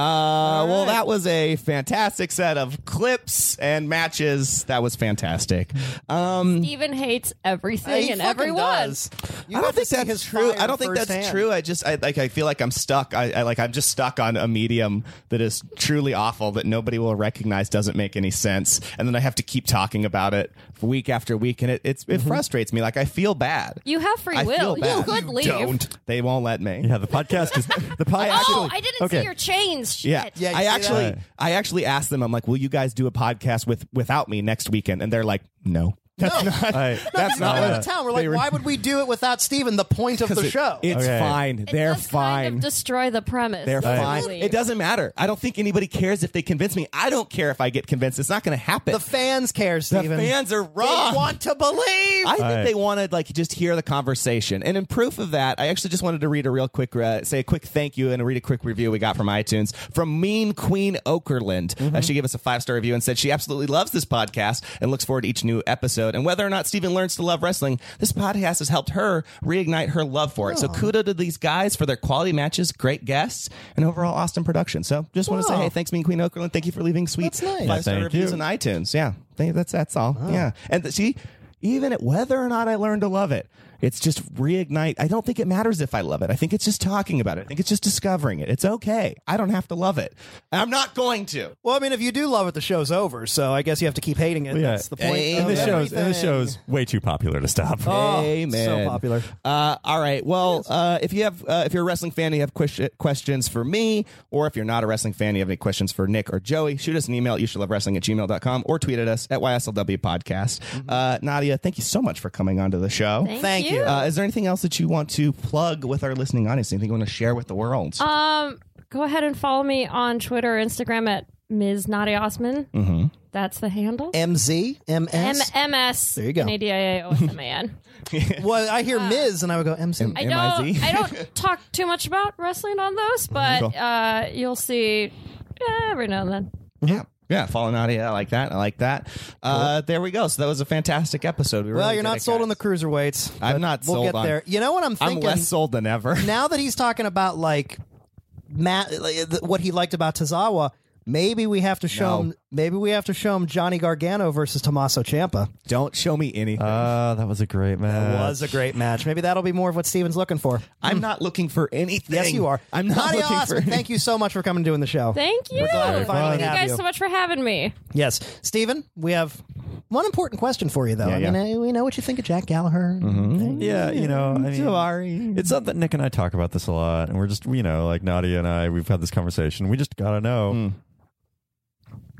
Uh, Well, that was a fantastic set of clips and matches. That was fantastic. Um,
Steven hates everything
He
and
Mm. fucking
everyone.
does.
I
You
don't
got to
think
see
that's
his
true.
fire
I don't think that's
firsthand.
true. I just I like I feel like I'm stuck. I, I like I'm just stuck on a medium that is truly awful that nobody will recognize doesn't make any sense, and then I have to keep talking about it week after week, and it it's, it frustrates me. Like I feel bad.
You have free
I feel
will. You
bad.
could leave.
Don't. They won't let me.
yeah the podcast is the podcast
[LAUGHS] Oh, I didn't
okay.
see your chains. Shit.
Yeah.
Yeah, you
I
see
actually
that?
I actually asked them, I'm like, will you guys do a podcast with without me next weekend? And they're like, no. That's not
I-
that's
We're
not
out of town. We're like,
Uh, they were-
why would we do it without Steven? The point
[LAUGHS]
of
'cause
the
it-
show.
It's
Okay.
fine.
It
they're
does
fine.
Kind of destroy the premise.
They're
Let's
fine.
leave.
It doesn't matter. I don't think anybody cares if they convince me. I don't care if I get convinced. It's not going to happen.
the fans care,
The
Steven.
fans are
They
wrong.
want to believe.
I think
Alright.
they wanted like just hear the conversation, and in proof of that, I actually just wanted to read a real quick, uh, say a quick thank you, and read a quick review we got from iTunes from Mean Queen Okerlund. Uh, she gave us a five star review and said she absolutely loves this podcast and looks forward to each new episode. And whether or not Steven learns to love wrestling, this podcast has helped her reignite her love for it. So kudos to these guys for their quality matches, great guests, and overall awesome production. So just want to say,
Wow.
hey, thanks Mean Queen Okerlund. Thank you for leaving sweet
That's nice.
five star
Thank
reviews on
you.
iTunes. Yeah.
They- That's that's all. Yeah. And th- see, even at whether or not I learn to love it, it's just reignite. I don't think it matters if I love it. I think it's just talking about it. I think it's just discovering it. It's okay. I don't have to love it. And I'm not going to.
Well, I mean, if you do love it, the show's over. So Oh, I guess you have to keep hating it.
Well, yeah.
That's the point.
And
of
this show's and
everything.
this show's way too popular to stop.
Oh,
Amen.
so popular.
Uh, all right. Well, uh, if you have, uh, if you're a wrestling fan, and you have ques- questions for me, or if you're not a wrestling fan, you have any questions for Nick or Joey, shoot us an email at you should love wrestling at gmail.com or tweet at us at YSLW podcast.
Mm-hmm.
Uh, Nadia, thank you so much for coming onto the show.
Thank Thank you. you.
Uh, is there anything else that you want to plug with our listening audience? Anything you want to share with the world?
Um, go ahead and follow me on Twitter, or Instagram at Ms. Nadia Osman.
mm-hmm.
That's the handle.
MZ,
M-
MS.
MS.
There you go. [LAUGHS]
N-A-D-I-A-O-S-M-A-N.
well, I
Uh,
hear Ms. and I would go MZ.
I don't,
[LAUGHS]
I don't talk too much about wrestling on those, but
Cool.
uh, you'll see eh, every now and then.
Mm-hmm.
Yeah. Yeah, follow Nadia. I like that. I like that. Uh, there we go. So that was a fantastic episode. We
well,
really
you're
did
not
it,
sold
guys.
on the cruiserweights.
I'm
but
not
We'll
sold
get
on-
there. You know what I'm
I'm
thinking?
less sold than
[LAUGHS]
ever.
now that he's talking about like Matt, like, th- what he liked about Tazawa, maybe we have to show
No.
him. Maybe we have to show him Johnny Gargano versus Tommaso Ciampa.
Don't show me anything.
Uh, that was a great match.
That was a great match. Maybe that'll be more of what Steven's looking for.
I'm not looking for anything.
Yes, you are.
I'm not
Nadia
looking
Osman,
for.
[LAUGHS] thank you so much for coming and doing the show.
Thank you.
glad we finally
Thank you
have
guys
you.
so much for having me.
Yes, Steven, we have one important question for you though.
Yeah,
I mean, uh, we know what you think of Jack Gallagher.
Yeah, you know, I mean,
Sorry.
it's something Nick and I talk about this a lot, and we're just you know, like Nadia and I, we've had this conversation. We just gotta know,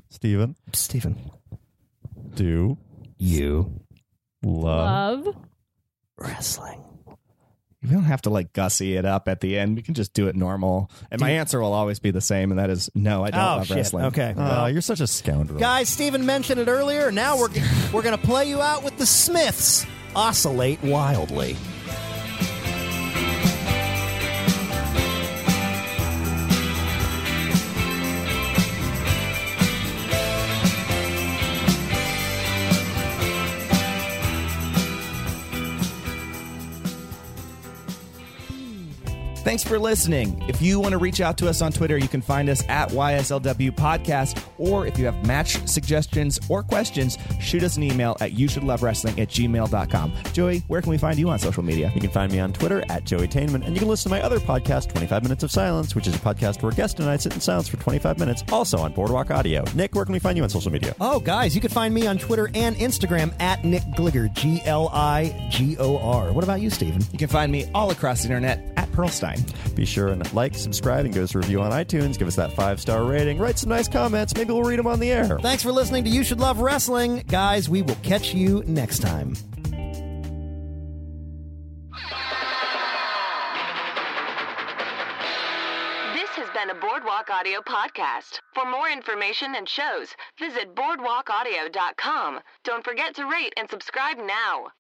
Steven,
Steven,
do
You.
Uh,
love?
Love.
wrestling.
We don't have to like gussy it up at the end. We can just do it normal. And my answer will always be the same, and that is no, I don't
Oh,
love
shit.
wrestling. Uh,
Okay.
Oh, you're such a scoundrel.
Guys, Steven mentioned it earlier. Now we're we're gonna play you out with the Smiths. Oscillate wildly.
Thanks for listening. If you want to reach out to us on Twitter, you can find us at YSLW Podcast, or if you have match suggestions or questions, shoot us an email at you should love wrestling at gmail.com. Joey, where can we find you on social media?
You can find me on Twitter at Joey Tainman, and you can listen to my other podcast, 25 Minutes of Silence, which is a podcast where guest and I sit in silence for 25 minutes, also on Boardwalk Audio. Nick, where can we find you on social media?
Oh, guys, you can find me on Twitter and Instagram at Nick Gligor, G L I G O R. What about you, Steven?
You can find me all across the internet at Pearlstein.
Be sure and like, subscribe, and give us a review on iTunes. Give us that five star rating. Write some nice comments. Maybe we'll read them on the air.
Thanks for listening to You Should Love Wrestling. Guys, we will catch you next time.
This has been a Boardwalk Audio podcast. For more information and shows, visit boardwalkaudio.com. Don't forget to rate and subscribe now.